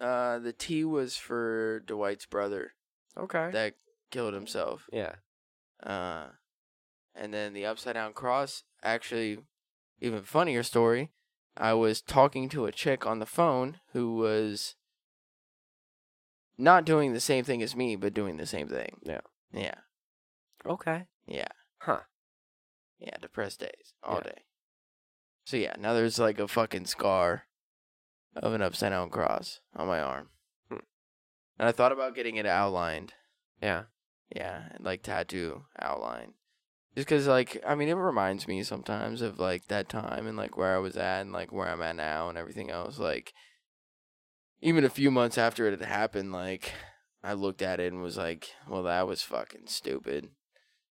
uh the T was for Dwight's brother Okay. that killed himself. yeah. Uh, and then the upside down cross, actually, even funnier story. I was talking to a chick on the phone who was not doing the same thing as me, but doing the same thing. Yeah. Yeah. Okay. Yeah. Huh. Yeah. Depressed days all Yeah. day. So, yeah, now there's like a fucking scar of an upside down cross on my arm. Hmm. And I thought about getting it outlined. Yeah. Yeah, and like tattoo outline. Just because, like, I mean, it reminds me sometimes of like that time and like where I was at and like where I'm at now and everything else. Like, even a few months after it had happened, like, I looked at it and was like, well, that was fucking stupid.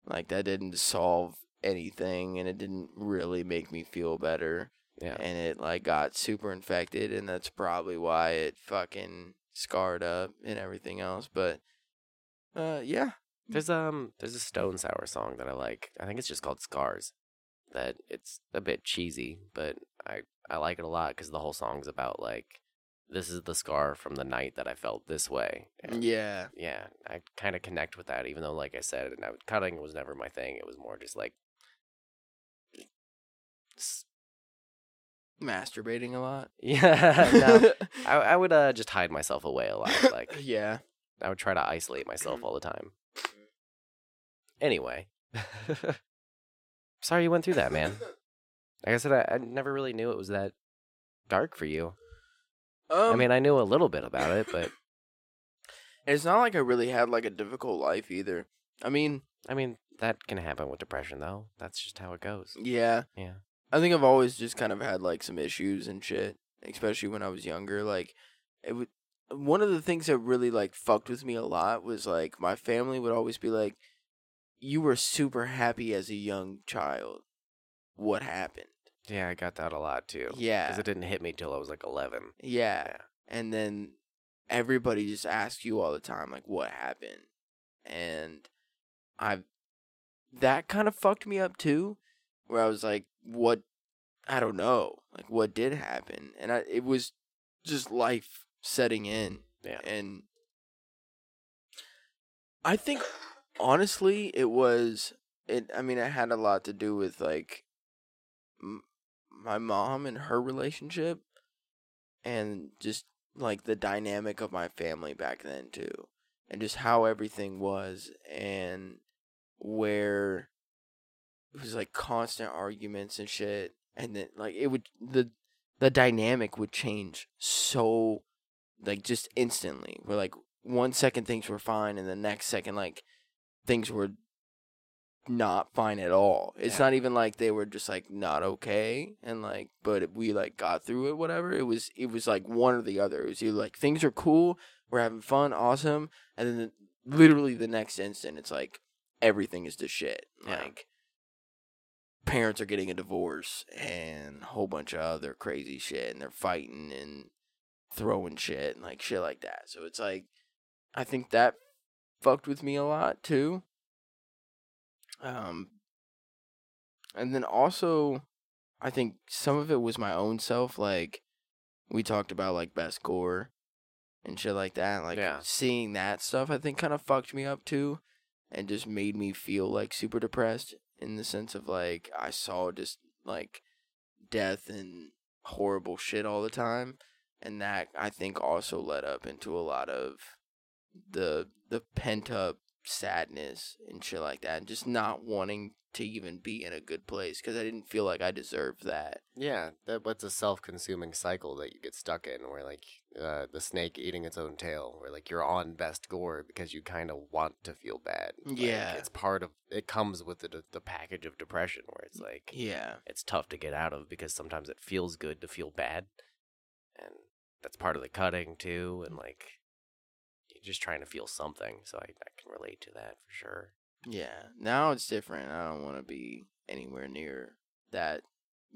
Like, that didn't solve anything and it didn't really make me feel better. Yeah. And it like got super infected, and that's probably why it fucking scarred up and everything else. But, uh, yeah. There's um there's a Stone Sour song that I like. I think it's just called Scars. That it's a bit cheesy, but I I like it a lot because the whole song's about like this is the scar from the night that I felt this way. And Yeah. yeah, I kind of connect with that, even though like I said, and I, cutting was never my thing. It was more just like s- Masturbating a lot. yeah. no. I I would uh just hide myself away a lot. Like yeah. I would try to isolate myself all the time. Anyway, sorry you went through that, man. Like I said, I, I never really knew it was that dark for you. Um, I mean, I knew a little bit about it, but it's not like I really had like a difficult life either. I mean, I mean, that can happen with depression, though. That's just how it goes. yeah. Yeah. I think I've always just kind of had like some issues and shit, especially when I was younger. Like, it would. One of the things that really like fucked with me a lot was like my family would always be like, "You were super happy as a young child. What happened?" Yeah, I got that a lot too. Yeah. because it didn't hit me till I was like eleven. Yeah. Yeah. And then everybody just asks you all the time, like, what happened? And I've that kind of fucked me up too, where I was like, what I don't know. Like what did happen? And I it was just life setting in. Yeah. And I think honestly it was it I mean it had a lot to do with like m- my mom and her relationship and just like the dynamic of my family back then too and just how everything was and where it was like constant arguments and shit and then like it would the the dynamic would change so like just instantly where like one second things were fine and the next second like things were not fine at all it's Yeah. not even like they were just like not okay and like but we like got through it whatever it was it was like one or the other it was either like things are cool we're having fun awesome and then the, literally the next instant it's like everything is to shit Yeah. like parents are getting a divorce and a whole bunch of other crazy shit and they're fighting and throwing shit and like shit like that. So it's like I think that fucked with me a lot too. Um and then also I think some of it was my own self like we talked about like best gore and shit like that. Like Yeah. seeing that stuff I think kind of fucked me up too and just made me feel like super depressed in the sense of like I saw just like death and horrible shit all the time and that I think also led up into a lot of the the pent up sadness and shit like that and just not wanting to even be in a good place cuz I didn't feel like I deserved that. Yeah, that what's a self-consuming cycle that you get stuck in, where like uh, the snake eating its own tail, where like you're on best gore because you kind of want to feel bad. Like, Yeah. it's part of it comes with the the package of depression, where it's like Yeah. it's tough to get out of because sometimes it feels good to feel bad, and that's part of the cutting too, Mm. and like you're just trying to feel something. So I, I can relate to that for sure. Yeah. Now it's different. I don't want to be anywhere near that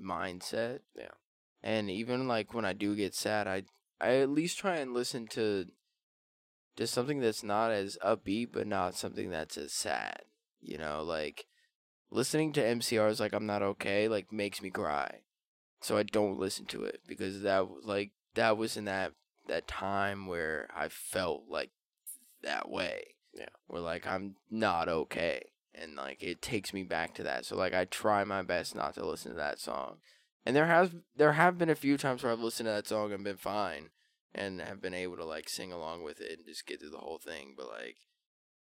mindset. Yeah. And even like when I do get sad, I I at least try and listen to just something that's not as upbeat, but not something that's as sad. You know, like listening to MCR's like I'm not okay, like makes me cry. So I don't listen to it because that like that was in that that time where I felt like that way. Yeah. Where like I'm not okay. And like it takes me back to that. So like I try my best not to listen to that song. And there has there have been a few times where I've listened to that song and been fine and have been able to like sing along with it and just get through the whole thing, but like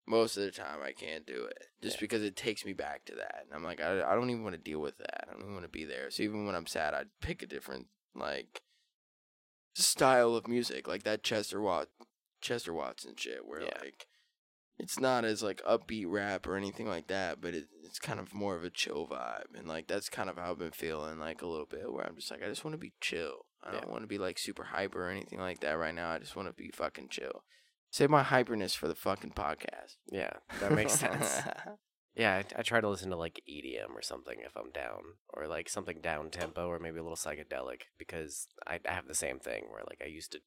most of the time I can't do it just Yeah. because it takes me back to that. And I'm like I, I don't even want to deal with that. I don't even want to be there. So even when I'm sad, I'd pick a different like style of music, like that Chester Wat Chester Watson shit where Yeah. like it's not as like upbeat rap or anything like that, but it, it's kind of more of a chill vibe, and like that's kind of how I've been feeling like a little bit, where I'm just like I just want to be chill. I don't Yeah. want to be like super hyper or anything like that right now. I just want to be fucking chill. Save my hyperness for the fucking podcast. Yeah, that makes sense. Yeah, I, I try to listen to like EDM or something if I'm down, or like something down Oh. tempo, or maybe a little psychedelic, because I, I have the same thing where like I used to,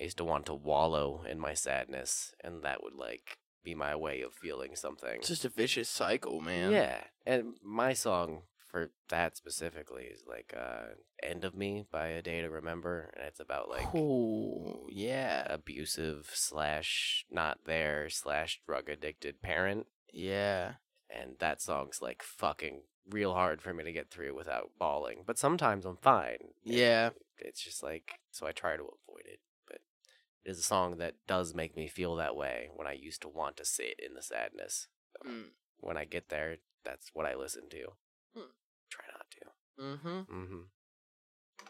I used to want to wallow in my sadness, and that would like be my way of feeling something. it's just a vicious cycle, man. Yeah, and my song for that specifically is like uh, "End of Me" by A Day to Remember, and it's about like oh yeah, abusive slash not there slash drug addicted parent yeah. and that song's like fucking real hard for me to get through without bawling. But sometimes I'm fine. It- Yeah. it's just like so I try to avoid it. But it is a song that does make me feel that way when I used to want to sit in the sadness. Mm. When I get there, that's what I listen to. Hmm. Try not to. Mm-hmm. Mm-hmm.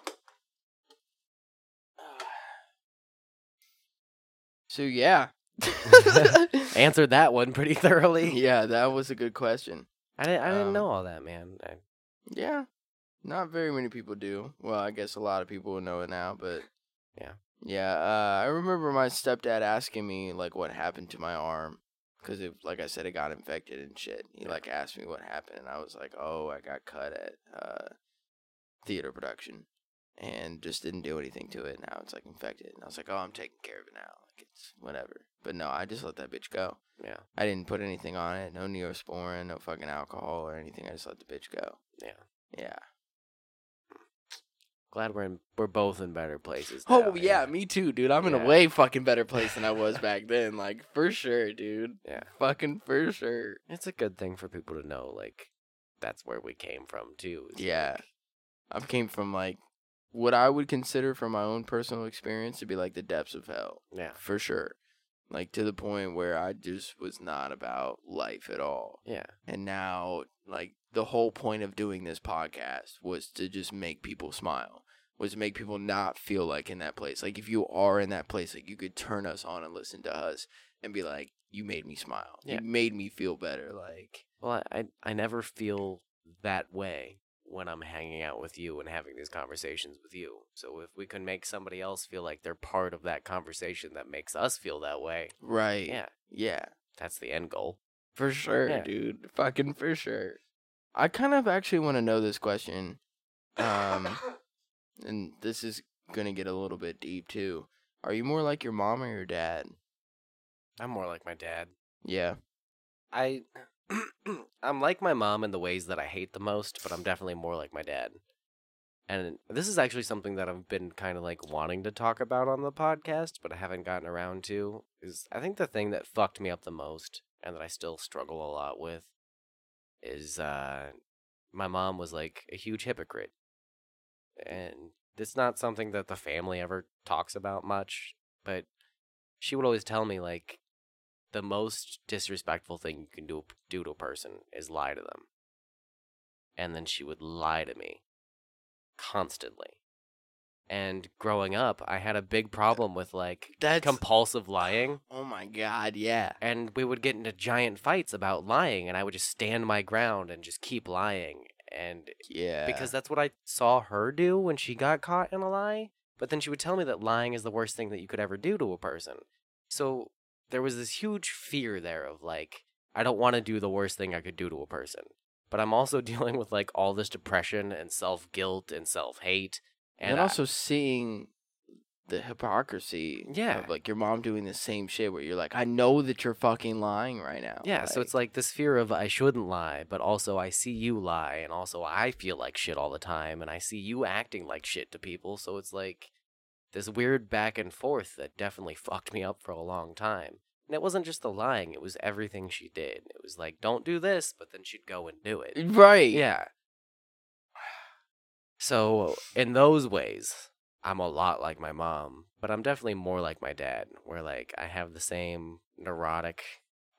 So yeah. Answered that one pretty thoroughly. yeah, that was a good question. I didn't, I didn't Um, know all that, man. I, Yeah. Not very many people do. Well, I guess a lot of people know it now, but Yeah. Yeah, uh, I remember my stepdad asking me like what happened to my arm cuz it like I said it got infected and shit. He like asked me what happened and I was like, "Oh, I got cut at uh theater production and just didn't do anything to it. Now it's like infected." And I was like, "Oh, I'm taking care of it now. Like it's whatever." But no, I just let that bitch go. yeah, I didn't put anything on it. No neosporin, no fucking alcohol or anything. I just let the bitch go. yeah. Yeah. Glad we're in, we're both in better places. Oh now, yeah, me too, dude. I'm in Yeah. a way fucking better place than I was back then. Like for sure, dude. Yeah. Fucking for sure. it's a good thing for people to know like that's where we came from too is, Yeah. like, I came from like what I would consider from my own personal experience to be like the depths of hell. yeah For sure. Like to the point where I just was not about life at all. yeah And now, like, the whole point of doing this podcast was to just make people smile, was to make people not feel like in that place. Like, if you are in that place, like, you could turn us on and listen to us and be like, you made me smile. Yeah. You made me feel better. Like, well I, I i never feel that way when i'm hanging out with you and having these conversations with you so if we can make somebody else feel like they're part of that conversation that makes us feel that way right. yeah Yeah. that's the end goal For sure, Yeah. dude. Fucking for sure. I kind of actually want to know this question. Um, and this is going to get a little bit deep, too. Are you more like your mom or your dad? i'm more like my dad Yeah. i i'm like my mom in the ways that i hate the most but i'm definitely more like my dad and this is actually something that I've been kind of like wanting to talk about on the podcast, but I haven't gotten around to. Is I think the thing that fucked me up the most and that I still struggle a lot with is uh, my mom was like a huge hypocrite. And it's not something that the family ever talks about much, but she would always tell me like the most disrespectful thing you can do, do to a person is lie to them. And then she would lie to me constantly. And growing up, I had a big problem with like That's compulsive lying. Oh my god, yeah. And we would get into giant fights about lying, and I would just stand my ground and just keep lying. And Yeah. because that's what I saw her do when she got caught in a lie. But then she would tell me that lying is the worst thing that you could ever do to a person. So there was this huge fear there of like, I don't want to do the worst thing I could do to a person. but I'm also dealing with like all this depression and self guilt and self hate. And, And I- also seeing the hypocrisy Yeah. of like your mom doing the same shit where you're like, I know that you're fucking lying right now. yeah, so it's like this fear of I shouldn't lie, but also I see you lie, and also I feel like shit all the time, and I see you acting like shit to people. So it's like this weird back and forth that definitely fucked me up for a long time. And it wasn't just the lying, it was everything she did. It was like, don't do this, but then she'd go and do it. Right. Yeah. So, in those ways, I'm a lot like my mom, but I'm definitely more like my dad, where like I have the same neurotic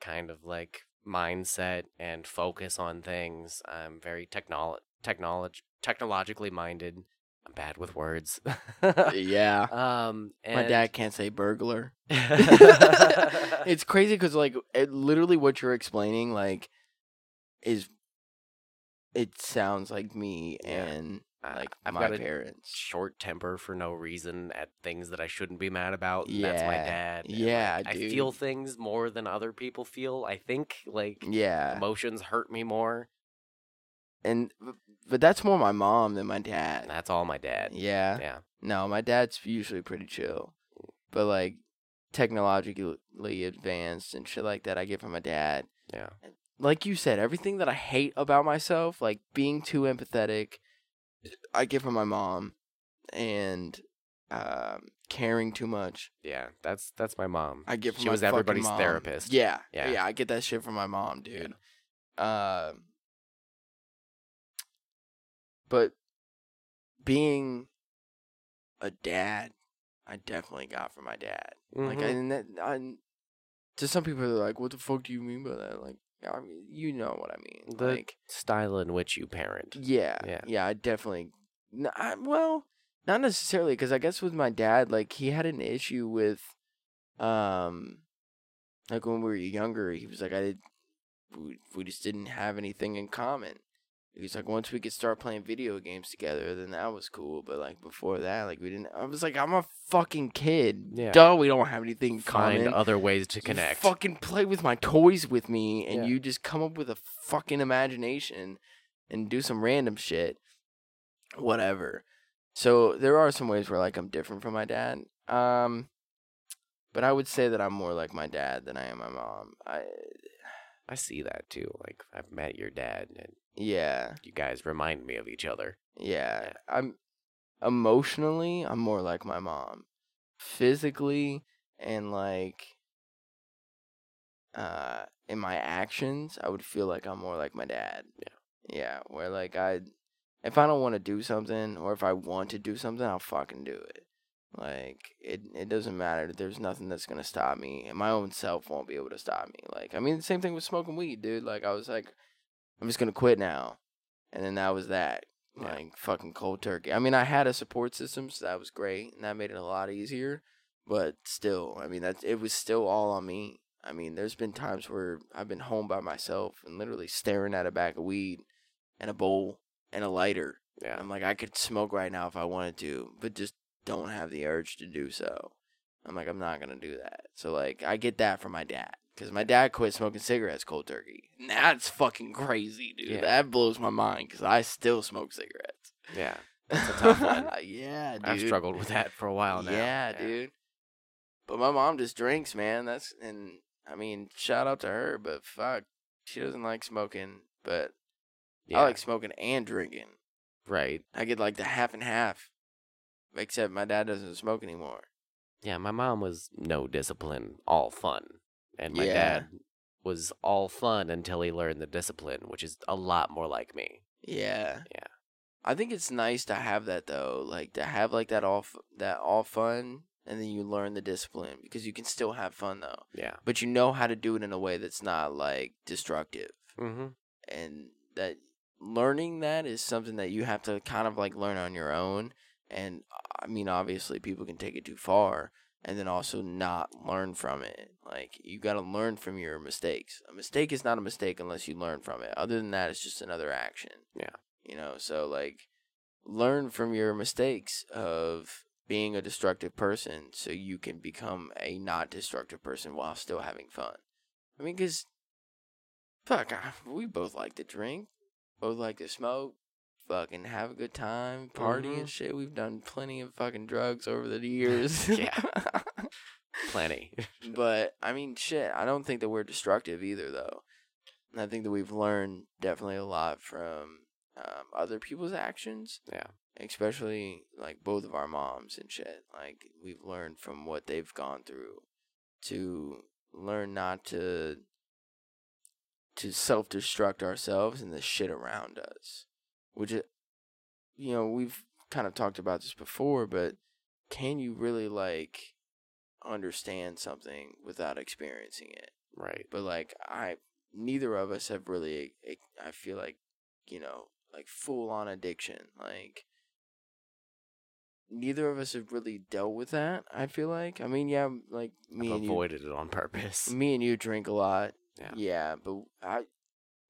kind of like mindset and focus on things. I'm very technolo- technolog- technologically minded. I'm bad with words. Yeah. um, and My dad can't say burglar. dad. it's crazy because like it, literally what you're explaining like is it sounds like me Yeah. and I- like I've my got a parents. short temper for no reason at things that I shouldn't be mad about. and That's my Yeah. dad. and, Yeah, like, I feel dude. things more than other people feel. I think like Yeah, emotions hurt me more. and but that's more my mom than my dad. And that's all my dad. Uh, Yeah, Yeah. no, my dad's usually pretty chill, but like technologically advanced and shit like that, I get from my dad. Yeah. Like you said, everything that I hate about myself, like being too empathetic, I get from my mom, and um, caring too much. Yeah. That's that's my mom. I get from She my was fucking everybody's mom. therapist. Yeah, Yeah. yeah, I get that shit from my mom, dude. Um, but being a dad, I definitely got from my dad. Like, I, Mhm. and that, I, to some people, they're like, "What the fuck do you mean by that?" Like, I mean, you know what I mean. The- like, style in which you parent. yeah, Yeah. yeah, I definitely. n I well, not necessarily, because I guess with my dad, like he had an issue with, um, like when we were younger, he was like, I did, we, we just didn't have anything in common. He was like, once we could start playing video games together, then that was cool. But like before that, like we didn't. I was like, I'm a fucking kid. Yeah. Duh, we don't have anything in Find common. other ways to You connect. fucking play with my toys with me, Yeah. and you just come up with a fucking imagination and do some random shit. Whatever. So there are some ways where like I'm different from my dad. Um, but I would say that I'm more like my dad than I am my mom. I I see that too. Like I've met your dad and yeah you guys remind me of each other. yeah. I'm emotionally I'm more like my mom. Physically and like uh in my actions I would feel like I'm more like my dad. Yeah. Yeah, where like I if I don't want to do something or if I want to do something, I'll fucking do it. Like it it doesn't matter. There's nothing that's going to stop me. And my own self won't be able to stop me. Like I mean the same thing with smoking weed, dude. Like I was like I'm just going to quit now. And then that was that. Yeah. Like fucking cold turkey. I mean, I had a support system, so that was great and that made it a lot easier but still, I mean that it was still all on me. I mean, there's been times where I've been home by myself and literally staring at a bag of weed and a bowl and a lighter. Yeah. I'm like, I could smoke right now if I wanted to, but just don't have the urge to do so. I'm like, I'm not gonna do that. So like, I get that from my dad because my dad quit smoking cigarettes cold turkey. And That's fucking crazy, dude. Yeah. That blows my mind because I still smoke cigarettes. Yeah. That's a tough one. yeah, dude. I've struggled with that for a while now. Yeah, dude. But my mom just drinks, man. That's and I mean, shout out to her, but fuck, she doesn't like smoking. But Yeah. I like smoking and drinking. right. I get like the half and half. Except my dad doesn't smoke anymore. Yeah, my mom was no discipline, all fun. And my Yeah. dad was all fun until he learned the discipline, which is a lot more like me. Yeah. Yeah. I think it's nice to have that though, like to have like that all f- that all fun, and then you learn the discipline because you can still have fun though, Yeah. but you know how to do it in a way that's not like destructive. Mm-hmm. and that learning that is something that you have to kind of like learn on your own and i mean obviously people can take it too far and then also not learn from it like you got to learn from your mistakes a mistake is not a mistake unless you learn from it other than that it's just another action Yeah. you know so like learn from your mistakes of being a destructive person so you can become a not destructive person while still having fun i mean cuz Fuck, I- we both like to drink. both like to smoke, fucking have a good time, party and shit. We've done plenty of fucking drugs over the years. Mm-hmm. Yeah. Plenty. But I mean, shit. I don't think that we're destructive either, though. And I think that we've learned definitely a lot from um, other people's actions. Yeah. Especially like both of our moms and shit. Like we've learned from what they've gone through to learn not to to self destruct ourselves and the shit around us. Which, it- you know, we've kind of talked about this before, but can you really like understand something without experiencing it? Right. But like, I neither of us have really. I feel like, you know, like full on addiction. Like, neither of us have really dealt with that. I feel like. I mean, yeah, like me I've and you avoided it on purpose. me and you drink a lot. Yeah. but I,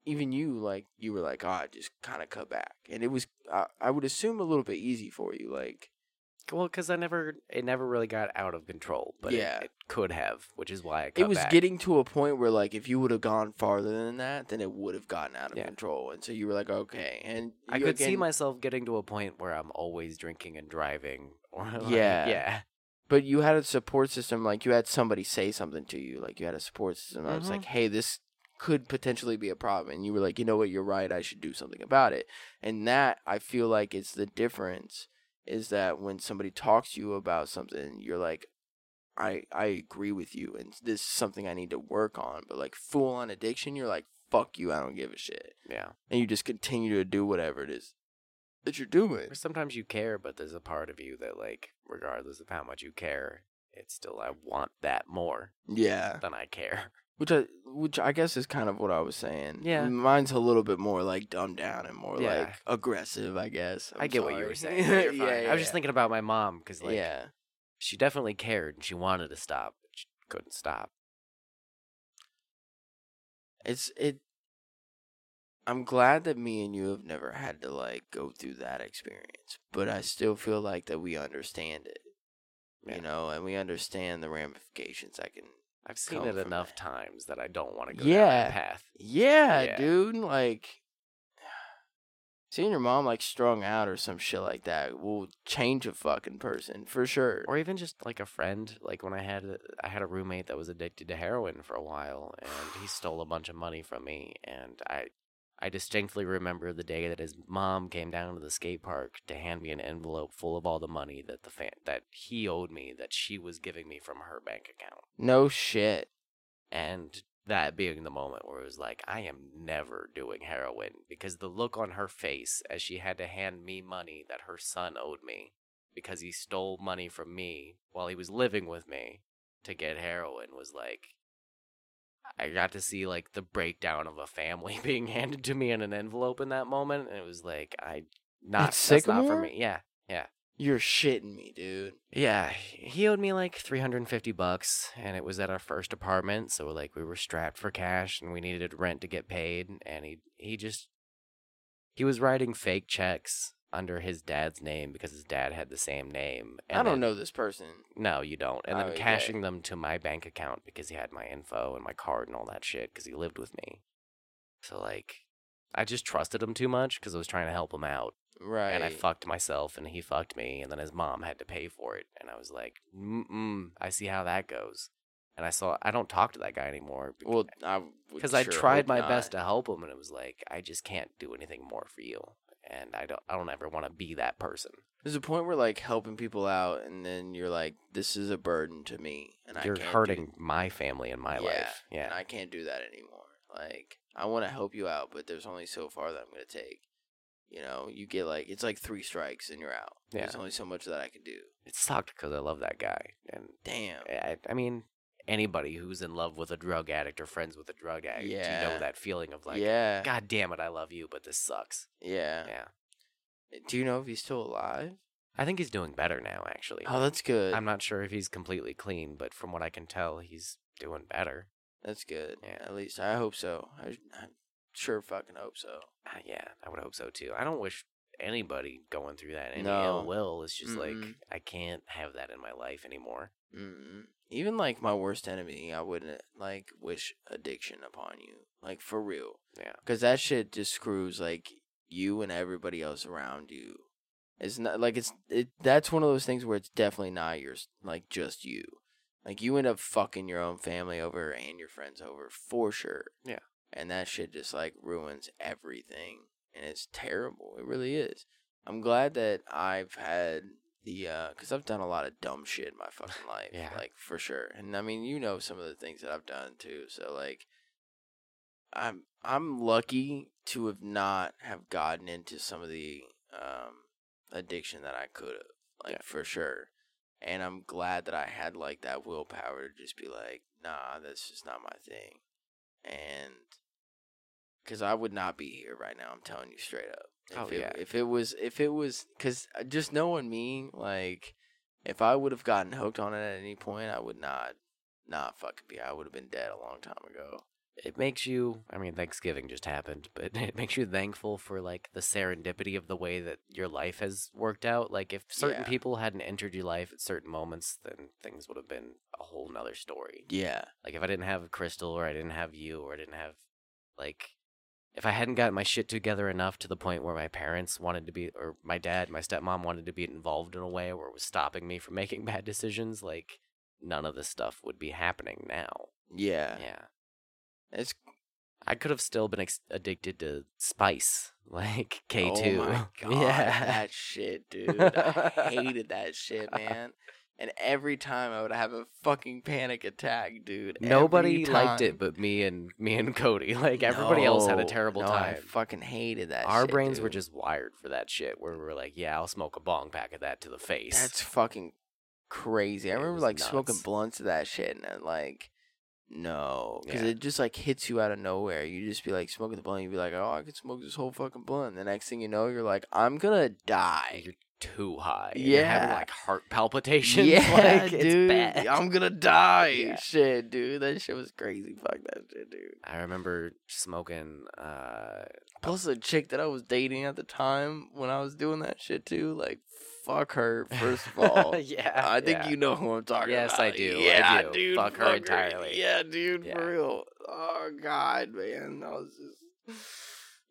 even you, like, you were like, oh, I just kind of cut back. And it was, I, I would assume, a little bit easy for you. Like, Well, because I never, it never really got out of control, but it- Yeah. it, could have, which is why I cut it was back. getting to a point where, like, if you would have gone farther than that, then it would have gotten out of Yeah. control. And so you were like, okay. And I you could see again- myself getting to a point where I'm always drinking and driving, or like, Yeah. yeah, But you had a support system, like you had somebody say something to you, like you had a support system. I was Mhm. like, hey, this could potentially be a problem, and you were like, you know what, you're right. I should do something about it. And that I feel like it's the difference is that when somebody talks to you about something, you're like, I I agree with you, and this is something I need to work on. But like full on addiction, you're like, fuck you, I don't give a shit, yeah. and you just continue to do whatever it is that you're doing. Or sometimes you care, but there's a part of you that, like, regardless of how much you care, it's still I want that more Yeah. than I care. Which I, which I guess is kind of what I was saying. Yeah. mine's a little bit more like dumbed down and more Yeah. like aggressive. I guess i I'm get what you sorry. were saying. No, you're yeah, fine. yeah, I was just thinking about my mom because, like, yeah, she definitely cared and she wanted to stop, but she couldn't stop. it's it. I'm glad that me and you have never had to like go through that experience, but I still feel like that we understand it, Yeah. you know, and we understand the ramifications that can I've seen Come it from enough that. times that I don't want to go down Yeah. that path. Yeah, Yeah. dude. Like seeing your mom like strung out or some shit like that will change a fucking person for sure. or even just like a friend like when i had a, i had a roommate that was addicted to heroin for a while and he stole a bunch of money from me and i i distinctly remember the day that his mom came down to the skate park to hand me an envelope full of all the money that the fan that he owed me that she was giving me from her bank account no shit. and that being the moment where it was like i am never doing heroin because the look on her face as she had to hand me money that her son owed me because he stole money from me while he was living with me to get heroin was like i got to see like the breakdown of a family being handed to me in an envelope in that moment and it was like i not It's that's not for Sycamore? me yeah You're shitting me, dude. yeah, he owed me like 350 bucks and it was at our first apartment, so like we were strapped for cash and we needed rent to get paid and he he just he was writing fake checks under his dad's name because his dad had the same name. I don't then- know this person. No, you don't. And Oh, then okay. cashing them to my bank account because he had my info and my card and all that shit because he lived with me. So like I just trusted him too much because I was trying to help him out Right. and I fucked myself, and he fucked me, and then his mom had to pay for it, and I was like, mm I see how that goes, and I saw I don't talk to that guy anymore. well, I would because I sure tried hope my not. best to help him, and it was like I just can't do anything more for you, and I don't I don't ever want to be that person. There's a point where like helping people out, and then you're like, this is a burden to me, and I You're can't do hurting my family and my Yeah, life. Yeah, and I can't do that anymore. Like, I want to help you out, but there's only so far that I'm going to take. You know, you get like, it's like three strikes and you're out. There's Yeah. only so much that I can do. it sucked because I love that guy, and Damn. I, I mean. Anybody who's in love with a drug addict or friends with a drug addict, you Yeah. know that feeling of like, yeah. God damn it, I love you, but this sucks. yeah. Yeah. Eh, Do you know if he's still alive? I think he's doing better now, actually. Oh, that's good. I'm not sure if he's completely clean, but from what I can tell, he's doing better. That's good. Yeah. At least I hope so. I, I sure fucking hope so. Uh, yeah, I would hope so too. I don't wish anybody going through that any No. ill will. It's just like Mm-mm. I can't have that in my life anymore. mm Even like my worst enemy, I wouldn't like wish addiction upon you. Like for real. Yeah. Because that shit just screws like you and everybody else around you. It's not like it's it, that's one of those things where it's definitely not yours, like just you. Like you end up fucking your own family over and your friends over for sure. Yeah. And that shit just like ruins everything, and it's terrible. It really is. I'm glad that I've had the uh because I've done a lot of dumb shit in my fucking life, Yeah. like for sure. And I mean, you know some of the things that I've done too. So like, I'm I'm lucky to have not have gotten into some of the um addiction that I could have, like Yeah. for sure. And I'm glad that I had like that willpower to just be like, nah, that's just not my thing. And because I would not be here right now, I'm telling you straight up. If Oh, it, yeah. If it was, if it was, because just knowing me, like, if I would have gotten hooked on it at any point, I would not, not fucking be. I would have been dead a long time ago. it makes you i mean thanksgiving just happened but it makes you thankful for like the serendipity of the way that your life has worked out like if certain Yeah. people hadn't entered your life at certain moments then things would have been a whole nother story Yeah. like if i didn't have crystal or i didn't have you or i didn't have like if i hadn't gotten my shit together enough to the point where my parents wanted to be or my dad my stepmom wanted to be involved in a way where it was stopping me from making bad decisions like none of this stuff would be happening now Yeah. yeah It's I could have still been ex- addicted to spice, like K2. Oh my god, yeah. that shit, dude. I hated that shit, man. And every time I would have a fucking panic attack, dude. Every Nobody liked time. it but me and me and Cody. Like everybody else had a No, terrible no, I time. fucking hated that Our shit, brains were dude. just wired for that shit where we were like, yeah, I'll smoke a bong pack of that to the face. That's fucking crazy. I It remember was like smoking nuts. blunts of that shit, and I'm like, no, because Yeah. it just like hits you out of nowhere. You just be like smoking the blunt, you'd be like, oh, I could smoke this whole fucking blunt. And the next thing you know, you're like, I'm gonna die. You're too high. and you're having Yeah. like heart palpitations. Yeah, like, dude. It's bad. I'm gonna die. Yeah. Shit, dude. That shit was crazy. Fuck that shit, dude. I remember smoking uh Plus the chick that I was dating at the time when I was doing that shit too. Like, fuck her. First of all, yeah. I think yeah. you know who I'm talking Yes, about. I do, I Yeah, do. dude. Fuck her entirely. Yeah, dude. Yeah. For real. Oh God, man. That was just.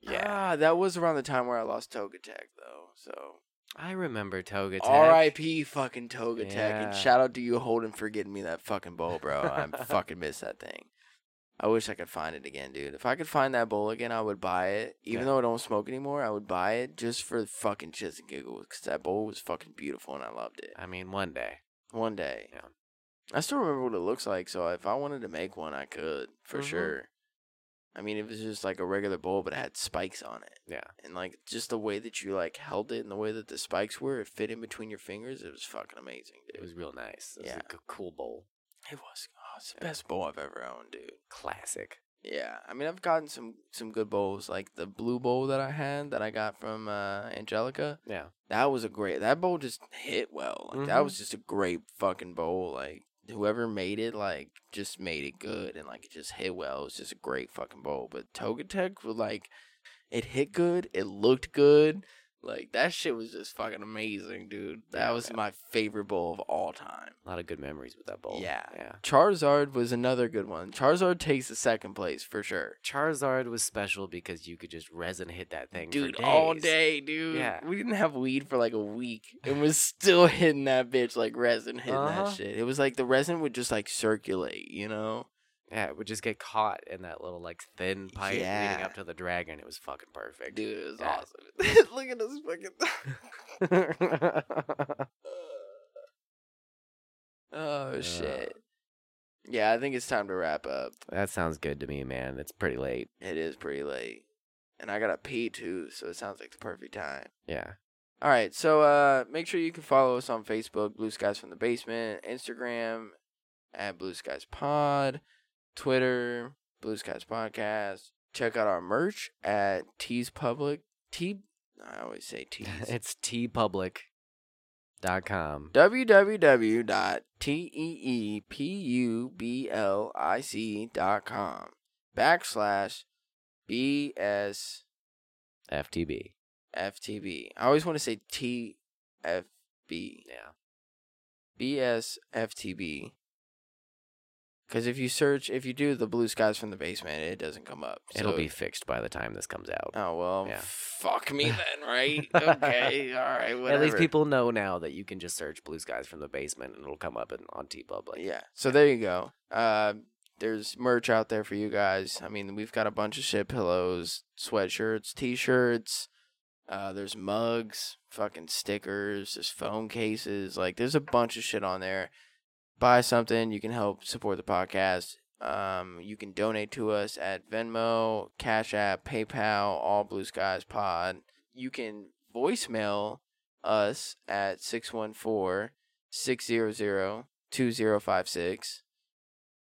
Yeah. Ah, that was around the time where I lost Togatech though. So I remember Toga R.I.P. fucking Toga Tech, Yeah. and shout out to you Holden for getting me that fucking bowl, bro. I fucking miss that thing. I wish I could find it again, dude. If I could find that bowl again, I would buy it. Even Yeah. though I don't smoke anymore, I would buy it just for the fucking shits and giggles because that bowl was fucking beautiful and I loved it. I mean, one day. One day, Yeah. I still remember what it looks like. So if I wanted to make one, I could for Mhm. sure. I mean, it was just like a regular bowl, but it had spikes on it. Yeah. And like just the way that you like held it and the way that the spikes were, it fit in between your fingers. It was fucking amazing, dude. It was real nice. It was Yeah. a c- cool bowl. It was. Oh, it's the best bowl I've ever owned, dude. Classic. Yeah, I mean, I've gotten some some good bowls, like the blue bowl that I had that I got from uh, Angelica. Yeah. That was a great. That bowl just hit well. Like, That Mhm. was just a great fucking bowl. Like whoever made it, like just made it good and like it just hit well. It was just a great fucking bowl. But Togatech was like, it hit good. It looked good. Like that shit was just fucking amazing, dude. That Yeah, was my favorite bowl of all time. A lot of good memories with that bowl. Yeah. Yeah. Charizard was another good one. Charizard takes the second place for sure. Charizard was special because you could just resin hit that thing for Dude, all days. day, dude. Yeah. We didn't have weed for like a week and was still hitting that bitch like resin hitting Uh-huh. that shit. It was like the resin would just like circulate, you know? Yeah, it would just get caught in that little like thin pipe leading Yeah. up to the dragon. It was fucking perfect. Dude, it was Yeah. awesome. Look at this fucking Oh shit. Yeah, I think it's time to wrap up. that sounds good to me, man. It's pretty late. It is pretty late. And I gotta pee too, so it sounds like the perfect time. Yeah. All right, so uh, make sure you can follow us on Facebook, Blue Skies from the Basement, Instagram at Blue Skies Pod, Twitter, Blue Skies Podcast. Check out our merch at Tees Public. T, I always say Tees. it's tpublic.com. www.teepublic.com backslash BS. FTB. FTB. I always want to say TFB. Yeah. BSFTB. Because if you search, if you do the blue skies from the basement, it doesn't come up. It'll So- be fixed by the time this comes out. Oh well, Yeah. fuck me then, right? okay, all right, whatever. At least people know now that you can just search blue skies from the basement and it'll come up in, on T Public. Yeah. So there you go. Uh, there's merch out there for you guys. I mean, we've got a bunch of shit pillows, sweatshirts, t-shirts. Uh, there's mugs, fucking stickers, there's phone cases. Like, there's a bunch of shit on there. Buy something. You can help support the podcast. Um, you can donate to us at Venmo, Cash App, PayPal, All Blue Skies Pod. You can voicemail us at 614- 600-2056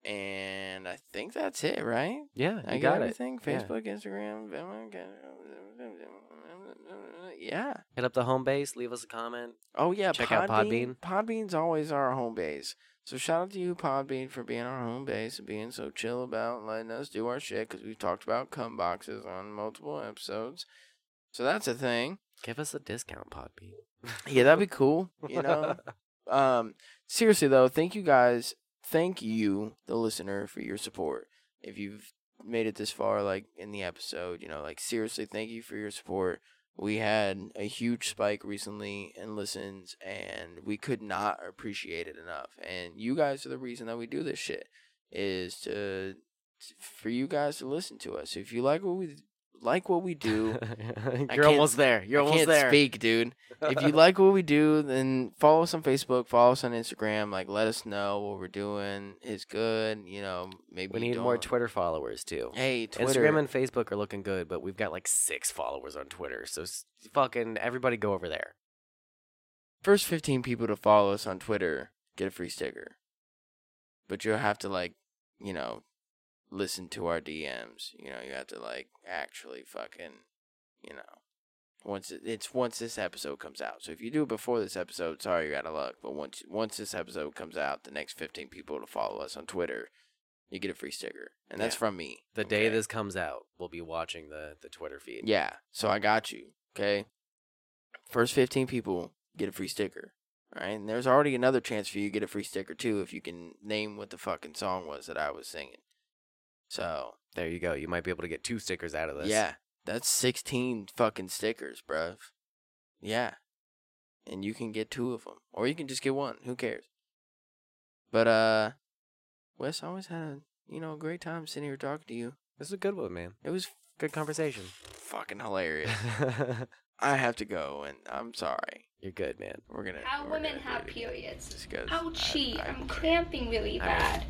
and i think that's it right Yeah, i you got, it. everything Yeah. facebook instagram Venmo, got- yeah Hit up the home base, leave us a comment. oh yeah Check out Podbean. podbean's always our home base so shout out to you podbean for being our home base and being so chill about and letting us do our shit because we've talked about cum boxes on multiple episodes so that's a thing Give us a discount, Podbean. yeah that'd be cool you know Um, seriously though, thank you guys. Thank you, the listener, for your support. If you've made it this far, like in the episode, you know, like seriously, thank you for your support. We had a huge spike recently in listens, and we could not appreciate it enough. And you guys are the reason that we do this shit is to for you guys to listen to us. If you like what we like what we do, You're can't- almost there. You're I almost can't there. Speak, dude. If you like what we do, then follow us on Facebook, follow us on Instagram. Like, let us know what we're doing is good. You know, maybe we you need more don't- Twitter followers too. Hey, Twitter. Instagram and Facebook are looking good, but we've got like six followers on Twitter. So s- fucking everybody go over there. First fifteen people to follow us on Twitter get a free sticker, but you'll have to like, you know, listen to our DMs. You know, you have to like actually fucking, you know. Once it, it's once this episode comes out. So if you do it before this episode, sorry you're out of luck. But once once this episode comes out, the next fifteen people to follow us on Twitter, you get a free sticker, and that's Yeah. from me. The day okay? this comes out, we'll be watching the, the Twitter feed. Yeah, so I got you. Okay. First 15 people get a free sticker. All right. And there's already another chance for you to get a free sticker too if you can name what the fucking song was that I was singing. So, There you go. You might be able to get two stickers out of this. yeah, that's 16 fucking stickers, bruv. Yeah. And you can get two of them or you can just get one. Who cares? But, uh, Wes I always had a, you know, a great time sitting here talking to you. This is a good one, man. It was Good conversation. fucking hilarious. I have to go, and I'm sorry. You're good, man. We're gonna. How we're women gonna do have it again. periods. Just 'cause Ouchie, I- I, I- am cramping really I mean, bad.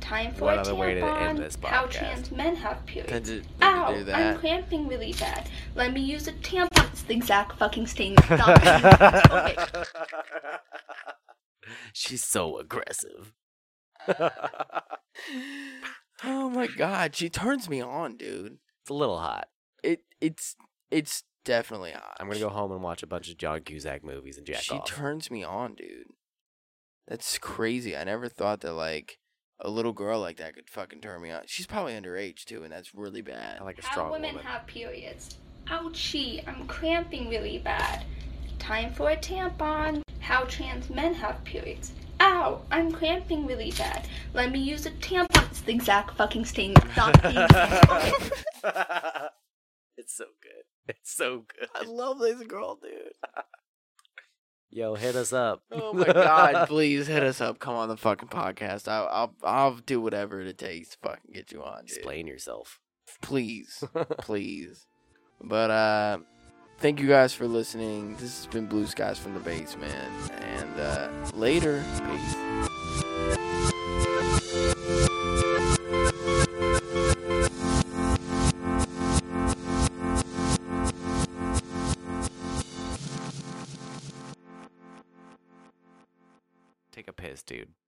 Time for what a other tampon. way to end this How podcast? trans men have Than periods. to, than Ow, to do I'm that. cramping really bad. Let me use a tampon. It's the exact fucking stain. Stop. okay. She's so aggressive. oh my god, she turns me on, dude. It's a little hot. It it's it's definitely hot. I'm gonna go home and watch a bunch of John Cusack movies and jack she off. turns me on, dude. That's crazy. I never thought that like a little girl like that could fucking turn me on. She's probably underage too, and that's really bad. I like a How strong women woman. have periods. Ouchie, I'm cramping really bad. Time for a tampon. How trans men have periods. Ow, I'm cramping really bad. Let me use a tampon. It's the exact fucking stain. Stop being it's so good. It's so good. I love this girl, dude. Yo, hit us up. Oh my god! Please hit us up. Come on the fucking podcast. I'll I'll, I'll do whatever it takes to fucking get you on. Dude. Explain yourself. Please, please. But uh, thank you guys for listening. This has been Blue Skies from the Basement, and uh, later. Peace. Take a piss, dude.